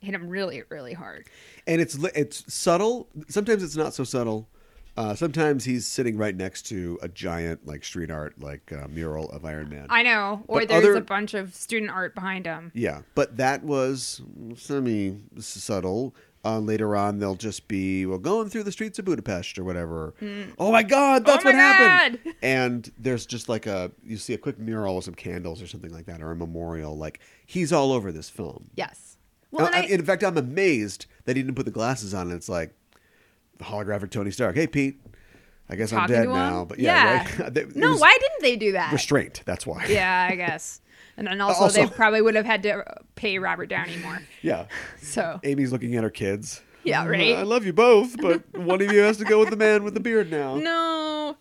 S3: hit him really really hard.
S2: and it's li- it's subtle. Sometimes it's not so subtle. Uh, sometimes he's sitting right next to a giant like street art like uh, mural of Iron Man.
S3: I know. Or
S2: But
S3: there's
S2: other-
S3: a bunch of student art behind him.
S2: Yeah, but that was semi subtle. Uh, later on, they'll just be well going through the streets of Budapest or whatever. Oh my God, that's
S3: Hmm. Oh my
S2: what happened!
S3: God!
S2: And there's just like a you see a quick mural with some candles or something like that, or a memorial. Like he's all over this film.
S3: Yes. Well, and
S2: Uh, I-
S3: I,
S2: I- in fact, I'm amazed that he didn't put the glasses on. And it's like the holographic Tony Stark. Hey, Pete, I guess I'm
S3: talking
S2: dead
S3: to him.
S2: now. But yeah, right? It
S3: no,
S2: was
S3: why didn't they do that?
S2: Restraint. That's why.
S3: yeah, I guess. And then also,
S2: Also-
S3: they probably would have had to pay Robert Downey more.
S2: yeah.
S3: So
S2: Amy's looking at her kids. Mm,
S3: Yeah, right?
S2: I love you both, but one of you has to go with the man with the beard now.
S3: no.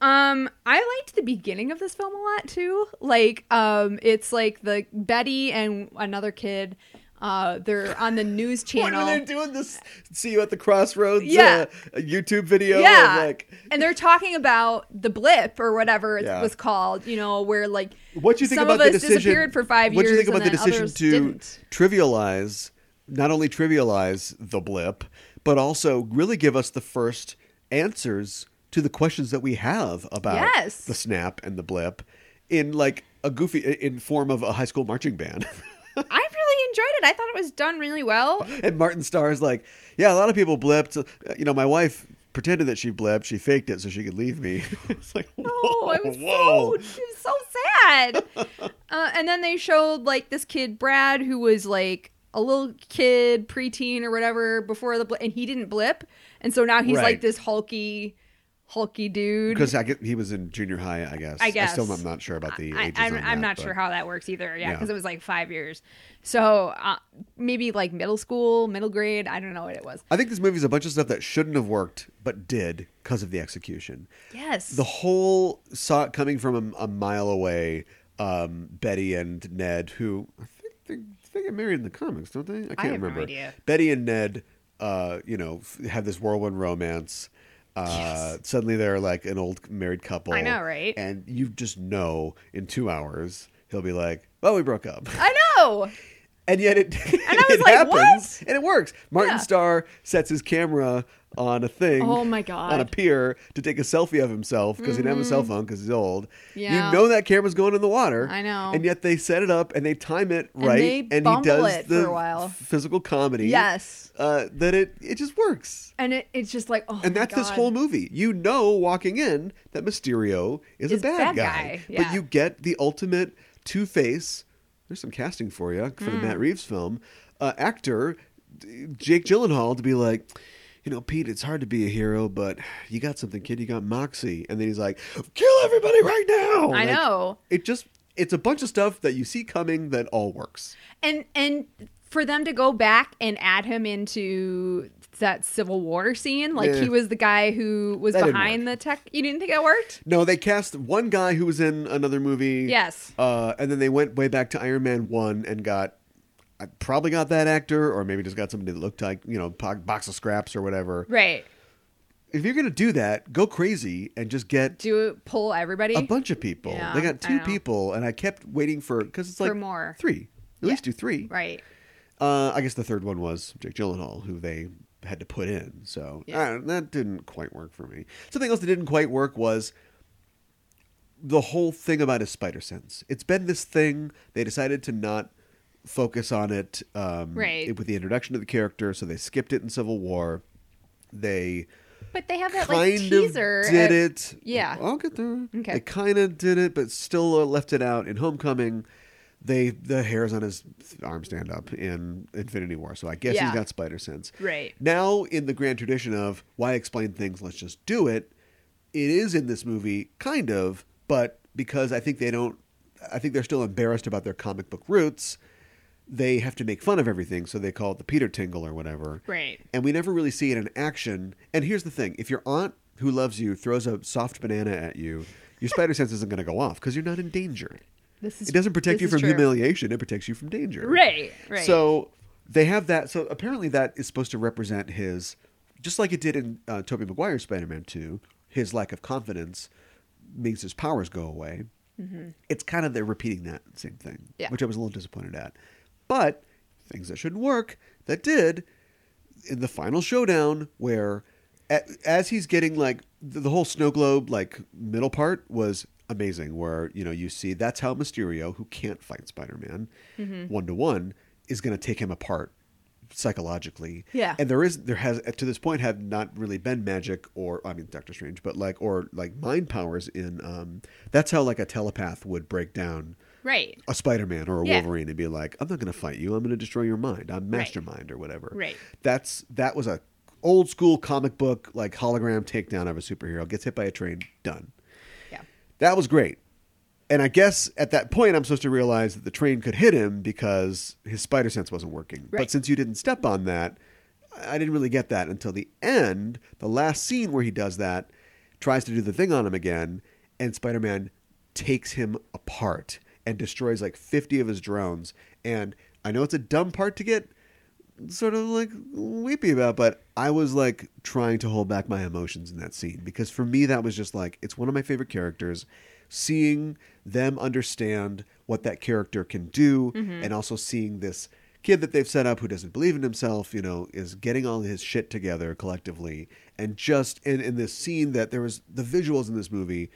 S3: Um, I liked the beginning of this film a lot too. Like, um, it's like the Betty and another kid. Uh, they're on the news
S2: Why
S3: channel.
S2: were they doing this? See you at the crossroads.
S3: Yeah.
S2: uh, a YouTube video.
S3: yeah,
S2: Of like,
S3: and they're talking about the blip or whatever it
S2: Yeah.
S3: was called. You know, where like
S2: what do you think
S3: some
S2: about
S3: of
S2: the
S3: us
S2: decision?
S3: disappeared for five
S2: what do
S3: years.
S2: you think about
S3: and
S2: the
S3: then
S2: decision
S3: others
S2: to
S3: didn't.
S2: trivialize, not only trivialize the blip, but also really give us the first answers to the questions that we have about
S3: Yes.
S2: the snap and the blip in like a goofy in form of a high school marching band.
S3: I really enjoyed it. I thought it was done really well.
S2: And Martin Starr's like, yeah, a lot of people blipped. Uh, You know, my wife pretended that she blipped. She faked it so she could leave me. it's like,
S3: Oh,
S2: whoa,
S3: it was
S2: whoa.
S3: so it was so sad. uh, and then they showed like this kid Brad who was like a little kid, preteen or whatever before the blip, and he didn't blip, and so now he's
S2: Right.
S3: like this hulky, hulky dude.
S2: Because I get, he was in junior high, I guess.
S3: I guess.
S2: still am not sure about the
S3: I,
S2: ages.
S3: I'm,
S2: on
S3: I'm
S2: that,
S3: not
S2: but-
S3: sure how that works either. Yeah,
S2: Yeah.
S3: because it was like five years, so uh, maybe like middle school, middle grade. I don't know what it was.
S2: I think this movie's a bunch of stuff that shouldn't have worked, but did because of the execution.
S3: Yes,
S2: The whole saw it coming from a, a mile away. Um, Betty and Ned, who I think they, they get married in the comics, don't they? I can't
S3: have no
S2: remember.
S3: idea.
S2: Betty and Ned, uh, you know, f- have this whirlwind romance. Uh, Suddenly they're like an old married couple.
S3: I know, right?
S2: And you just know in two hours he'll be like, "Well, we broke up,"
S3: I know.
S2: and yet it
S3: was
S2: it
S3: like,
S2: happens
S3: what?
S2: and it works. Martin
S3: Yeah.
S2: Starr sets his camera on a thing.
S5: Oh my God.
S2: On a pier to take a selfie of himself because he didn't have a cell phone because he's old.
S3: Mm-hmm. Yeah.
S2: You know that camera's going in the water.
S3: I know.
S2: And yet they set it up and they time it
S3: they
S2: right, he
S3: bumble
S2: does
S3: it for
S2: the
S3: a while.
S2: physical comedy.
S3: Yes.
S2: uh, that it it just works.
S3: And it, it's just like, oh,
S2: And
S3: my
S2: that's this
S3: God.
S2: whole movie. You know, walking in, that Mysterio is, a
S3: Is
S2: bad,
S3: bad
S2: guy,
S3: guy,
S2: but
S3: yeah.
S2: you get the ultimate Two Face. There's some casting for you for
S3: Hmm.
S2: the Matt Reeves film. Uh, actor D- Jake Gyllenhaal to be like, you know, Pete, it's hard to be a hero, but you got something, kid. You got moxie, and then he's like, kill everybody right now.
S3: I
S2: Like,
S3: know.
S2: It just. It's a bunch of stuff that you see coming that all works.
S3: and and for them to go back and add him into that Civil War scene, like
S2: Yeah.
S3: he was the guy who was
S2: That didn't
S3: behind the tech. You didn't think that worked?
S2: No, they cast one guy who was in another movie.
S3: Yes.
S2: Uh, and then they went way back to Iron Man 1 and got, I probably got that actor, or maybe just got somebody that looked like, you know, po- box of scraps or whatever.
S3: Right.
S2: If you're going to do that, go crazy and just get
S3: Do it- pull everybody.
S2: a bunch of people.
S3: Yeah,
S2: they got
S3: I
S2: two
S3: know.
S2: people, and I kept waiting for, because it's
S3: For
S2: like
S3: more.
S2: three. At least do three.
S3: Right.
S2: Uh, I guess the third one was Jake Gyllenhaal, who they had to put in. So I don't- that didn't quite work for me. Something else that didn't quite work was the whole thing about his spider sense. It's been this thing. They decided to not focus on it um,
S3: Right.
S2: with the introduction of the character, so they skipped it in Civil War. They
S3: But they have that
S2: kind
S3: like teaser.
S2: of did
S3: at-
S2: it.
S3: yeah.
S2: I'll get there.
S3: Okay.
S2: They kind of did it, but still uh, left it out in Homecoming. They the hairs on his arm stand up in Infinity War, so I guess
S3: Yeah.
S2: he's got spider sense.
S3: Right.
S2: now, in the grand tradition of why explain things, let's just do it. It is in this movie, kind of, but because I think they don't, I think they're still embarrassed about their comic book roots. They have to make fun of everything, so they call it the Peter Tingle or whatever
S3: Right.
S2: and we never really see it in action. And here's the thing: if your aunt who loves you throws a soft banana at you, your spider sense isn't going to go off because you're not in danger.
S3: This is
S2: it doesn't protect
S3: this
S2: you
S3: is
S2: from
S3: true.
S2: humiliation; it protects you from danger.
S3: Right. Right.
S2: So they have that. So apparently, that is supposed to represent his, just like it did in uh, Tobey Maguire's Spider-Man Two. His lack of confidence makes his powers go away. It's kind of they're repeating that same thing,
S3: Yeah.
S2: which I was a little disappointed at. But things that shouldn't work that did in the final showdown where a- as he's getting like the the whole snow globe like middle part was amazing where you know you see that's how mysterio who can't fight spider-man
S3: Mm-hmm.
S2: one to one is going to take him apart psychologically
S3: Yeah.
S2: and there is there has to this point have not really been magic or i mean doctor strange but like or like mind powers in um that's how like a telepath would break down
S3: Right.
S2: a Spider-Man or a
S3: Yeah.
S2: Wolverine and be like, "I'm not going to fight you. I'm going to destroy your mind. I'm Mastermind or whatever."
S3: Right.
S2: That's that was a old school comic book like hologram takedown of a superhero gets hit by a train, done.
S3: Yeah.
S2: That was great. And I guess at that point I'm supposed to realize that the train could hit him because his spider sense wasn't working. But
S3: Right.
S2: since you didn't step on that, I didn't really get that until the end, the last scene where he does that, tries to do the thing on him again, and Spider-Man takes him apart and destroys like 50 of his drones. And I know it's a dumb part to get sort of like weepy about, but I was like trying to hold back my emotions in that scene because for me that was just like it's one of my favorite characters. Seeing them understand what that character can do, and also seeing this kid that they've set up who doesn't believe in himself, you know, is getting all his shit together collectively, and just in in this scene that there was the visuals in this movie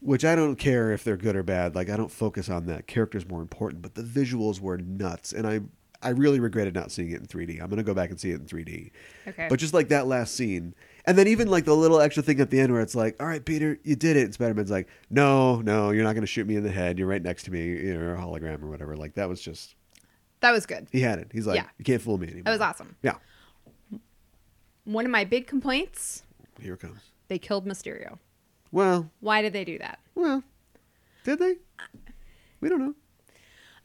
S2: which I don't care if they're good or bad. Like I don't focus on that. Character's more important, but the visuals were nuts, and I I really regretted not seeing it in 3D. I'm gonna go back and see it in 3D.
S3: Okay.
S2: But just like that last scene, and then even like the little extra thing at the end where it's like, "All right, Peter, you did it." And Spider-Man's like, "No, no, you're not gonna shoot me in the head. You're right next to me. You're a hologram or whatever." Like that was just
S3: That was good.
S2: he had it. He's like,
S3: Yeah.
S2: "You can't fool me anymore."
S3: That was awesome.
S2: Yeah.
S3: One of my big complaints:
S2: Here it comes.
S3: they killed Mysterio.
S2: Well,
S3: Why did they do that?
S2: well, did they? We don't know.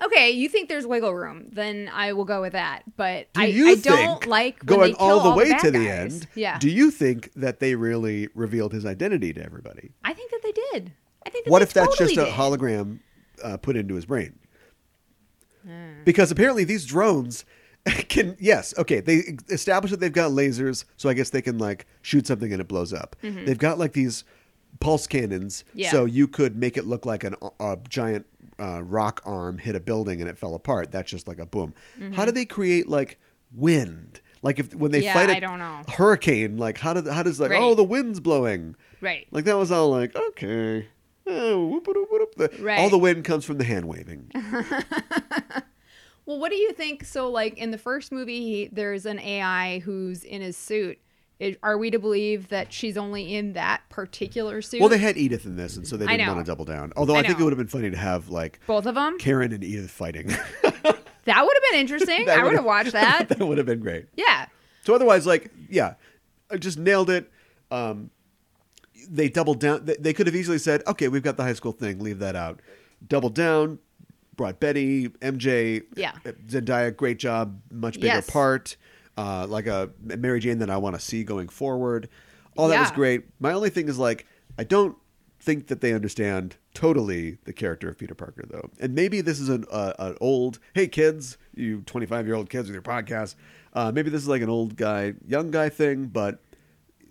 S3: Okay, you think there's wiggle room? Then I will go with that. But
S2: Do
S3: I,
S2: you
S3: I
S2: think,
S3: don't like when
S2: going
S3: they kill
S2: all the way
S3: bad
S2: to the
S3: guys.
S2: end.
S3: Yeah,
S2: Do you think that they really revealed his identity to everybody?
S3: I think that they did. I think. That
S2: what
S3: they
S2: if that's
S3: totally
S2: just a
S3: did.
S2: hologram uh, put into his brain?
S3: Hmm.
S2: Because apparently these drones can yes, okay, they establish that they've got lasers, so I guess they can like shoot something and it blows up. They've got like these pulse cannons,
S3: Mm-hmm. Yeah.
S2: so you could make it look like an a giant uh, rock arm hit a building and it fell apart. That's just like a boom. How do they create like wind? Like if when they
S3: Mm-hmm. Yeah,
S2: fight a
S3: I don't know.
S2: hurricane, like how did how does like
S3: Right.
S2: oh the wind's blowing?
S3: Right.
S2: Like that was all like okay. Oh, whoop, whoop, whoop, whoop. The- All
S3: Right.
S2: the wind comes from the hand waving.
S3: Well, what do you think? So, like in the first movie, he- there's an AI who's in his suit. Is- are we to believe that she's only in that particular suit?
S2: Well, they had Edith in this, and so they
S3: I
S2: didn't
S3: know.
S2: want to double down. Although I,
S3: I
S2: think it
S3: know.
S2: would have been funny to have like
S3: both of them.
S2: Karen and Edith fighting.
S3: That would have been interesting.
S2: That
S3: I would
S2: would've-
S3: have watched that.
S2: that would have been great.
S3: yeah.
S2: So otherwise, like, yeah, I just nailed it. Um, they doubled down. They, they could have easily said, "Okay, we've got the high school thing. Leave that out." Doubled down. Brought Betty, MJ,
S3: Yeah.
S2: Zendaya. Great job. Much bigger
S3: Yes.
S2: part. Uh, like a Mary Jane that I want to see going forward. All that was
S3: Yeah.
S2: great. My only thing is like, I don't think that they understand totally the character of Peter Parker though, and maybe this is an uh, an old hey kids, you twenty five year old kids with your podcast. Uh, maybe this is like an old guy, young guy thing, but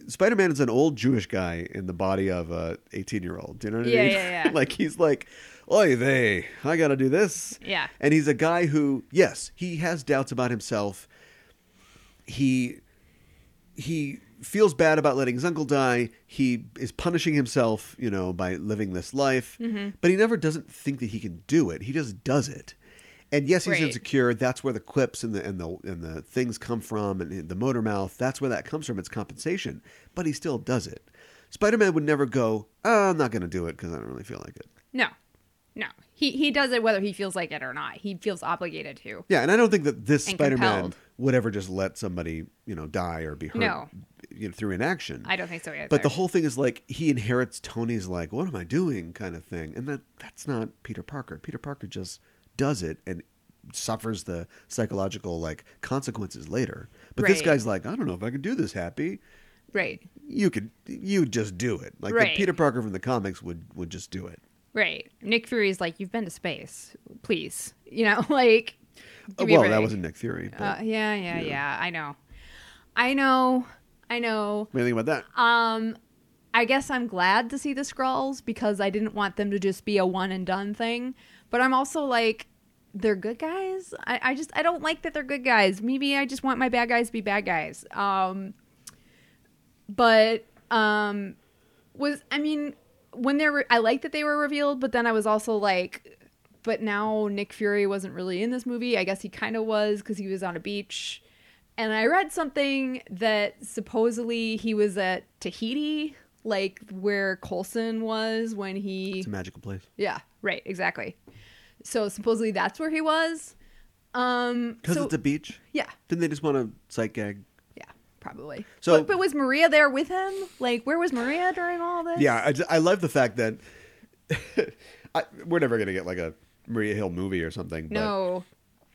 S2: Spider Man is an old Jewish guy in the body of a eighteen year old. Do you know what I
S3: Yeah,
S2: mean?
S3: yeah, yeah.
S2: like he's like, oy they, I gotta do this.
S3: Yeah.
S2: and he's a guy who, yes, he has doubts about himself. He he feels bad about letting his uncle die. He is punishing himself, you know, by living this life.
S3: Mm-hmm.
S2: But he never doesn't think that he can do it. He just does it. And yes, he's
S3: Right.
S2: insecure. That's where the clips and the and the and the things come from, and the motor mouth. That's where that comes from. It's compensation. But he still does it. Spider Man would never go. Oh, I'm not going to do it because I don't really feel like it.
S3: No. No. He he does it whether he feels like it or not. He feels obligated to.
S2: Yeah, and I don't think that this
S3: And
S2: Spider Man
S3: compelled.
S2: would ever just let somebody, you know, die or be hurt,
S3: No.
S2: you know, through inaction.
S3: I don't think so either.
S2: But the whole thing is like he inherits Tony's like, "What am I doing?" kind of thing, and that that's not Peter Parker. Peter Parker just does it and suffers the psychological like consequences later. But this
S3: Right.
S2: guy's like, "I don't know if I can do this happy."
S3: right.
S2: You could, you just do it. Like the
S3: Right.
S2: Peter Parker from the comics would would just do it.
S3: Right. Nick Fury's like, you've been to space. Please. You know, like.
S2: Uh,
S3: give me a
S2: well, that
S3: break.
S2: wasn't Nick Fury. But
S3: Uh, yeah, yeah, yeah, I know. I know. I know.
S2: what do you think about
S3: um,
S2: that?
S3: I guess I'm glad to see the Skrulls because I didn't want them to just be a one and done thing. But I'm also like, they're good guys. I, I just I don't like that they're good guys. Maybe I just want my bad guys to be bad guys. Um, but um, was I mean when they're I like that they were revealed, but then I was also like, but now Nick Fury wasn't really in this movie. I guess he kind of was because he was on a beach. And I read something that supposedly he was at Tahiti, like where Colson was when he.
S2: it's a magical place.
S3: Yeah, right, exactly. So supposedly that's where he was. Um,
S2: Because
S3: so-
S2: it's a beach.
S3: yeah,
S2: Didn't they just want to sight gag?
S3: yeah, probably.
S2: So-
S3: So, but, but was Maria there with him? Like, where was Maria during all this?
S2: Yeah, I, ju- I love the fact that I, we're never gonna get like a Maria Hill movie or something. but-
S3: no.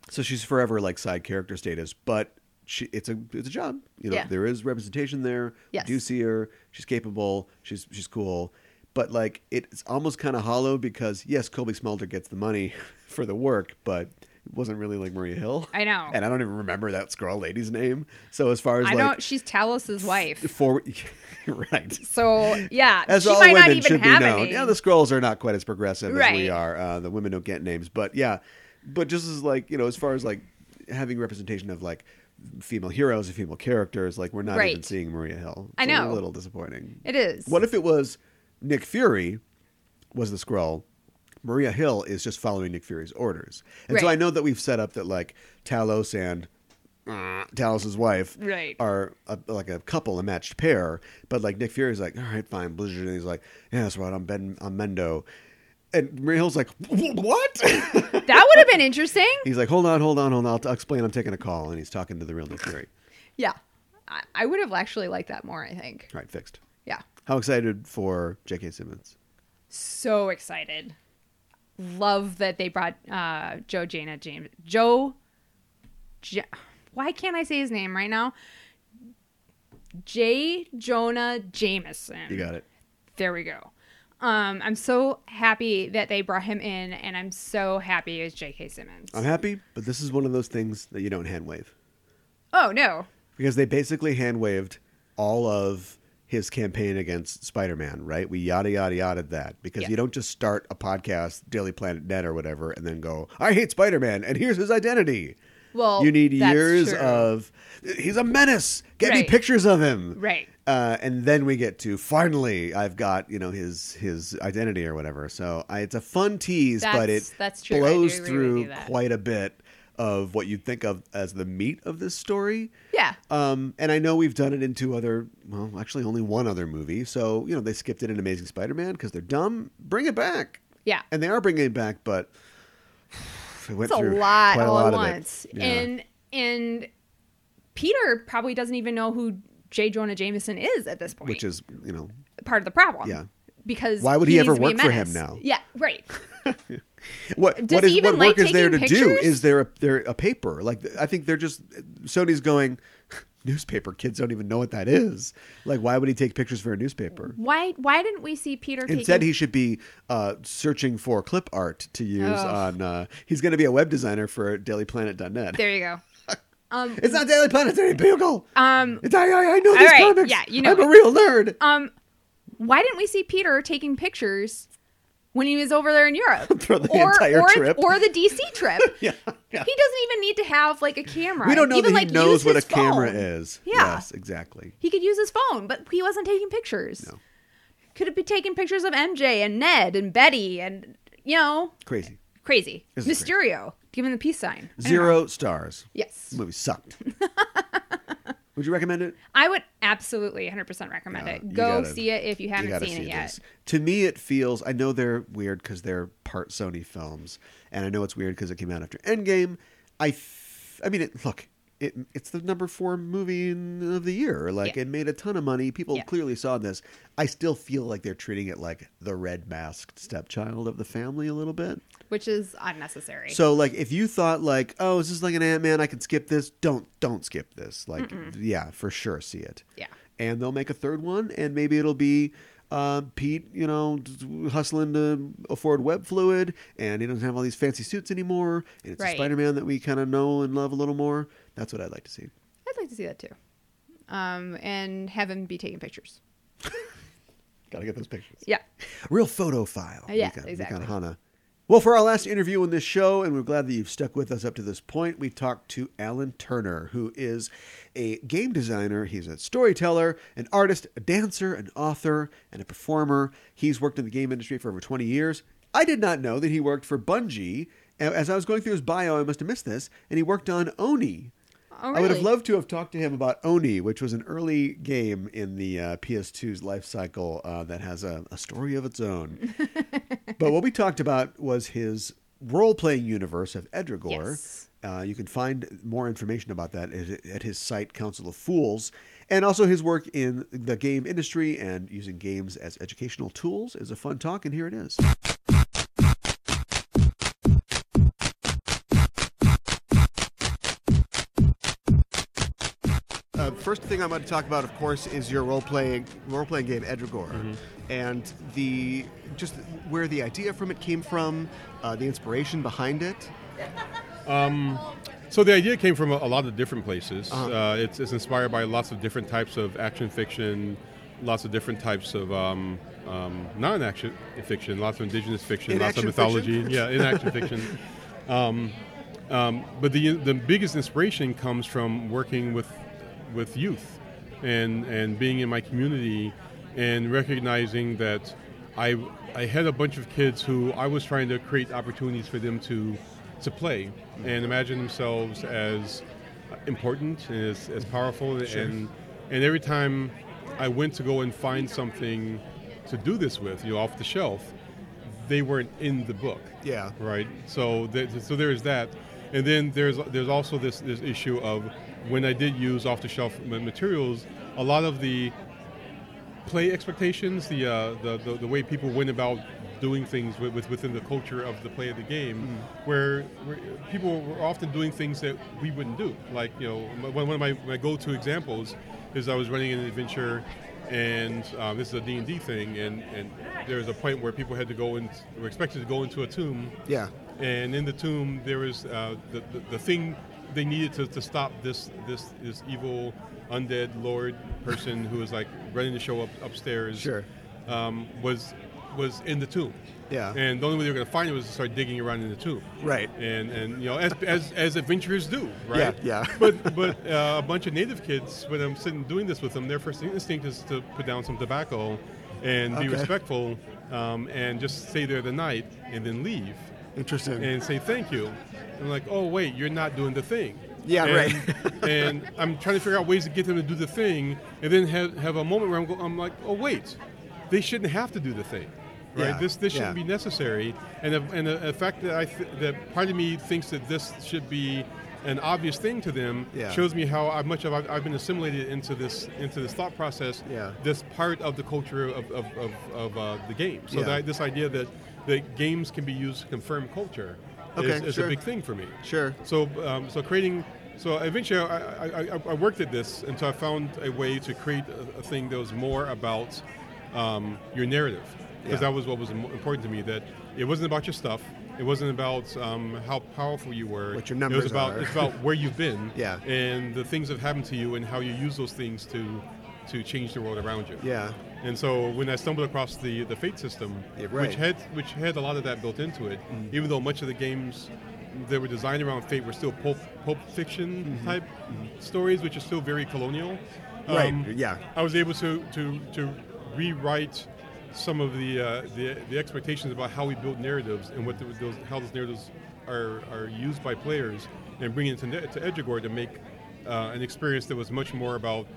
S2: so she's forever like side character status, but she it's a it's a job. You know,
S3: Yeah.
S2: there is representation there.
S3: Yes.
S2: You do see her. She's capable. She's she's cool. But like it's almost kind of hollow because yes, Colby Smulders gets the money for the work, but it wasn't really like Maria Hill.
S3: I know.
S2: and I don't even remember that Squirrel lady's name. So as far as
S3: I
S2: like
S3: don't. She's Talos's wife.
S2: forward, right?
S3: So yeah,
S2: As
S3: she
S2: all
S3: might
S2: women
S3: not even
S2: should
S3: have
S2: be
S3: a
S2: known.
S3: name.
S2: Yeah, the scrolls are not quite as progressive as we
S3: Right.
S2: are. Uh, the women don't get names, but yeah, but just as like you know, as far as like having representation of like female heroes and female characters, like we're not even
S3: Right.
S2: seeing Maria Hill.
S3: I
S2: It's a
S3: know.
S2: little disappointing.
S3: It is.
S2: What if it was Nick Fury was the scroll? Maria Hill is just following Nick Fury's orders, and so
S3: Right.
S2: I know that we've set up that like Talos and uh, Talos's wife
S3: Right.
S2: are a, like a couple, a matched pair. But like Nick Fury's like, all right, fine, Blizzard, and he's like, yeah, that's right, I'm Ben, I'm Mendo, and Maria Hill's like, what?
S3: that would have been interesting.
S2: he's like, hold on, hold on, hold on, I'll, t- I'll explain. I'm taking a call, and he's talking to the real Nick Fury.
S3: Yeah, I, I would have actually liked that more. I think.
S2: All right, fixed.
S3: Yeah,
S2: How excited for J.K. Simmons?
S3: so excited. Love that they brought uh, Joe Jana James. Joe. J- Why can't I say his name right now? J. Jonah Jameson.
S2: You got it.
S3: There we go. Um, I'm so happy that they brought him in, and I'm so happy it was J.K. Simmons.
S2: I'm happy, but this is one of those things that you don't hand wave
S3: oh no,
S2: because they basically hand waved all of his campaign against Spider-Man. Right? We yada yada yada that because
S3: Yeah.
S2: you don't just start a podcast, Daily Planet Net or whatever, and then go, "I hate Spider-Man," and here's his identity.
S3: Well,
S2: you need
S3: that's
S2: years
S3: true.
S2: of he's a menace. Get me
S3: Right.
S2: pictures of him.
S3: Right.
S2: Uh, and then we get to finally, I've got you know his his identity or whatever. So I, it's a fun tease, but
S3: That's-
S2: it
S3: that's true. I do
S2: blows
S3: agree with you
S2: through
S3: that.
S2: quite a bit of what you'd think of as the meat of this story.
S3: yeah,
S2: Um, and I know we've done it in two other, well, actually only one other movie. So you know they skipped it in Amazing Spider-Man because they're dumb. Bring it back,
S3: yeah.
S2: and they are bringing it back, but it went
S3: It's a
S2: through
S3: lot
S2: quite a
S3: all
S2: lot
S3: at
S2: of it.
S3: once,
S2: Yeah.
S3: and and Peter probably doesn't even know who J. Jonah Jameson is at this point,
S2: which is you know
S3: part of the problem.
S2: Yeah.
S3: Because
S2: Why would he ever
S3: needs to be a
S2: work for him
S3: menace.
S2: now?
S3: Yeah, right.
S2: what
S3: Does
S2: what
S3: he
S2: is
S3: even
S2: what work
S3: like
S2: is there to
S3: taking
S2: do?
S3: pictures?
S2: Is there a there a paper? Like I think they're just Sony's going newspaper. Kids don't even know what that is. Like why would he take pictures for a newspaper?
S3: Why why didn't we see Peter
S2: Instead,
S3: taking
S2: he should be uh, searching for clip art to use
S3: Ugh.
S2: on. Uh, he's going to be a web designer for DailyPlanet.net.
S3: There you go. Um
S2: It's not Daily Planet, it's Daily Bugle.
S3: um
S2: It's, I, I, I know
S3: all
S2: these
S3: right,
S2: comics.
S3: yeah, you know
S2: I'm a
S3: it.
S2: real nerd.
S3: um why didn't we see Peter taking pictures when he was over there in Europe?
S2: For the entire
S3: or,
S2: trip.
S3: or the DC trip.
S2: yeah, yeah.
S3: He doesn't even need to have like a camera.
S2: We don't know
S3: even,
S2: that
S3: like,
S2: he knows
S3: use
S2: what a
S3: his
S2: camera
S3: phone.
S2: is.
S3: Yeah.
S2: Yes, exactly.
S3: He could use his phone, but he wasn't taking pictures.
S2: No.
S3: Could have been taking pictures of MJ and Ned and Betty and you know,
S2: Crazy.
S3: crazy.
S2: This is crazy.
S3: Mysterio. Give him the peace sign. I don't know.
S2: Zero stars.
S3: Yes.
S2: This movie sucked. Would you recommend it?
S3: I would absolutely 100% recommend
S2: Yeah,
S3: it.
S2: you
S3: Go
S2: gotta-
S3: see it if you haven't
S2: gotta
S3: seen it yet.
S2: this. To me, it feels. I know they're weird because they're part Sony films, and I know it's weird because it came out after Endgame. I, f- I mean, it, look, it, it's the number four movie in, of the year. Like
S3: Yeah.
S2: it made a ton of money. People
S3: Yeah.
S2: clearly saw this. I still feel like they're treating it like the red masked stepchild of the family a little bit.
S3: Which is unnecessary.
S2: So like if you thought like, oh, is this like an Ant Man? I can skip this. Don't don't skip this. Like yeah, for sure, see it.
S3: Yeah.
S2: And they'll make a third one, and maybe it'll be. Uh, Pete, you know, d- hustling to afford web fluid, and he doesn't have all these fancy suits anymore. And it's
S3: Right.
S2: a Spider-Man that we kind of know and love a little more. That's what I'd like to see.
S3: I'd like to see that too. Um, and have him be taking pictures.
S2: Gotta get those pictures.
S3: Yeah.
S2: Real photo file.
S3: Uh, Yeah,
S2: Mika- Mika
S3: exactly.
S2: Hana. Well, for our last interview in this show, and we're glad that you've stuck with us up to this point, we talked to Alan Turner, who is a game designer. He's a storyteller, an artist, a dancer, an author, and a performer. He's worked in the game industry for over 20 years. I did not know that he worked for Bungie. A- As I was going through his bio, I must have missed this, and he worked on Oni.
S3: Oh,
S2: I would have
S3: really?
S2: loved to have talked to him about Oni, which was an early game in the uh, PS2's life cycle uh, that has a, a story of its own. but what we talked about was his role playing universe of Edrigor.
S3: Yes.
S2: Uh, you can find more information about that at, at his site, Council of Fools. And also his work in the game industry and using games as educational tools is a fun talk, and here it is.
S6: Uh, first thing I'm going to talk about, of course, is your role playing role playing game Edragor,
S2: Mm-hmm.
S6: and the just where the idea from it came from, uh, the inspiration behind it.
S8: So the idea came from a, a lot of different places. Uh, it's, it's inspired by lots of different types of action fiction, lots of different types of um, um, non-action fiction, lots of indigenous fiction, lots of
S6: Inaction
S8: mythology.
S6: fiction?
S8: Yeah, in action fiction. Um, um, but the the biggest inspiration comes from working with with youth and and being in my community and recognizing that I I had a bunch of kids who I was trying to create opportunities for them to to play and imagine themselves as important and as, as powerful and, and and every time I went to go and find something to do this with, you know, off the shelf, they weren't in the book.
S6: Yeah.
S8: Right. So th- so there is that, and then there's there's also this this issue of when I did use off the shelf materials, a lot of the play expectations, the, uh, the, the the way people went about doing things with, with within the culture of the play of the game, where, where people were often doing things that we wouldn't do. Like you know, my- one one of my, my go-to examples is I was running an adventure and um, this is a D&D thing, and, and there was a point where people had to go and were expected to go into a tomb,
S6: Yeah.
S8: and in the tomb there was uh, the, the, the thing they needed to, to stop this, this, this evil undead lord person who was like running the show up upstairs
S6: Sure.
S8: um, was, was in the tomb.
S6: Yeah.
S8: And the only way they were going to find it was to start digging around in the tomb
S6: Right.
S8: and and you know as as, as adventurers do, right?
S6: Yeah, yeah.
S8: but but uh, a bunch of native kids, when I'm sitting doing this with them, their first instinct is to put down some tobacco and be
S6: Okay.
S8: respectful um, and just stay there the night and then leave
S6: Interesting.
S8: and say thank you. I'm like, oh wait, you're not doing the thing.
S6: Yeah,
S8: And-
S6: right.
S8: and I'm trying to figure out ways to get them to do the thing, and then have, have a moment where I'm, go, I'm like, oh wait, they shouldn't have to do the thing, right?
S6: Yeah,
S8: This this shouldn't
S6: yeah.
S8: be necessary. And the, and the, the fact that I th- that part of me thinks that this should be an obvious thing to them
S6: Yeah.
S8: shows me how I- much of I've, I've been assimilated into this into this thought process.
S6: Yeah.
S8: This part of the culture of of, of, of uh, the game. So
S6: Yeah.
S8: that, this idea that that games can be used to confirm culture
S6: Okay,
S8: is, is
S6: sure.
S8: a big thing for me.
S6: Sure.
S8: So, um, so creating, so eventually I, I, I, I worked at this until I found a way to create a, a thing that was more about um, your narrative, because
S6: Yeah.
S8: that was what was im- important to me. That it wasn't about your stuff. It wasn't about um, how powerful you were.
S6: What your
S8: It
S6: numbers
S8: was about
S6: are.
S8: it's about where you've been.
S6: Yeah.
S8: And the things that have happened to you, and how you use those things to to change the world around you.
S6: Yeah.
S8: And so when I stumbled across the the fate system,
S6: Yeah, right. Mm-hmm.
S8: which had which had a lot of that built into it, even though much of the games that were designed around fate were still pulp, pulp fiction
S6: Mm-hmm.
S8: type stories, which are still very colonial.
S6: Right, yeah.
S8: Um, I was able to to to rewrite some of the uh, the, the expectations about how we build narratives and what the, those how those narratives are are used by players, and bring it to, ne- to Edgegore to make uh, an experience that was much more about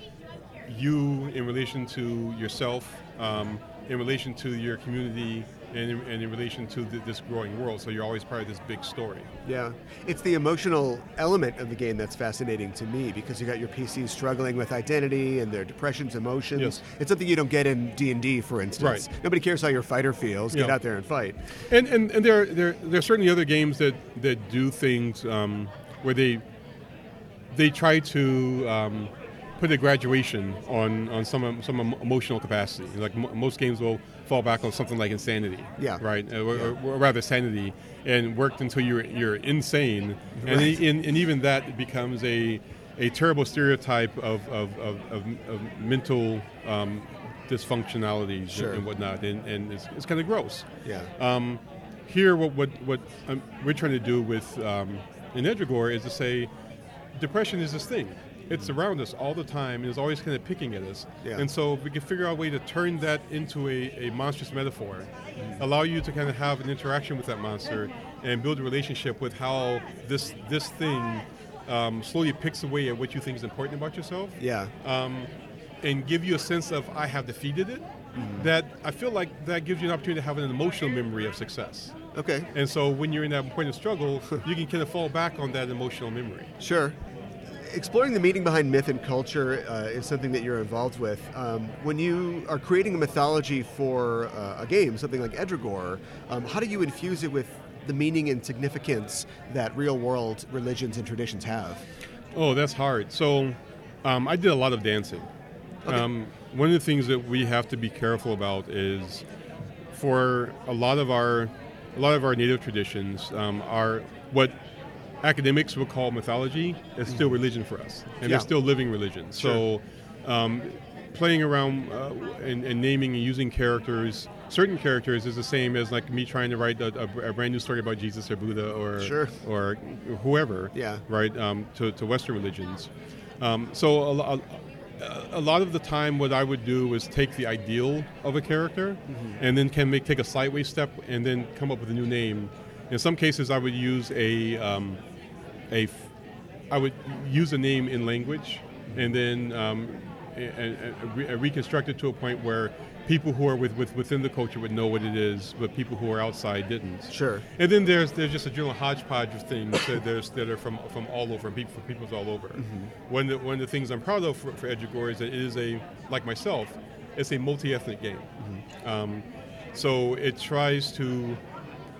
S8: you in relation to yourself, um, in relation to your community, and in, and in relation to th- this growing world. So you're always part of this big story.
S6: Yeah, it's the emotional element of the game that's fascinating to me because you got your PCs struggling with identity and their depressions, emotions.
S8: Yes.
S6: It's something you don't get in D and D, for instance.
S8: Right.
S6: Nobody cares how your fighter feels. Get
S8: Yeah.
S6: out there and fight.
S8: And and, and there, there there are certainly other games that that do things um, where they they try to um, put a graduation on on some some em- emotional capacity. Like mo most games will fall back on something like insanity,
S6: Yeah.
S8: right, Uh, or, or- or rather sanity, and worked until you're you're insane, and, e- and and even that becomes a a terrible stereotype of of, of, of, of mental um, dysfunctionalities
S6: Sure.
S8: and whatnot, and, and it's, it's kind of gross.
S6: Yeah.
S8: Um, here, what what what um, we're trying to do with um, in Edrigor is to say, depression is this thing. It's around us all the time and is always kind of picking at us.
S6: Mm-hmm. Yeah.
S8: And so we can figure out a way to turn that into a, a monstrous metaphor, allow you to kind of have an interaction with that monster and build a relationship with how this this thing um, slowly picks away at what you think is important about yourself
S6: yeah.
S8: um, and give you a sense of I have defeated it.
S6: Mm-hmm.
S8: That I feel like that gives you an opportunity to have an emotional memory of success.
S6: okay.
S8: And so when you're in that point of struggle, you can kind of fall back on that emotional memory.
S6: Sure. Exploring the meaning behind myth and culture uh, is something that you're involved with. Um, when you are creating a mythology for uh, a game, something like Edragor, um, how do you infuse it with the meaning and significance that real world religions and traditions have?
S8: Oh, that's hard. So, um, I did a lot of dancing. Um, one of the things that we have to be careful about is, for a lot of our, a lot of our native traditions, um, are what academics would call mythology is still religion for us, and
S6: Mm-hmm. Yeah.
S8: they're still living religion. So, um, playing around uh, and, and naming and using characters, certain characters, is the same as like me trying to write a, a, a brand new story about Jesus or Buddha or
S6: Sure.
S8: or whoever
S6: Yeah.
S8: right, um, to, to Western religions. Um, so a, lo- a, a lot of the time, what I would do is take the ideal of a character, and then can make take a sideways step, and then come up with a new name. In some cases, I would use a um, a f- I would use a name in language, and then um, a, a, a re- a reconstruct it to a point where people who are with, with within the culture would know what it is, but people who are outside didn't.
S6: Sure.
S8: And then there's there's just a general hodgepodge of things that there's that are from from all over, people from peoples all over. One of the, one of the things I'm proud of for, for Edugore is that it is a like myself, it's a multi-ethnic game. Um, so it tries to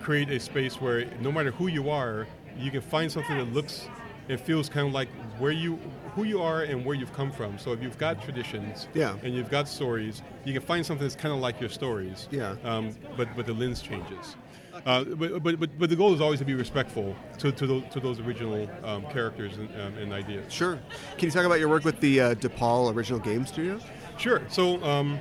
S8: create a space where no matter who you are, you can find something that looks and feels kind of like where you who you are and where you've come from. So if you've got traditions,
S2: Yeah.
S8: and you've got stories, you can find something that's kind of like your stories,
S2: Yeah.
S8: Um, but but the lens changes. Uh, but, but, but, but the goal is always to be respectful to, to, those, to those original um, characters and, um, and ideas.
S2: Sure. Can you talk about your work with the uh, DePaul Original Game Studio?
S8: Sure. So um,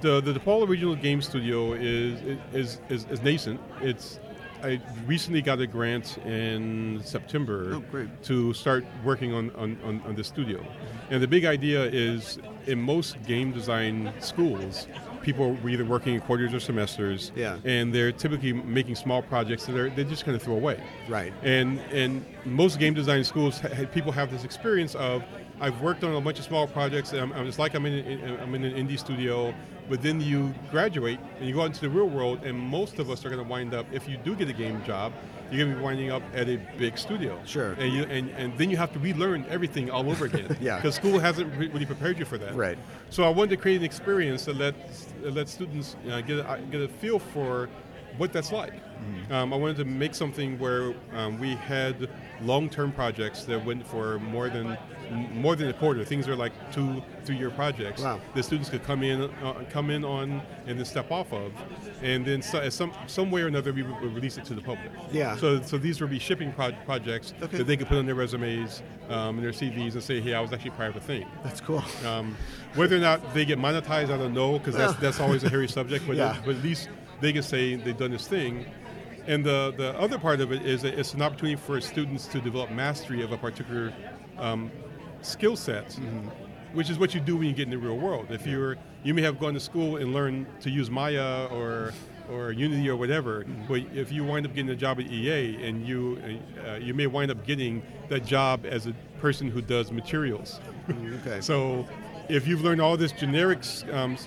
S8: the the DePaul Original Game Studio is is, is, is nascent. It's I recently got a grant in September
S2: Oh, great.
S8: to start working on, on, on, on the studio. And the big idea is in most game design schools, people were either working in quarters or semesters,
S2: Yeah.
S8: and they're typically making small projects that are, they just kind of throw away.
S2: Right.
S8: And and most game design schools ha- ha- people have this experience of I've worked on a bunch of small projects. And I'm, I'm it's like I'm in, in I'm in an indie studio, but then you graduate and you go out into the real world, and most of us are going to wind up if you do get a game job, you're going to be winding up at a big studio.
S2: Sure.
S8: And you and, and then you have to relearn everything all over again.
S2: Yeah.
S8: Because school hasn't re- really prepared you for that.
S2: Right.
S8: So I wanted to create an experience that let that let students uh, get a, get a feel for what that's like.
S2: Mm-hmm.
S8: Um, I wanted to make something where um, we had long-term projects that went for more than m- more than a quarter. Things are like two three-year projects
S2: Wow.
S8: that students could come in uh, come in on and then step off of, and then so, at some some way or another we would release it to the public.
S2: Yeah.
S8: So so these would be shipping pro- projects
S2: Okay.
S8: that they could put on their resumes um, and their CVs and say, hey, I was actually part of a thing.
S2: That's cool.
S8: Um, whether or not they get monetized, I don't know because that's that's always a hairy subject. But,
S2: Yeah.
S8: but at least they can say they've done this thing. And the the other part of it is that it's an opportunity for students to develop mastery of a particular um, skill set. Which is what you do when you get in the real world. If you're, you may have gone to school and learned to use Maya or, or Unity or whatever. But if you wind up getting a job at EA, and you, uh, you may wind up getting that job as a person who does materials.
S2: Mm, Okay.
S8: So, if you've learned all this generics, um, s-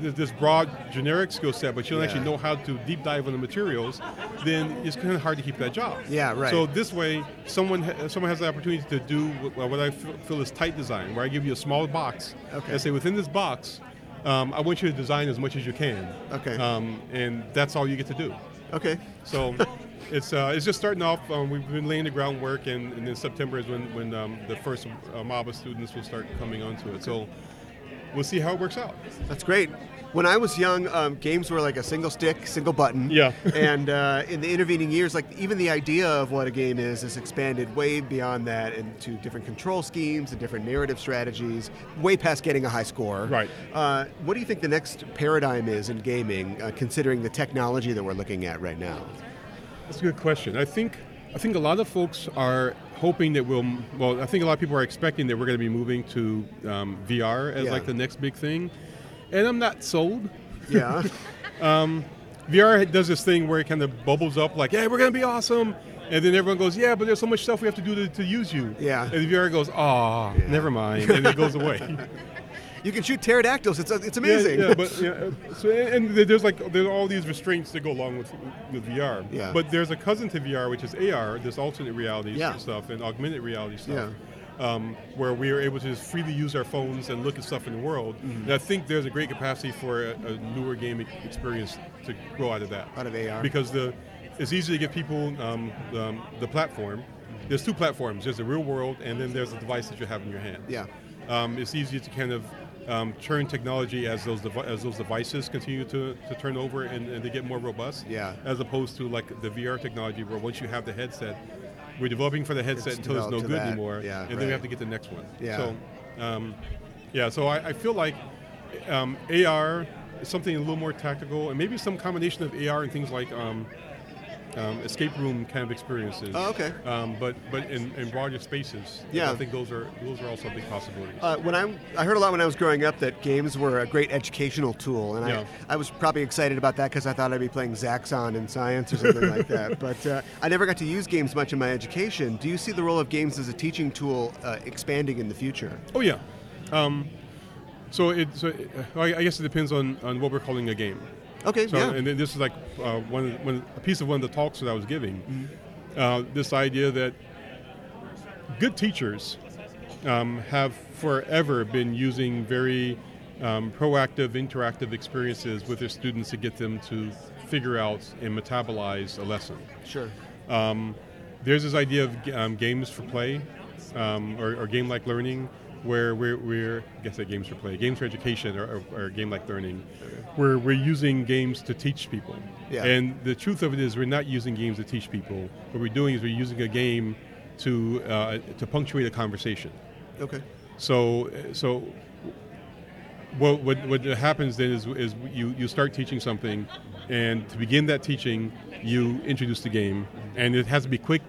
S8: th- this broad generic skill set, but you don't
S2: Yeah.
S8: actually know how to deep dive on the materials, then it's kind of hard to keep that job.
S2: Yeah, right.
S8: So this way, someone ha- someone has the opportunity to do wh- what I f- feel is tight design, where I give you a small box
S2: Okay.
S8: and say within this box, um, I want you to design as much as you can.
S2: Okay.
S8: Um, and that's all you get to do.
S2: okay.
S8: So it's uh, it's just starting off. Um, we've been laying the groundwork, and, and then September is when when um, the first uh, mob of students will start coming onto it. So we'll see how it works out.
S2: That's great. When I was young, um, games were like a single stick, single button.
S8: Yeah.
S2: and uh, in the intervening years, like even the idea of what a game is is expanded way beyond that into different control schemes and different narrative strategies, way past getting a high score.
S8: Right.
S2: Uh, what do you think the next paradigm is in gaming, uh, considering the technology that we're looking at right now?
S8: That's a good question. I think I think a lot of folks are hoping that we'll. Well, I think a lot of people are expecting that we're going to be moving to um, VR as
S2: Yeah.
S8: like the next big thing, and I'm not sold.
S2: Yeah.
S8: VR does this thing where it kind of bubbles up, like, "Hey, we're gonna be awesome," and then everyone goes, "Yeah, but there's so much stuff we have to do to, to use you."
S2: Yeah.
S8: And the VR goes, "Ah, never mind," and it goes away.
S2: you can shoot pterodactyls. It's, uh, it's amazing.
S8: Yeah, yeah, but yeah, so and and there's like there's all these restraints that go along with with VR.
S2: Yeah.
S8: But there's a cousin to VR, which is AR, this alternate reality
S2: Yeah.
S8: stuff and augmented reality stuff. Um, where we are able to just freely use our phones and look at stuff in the world,
S2: Mm-hmm.
S8: and I think there's a great capacity for a, a newer game e- experience to grow out of that.
S2: Out of AR.
S8: because the it's easy to give people um, um, the platform.
S2: Mm-hmm.
S8: There's two platforms. There's the real world, and then there's the device that you have in your hand
S2: Yeah.
S8: um, it's easier to kind of um, churn technology as those devi- as those devices continue to, to turn over and, and they get more robust.
S2: Yeah.
S8: As opposed to like the VR technology, where once you have the headset, we're developing for the headset
S2: It's
S8: until it's no
S2: developed to
S8: good
S2: that,
S8: anymore,
S2: yeah,
S8: and then we
S2: right.
S8: have to get the next one.
S2: Yeah.
S8: So, um, yeah. So I, I feel like um, AR is something a little more tactical, and maybe some combination of AR and things like. Um, um, escape room kind of experiences.
S2: Oh, okay.
S8: Um, but but in, in broader spaces.
S2: Yeah.
S8: I think those are those are also big possibilities.
S2: Uh, when I, I heard a lot when I was growing up that games were a great educational tool, and
S8: Yeah.
S2: I, I was probably excited about that because I thought I'd be playing Zaxxon in science or something like that. But uh, I never got to use games much in my education. Do you see the role of games as a teaching tool uh, expanding in the future?
S8: Oh yeah. Um, so it, so it, I I guess it depends on, on what we're calling a game.
S2: Okay,
S8: So
S2: yeah.
S8: and then this is like uh, one, of- one a piece of one of the talks that I was giving. Uh, this idea that good teachers um, have forever been using very um, proactive, interactive experiences with their students to get them to figure out and metabolize a lesson
S2: sure.
S8: um, there's this idea of um, games for play, um, or, or game like learning, where we're, we're I guess that games for play, games for education, or, or, or game like learning, where we're using games to teach people.
S6: Yeah.
S8: And the truth of it is, we're not using games to teach people. What we're doing is we're using a game to uh, to punctuate a conversation.
S6: Okay.
S8: So, so what, what, what happens then is, is you, you start teaching something, and to begin that teaching, you introduce the game, and it has to be quick.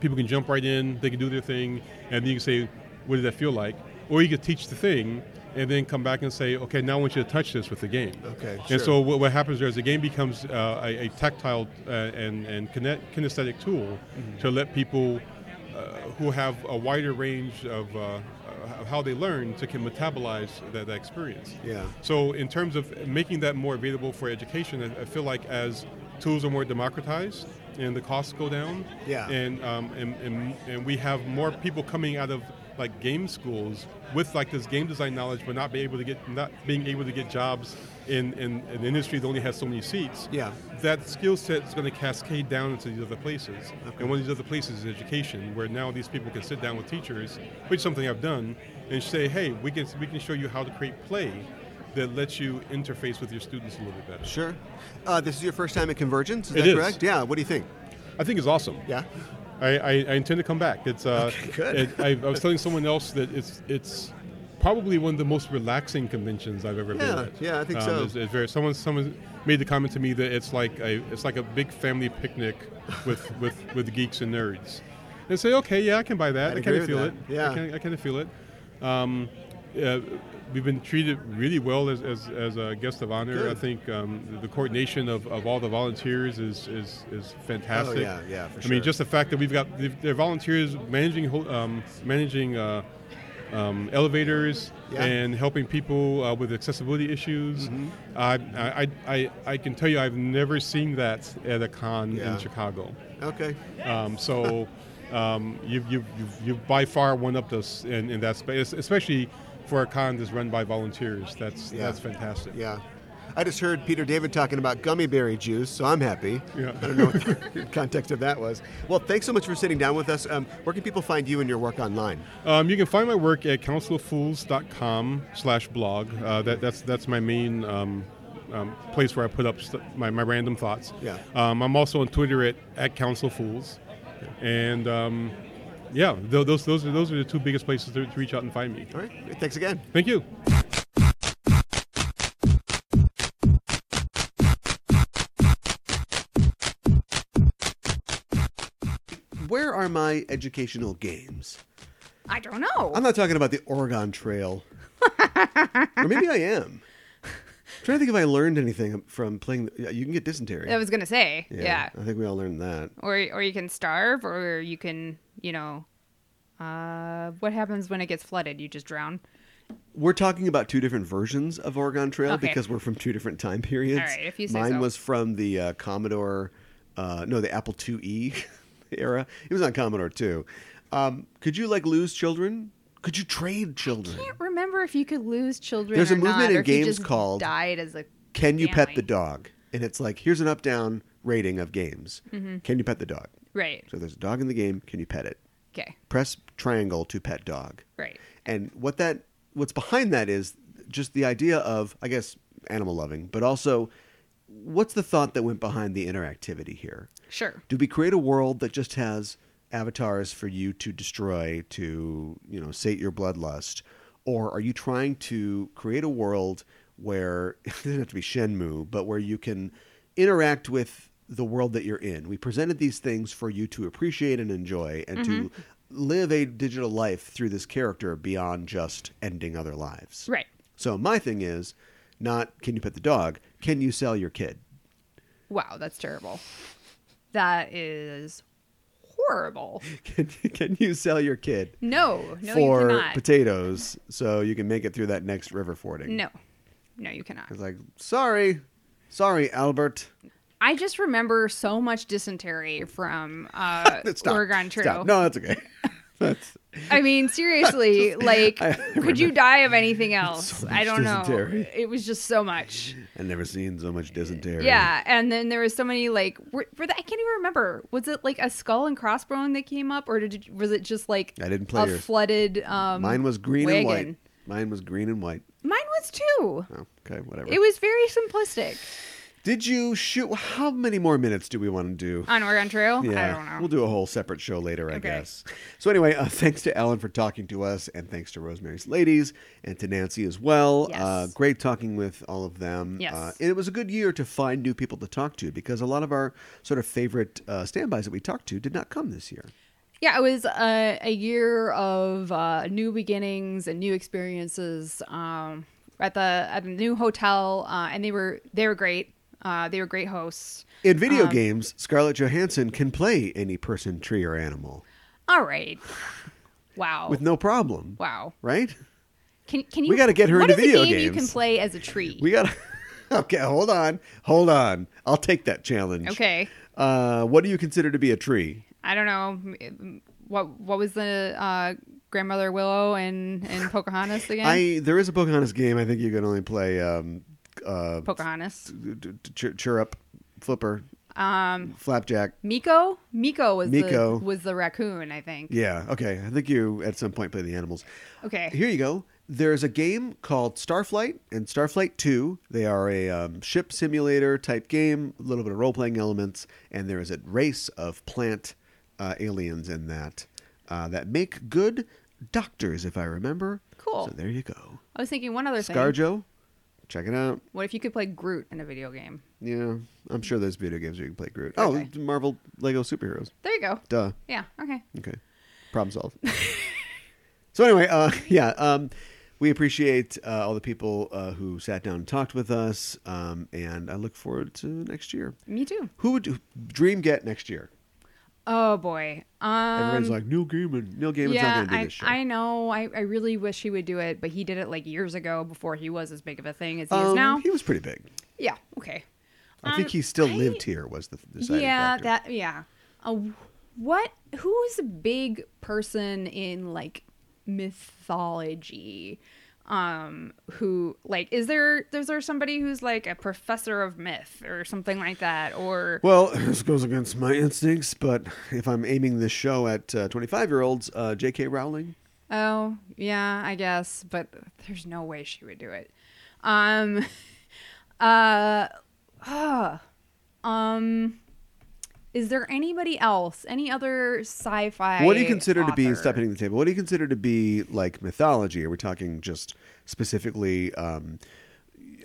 S8: People can jump right in, they can do their thing, and then you can say, What did that feel like? Or you could teach the thing, and then come back and say, Okay, now I want you to touch this with the game.
S6: Okay,
S8: And
S6: sure.
S8: so what, what happens there is the game becomes uh, a, a tactile uh, and, and kinet- kinesthetic tool
S6: Mm-hmm.
S8: to let people uh, who have a wider range of, uh, of how they learn to can metabolize that, that experience.
S6: Yeah.
S8: So in terms of making that more available for education, I, I feel like as tools are more democratized and the costs go down,
S6: Yeah.
S8: and, um, and, and and we have more people coming out of like game schools with like this game design knowledge, but not be able to get not being able to get jobs in, in an industry that only has so many seats.
S6: Yeah.
S8: That skill set is going to cascade down into these other places, and one of these other places is education, where now these people can sit down with teachers, which is something I've done, and say, hey, we can we can show you how to create play that lets you interface with your students a little bit better.
S6: Sure. Uh, this is your first time at Convergence, is
S8: It
S6: that
S8: is.
S6: correct? Yeah. What do you think?
S8: I think it's awesome.
S6: Yeah.
S8: I, I, I intend to come back. It's uh,
S6: good.
S8: It, I, I was telling someone else that it's it's probably one of the most relaxing conventions I've ever been
S6: Yeah,
S8: at.
S6: yeah, I think
S8: um,
S6: so.
S8: It's, it's very, someone someone made the comment to me that it's like a it's like a big family picnic with with with geeks and nerds, and say okay, yeah, I can buy that.
S6: I'd
S8: I kind
S6: agree
S8: of
S6: with
S8: feel
S6: that.
S8: it.
S6: Yeah.
S8: I kind of, I kind of feel it. Um, uh, we've been treated really well as, as, as a guest of honor.
S6: Good.
S8: I think um, the- the coordination of, of all the volunteers is is, is fantastic.
S6: Oh, yeah, yeah, for
S8: I mean,
S6: sure.
S8: just just the fact that we've got they've- they're volunteers managing ho- um, managing uh, um, elevators
S6: Yeah. Mm-hmm.
S8: and helping people uh, with accessibility issues. I, I, I, I can tell you I've never seen that at a con
S6: Yeah.
S8: in Chicago.
S6: Okay.
S8: Um, so um, you've, you've, you've, you've by far one upped us in, in that space, especially for a con that's run by volunteers. That's
S6: Yeah.
S8: that's fantastic.
S6: Yeah. I just heard Peter David talking about gummy berry juice, so I'm happy.
S8: Yeah.
S6: I don't know what the context of that was. Well, thanks so much for sitting down with us. Um, where can people find you and your work online?
S8: Um, you can find my work at councilofools.com slash blog. Uh, that, that's, that's my main um, um, place where I put up st- my, my random thoughts.
S6: Yeah.
S8: Um, I'm also on Twitter at, at councilfools. And um, yeah, tho- those, those, are, those are the two biggest places to, to reach out and find me.
S6: All right. Thanks again.
S8: Thank you.
S2: Where are my educational games?
S3: I don't know.
S2: I'm not talking about the Oregon Trail. or maybe I am. I'm trying to think if I learned anything from playing. yeah, You can get dysentery.
S3: I was gonna say, yeah.
S2: I think we all learned that.
S3: Or or you can starve, or you can, you know, uh, what happens when it gets flooded? You just drown.
S2: We're talking about two different versions of Oregon Trail
S3: Okay.
S2: because we're from two different time periods.
S3: All right, if you say
S2: Mine
S3: so.
S2: was from the uh, Commodore, uh, no, the Apple IIe era. It was on Commodore too. Um, could you like lose children? Could you trade children?
S3: I can't remember if you could lose children.
S2: There's a
S3: or
S2: movement
S3: not,
S2: in
S3: or if you
S2: games
S3: just
S2: called
S3: died as a.
S2: Can you pet
S3: family.
S2: the dog? And it's like here's an up down rating of games.
S3: Mm-hmm.
S2: Can you pet the dog?
S3: Right.
S2: So there's a dog in the game. Can you pet it?
S3: Okay.
S2: Press triangle to pet dog.
S3: Right.
S2: And what that what's behind that is just the idea of I guess animal loving, but also what's the thought that went behind the interactivity here?
S3: Sure.
S2: Do we create a world that just has avatars for you to destroy to, you know, sate your bloodlust? Or are you trying to create a world where it doesn't have to be Shenmue, but where you can interact with the world that you're in? We presented these things for you to appreciate and enjoy and to live a digital life through this character beyond just ending other lives.
S3: Right.
S2: So my thing is not can you pet the dog, can you sell your kid?
S3: Wow, that's terrible. That is horrible.
S2: Can, can you sell your kid?
S3: No, no, you
S2: for
S3: cannot.
S2: potatoes so you can make it through that next river fording.
S3: no, no, you cannot.
S2: It's like, sorry, sorry, Albert.
S3: I just remember so much dysentery from uh,
S2: Stop.
S3: Oregon Trail.
S2: Stop. No, that's okay. that's
S3: I mean, seriously, like,
S2: I
S3: could you die of anything else?
S2: so
S3: I
S2: much
S3: don't know.
S2: dysentery.
S3: It was just so much.
S2: I've never seen so much dysentery.
S3: Yeah, and then there was so many like were, were the, I can't even remember. Was it like a skull and crossbone that came up, or did was it just like
S2: I didn't play
S3: a
S2: yours.
S3: flooded? Um,
S2: Mine was green and white.
S3: wagon?
S2: Mine was green and white.
S3: Mine was too.
S2: Oh, okay, whatever.
S3: It was very simplistic.
S2: Did you shoot? How many more minutes do we want to do?
S3: On Oregon Trail, I don't know.
S2: We'll do a whole separate show later, I
S3: Okay.
S2: guess. So anyway, uh, thanks to Ellen for talking to us, and thanks to Rosemary's Ladies and to Nancy as well.
S3: Yes.
S2: Uh, great talking with all of them.
S3: Yes.
S2: Uh, and it was a good year to find new people to talk to because a lot of our sort of favorite uh, standbys that we talked to did not come this year.
S3: Yeah, it was uh, a, a year of uh, new beginnings and new experiences um, at the at the new hotel, uh, and they were they were great. Uh, they were great hosts.
S2: In
S3: Um,
S2: video games, Scarlett Johansson can play any person, tree, or animal
S3: All right, wow,
S2: with no problem.
S3: Oh. wow.
S2: Right?
S3: Can can
S2: We
S3: you?
S2: gotta get her
S3: what
S2: into
S3: is a
S2: video
S3: game You can
S2: games.
S3: play as a tree.
S2: We got. to Okay, hold on, hold on. I'll take that challenge.
S3: okay,
S2: Uh, what do you consider to be a tree?
S3: I don't know what what was the uh, grandmother Willow and and Pocahontas again.
S2: I there is a Pocahontas game. I think you can only play um, uh,
S3: Pocahontas,
S2: t- t- chir- chirrup, flipper, um, flapjack.
S3: Miko, Miko was
S2: Miko.
S3: the was the raccoon, I think.
S2: Yeah. Okay. I think you at some point play the animals.
S3: Okay.
S2: Here you go. There's a game called Starflight and Starflight 2. They are a um, ship simulator type game, a little bit of role playing elements, and there is a race of plant uh, aliens in that uh, that make good doctors, if I remember.
S3: Cool.
S2: So there you go.
S3: I was thinking one other thing.
S2: Scarjo, check it out.
S3: What if you could play Groot in a video game?
S2: Yeah, I'm sure there's video games where you can play Groot.
S3: Okay.
S2: Oh, Marvel Lego superheroes.
S3: There you go.
S2: Duh.
S3: Yeah. Okay.
S2: Okay. Problem solved. so anyway, uh, yeah, um, we appreciate uh, all the people uh, who sat down and talked with us, um, and I look forward to next year.
S3: Me too.
S2: Who would you dream get next year?
S3: Oh boy. Um.
S2: Everyone's like Neil Gaiman. Neil Gaiman's
S3: yeah,
S2: not going to do
S3: I,
S2: this show.
S3: I know. I, I really wish he would do it, but he did it like years ago before he was as big of a thing as he is
S2: Um,
S3: now.
S2: He was pretty big.
S3: Yeah. Okay.
S2: I think he still lived here. Was the deciding
S3: Yeah.
S2: factor.
S3: That. Yeah. Uh, what? Who is a big person in like mythology? Um. Who like is there? Is there somebody who's like a professor of myth or something like that? Or
S2: Well, this goes against my instincts, but if I'm aiming this show at 25 year olds, uh, J.K. Rowling.
S3: Oh, yeah, I guess, but there's no way she would do it. Um uh, ah, um is there anybody else? Any other sci-fi
S2: what do you consider to be
S3: author?
S2: stepping to the table? What do you consider to be like mythology? Are we talking just specifically um,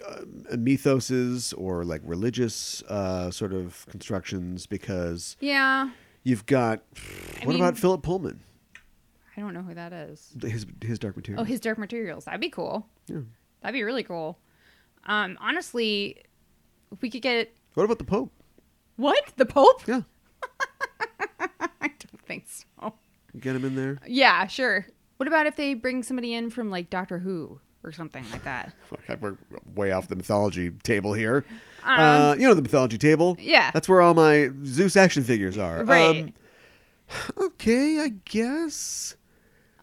S2: uh, mythoses or like religious uh, sort of constructions? Because
S3: Yeah,
S2: you've got what
S3: mean-
S2: about Philip Pullman?
S3: I don't know who that is.
S2: His his Dark Materials.
S3: Oh, his Dark Materials. That'd be cool. That'd be really cool. Um honestly, if we could get
S2: what about the Pope?
S3: what? The Pope?
S2: Yeah,
S3: I don't think so.
S2: get him in there.
S3: Yeah, sure. What about if they bring somebody in from like Doctor Who or something like that?
S2: Fuck, We're way off the mythology table here. uh, you know the mythology table.
S3: Um, yeah.
S2: that's where all my Zeus action figures are. Um,
S3: Right.
S2: okay, I guess.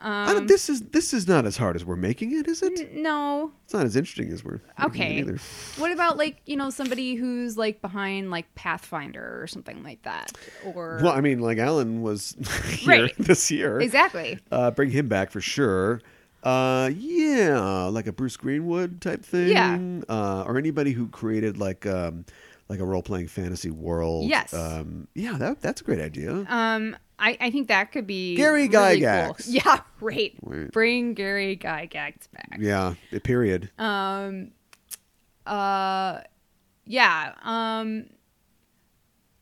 S2: I
S3: Um,
S2: don't- this is this is not as hard as we're making it, is it?
S3: no.
S2: It's not as interesting as we're making it
S3: Okay.
S2: either.
S3: What about like, you know, somebody who's like behind like Pathfinder or something like that? Or
S2: Well, I mean, like Alan was here
S3: Right.
S2: this year.
S3: Exactly.
S2: Uh, bring him back for sure. Uh, yeah, like a Bruce Greenwood type thing.
S3: Yeah.
S2: Uh, or anybody who created like um, like a role playing fantasy world.
S3: Yes.
S2: Um, yeah, that, that's a great idea.
S3: Um I, I think that could be
S2: Gary
S3: really
S2: Gygax.
S3: Cool. Yeah, right.
S2: Wait.
S3: Bring Gary Gygax back.
S2: yeah. eh, Period.
S3: uh yeah um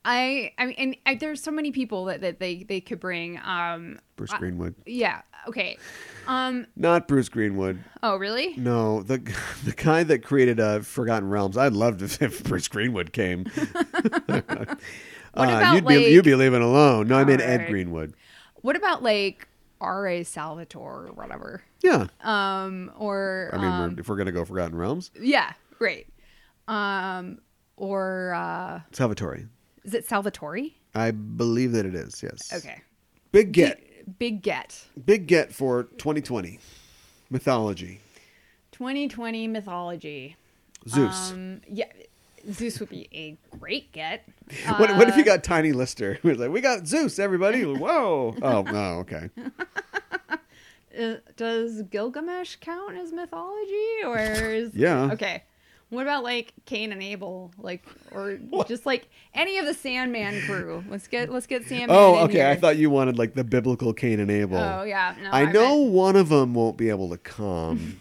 S3: i i mean and I, there's so many people that, that they they could bring um
S2: Bruce Greenwood.
S3: yeah okay um
S2: Not Bruce Greenwood.
S3: oh really
S2: No, the the guy that created uh, Forgotten Realms. I'd love to if Bruce Greenwood came. Uh,
S3: What about,
S2: you'd
S3: like-
S2: be you'd be leaving alone. No, I mean Ed
S3: Alright.
S2: Greenwood.
S3: what about like ra salvatore or whatever
S2: Yeah,
S3: um or
S2: I mean,
S3: um,
S2: we're, if we're gonna go Forgotten Realms,
S3: yeah great um or uh
S2: Salvatore.
S3: is it salvatore
S2: I believe that it is. Yes.
S3: okay
S2: Big get.
S3: big get.
S2: Big get for 2020 mythology.
S3: 2020 mythology.
S2: Zeus.
S3: Um, yeah, Zeus would be a great get.
S2: what, what if
S3: uh,
S2: you got Tiny Lister? We're like, we got Zeus, everybody. Whoa. Oh, oh okay.
S3: Uh, does Gilgamesh count as mythology, or is
S2: Yeah.
S3: okay? What about like Cain and Abel, like, or just like any of the Sandman crew? Let's get let's get Sandman.
S2: Oh,
S3: in
S2: okay. I
S3: here.
S2: thought you wanted like the biblical Cain and Abel.
S3: Oh yeah, no,
S2: I
S3: meant-
S2: know one of them won't be able to come.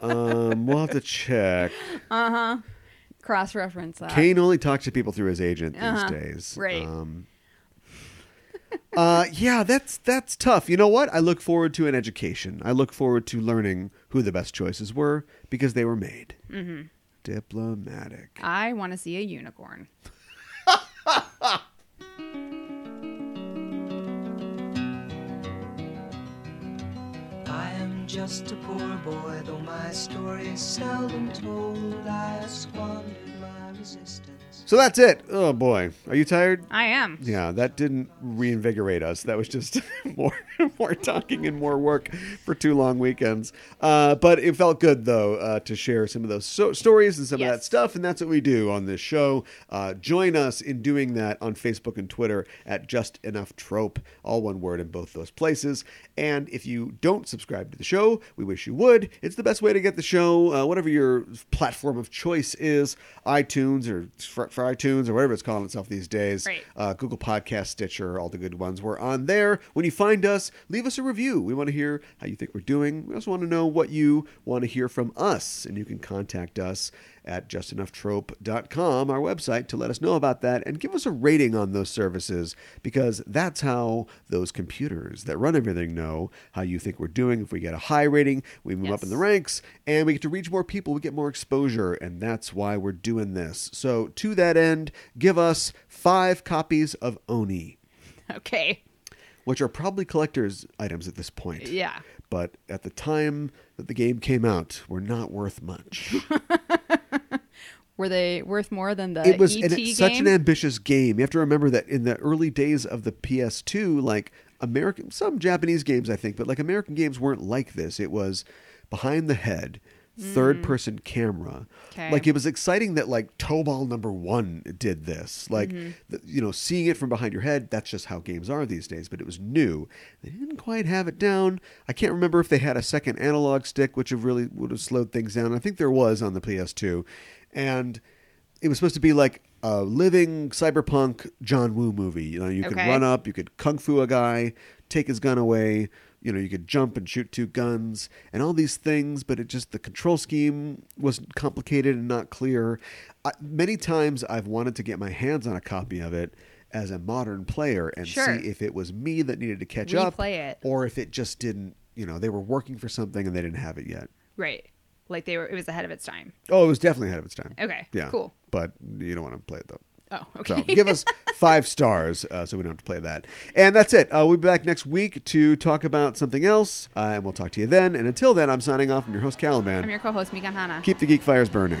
S2: um, we'll have to check.
S3: cross reference that.
S2: Kane only talks to people through his agent these
S3: Uh-huh.
S2: days.
S3: Right.
S2: Um, uh, yeah, that's that's tough. You know what? I look forward to an education. I look forward to learning who the best choices were because they were made. Mm-hmm. Diplomatic.
S3: I want to see a unicorn.
S1: I am just a poor boy, though my story is seldom told. I have squandered my resistance.
S2: So that's it. Oh boy, are you tired?
S3: I am.
S2: Yeah, that didn't reinvigorate us. That was just more more talking and more work for two long weekends. Uh, but it felt good though uh, to share some of those so- stories and some of that
S3: Yes.
S2: stuff, and that's what we do on this show. Uh, join us in doing that on Facebook and Twitter at Just Enough Trope, all one word in both those places. And if you don't subscribe to the show, we wish you would. It's the best way to get the show, uh, whatever your platform of choice is, iTunes or for, for iTunes or whatever it's calling itself these days
S3: Right.
S2: uh, Google Podcast, Stitcher, all the good ones. We're on there. When you find us, leave us a review. We want to hear how you think we're doing. We also want to know what you want to hear from us, and you can contact us at justenoughtrope.com, our website, to let us know about that and give us a rating on those services because that's how those computers that run everything know how you think we're doing. If we get a high rating, we move up in the
S3: Yes.
S2: ranks ranks and we get to reach more people, we get more exposure, and that's why we're doing this. So, to that end, give us five copies of Oni,
S3: Okay.
S2: which are probably collector's items at this point.
S3: Yeah.
S2: But at the time that the game came out, were not worth much.
S3: Were they worth more than the
S2: it was
S3: ET
S2: an,
S3: game?
S2: such an ambitious game. You have to remember that in the early days of the PS2, like American, some Japanese games, I think, but like American games weren't like this. It was behind the head, third person camera.
S3: Hmm. Okay.
S2: Like it was exciting that like Tobal number one did this. Like,
S3: Mm-hmm.
S2: th- you know, seeing it from behind your head, that's just how games are these days, but it was new. They didn't quite have it down. I can't remember if they had a second analog stick, which have really would have slowed things down. I think there was on the PS2. And it was supposed to be like a living cyberpunk John Woo movie. You know, you could
S3: Okay.
S2: run up, you could kung fu a guy, take his gun away. You know, you could jump and shoot two guns and all these things, but it just the control scheme was complicated and not clear. I, many times I've wanted to get my hands on a copy of it as a modern player and
S3: Sure.
S2: see if it was me that needed to catch up,
S3: Replay it.
S2: or if it just didn't. You know, they were working for something and they didn't have it yet.
S3: right. Like they were. It was ahead of its time.
S2: Oh, it was definitely ahead of its time.
S3: Okay,
S2: Yeah.
S3: cool.
S2: But you don't want to play it though.
S3: Oh, okay.
S2: So give us five stars uh, so we don't have to play that. And that's it. Uh, we'll be back next week to talk about something else. Uh, and we'll talk to you then. And until then, I'm signing off. I'm your host, Caliban.
S3: I'm your co-host Mika Hana.
S2: Keep the geek fires burning.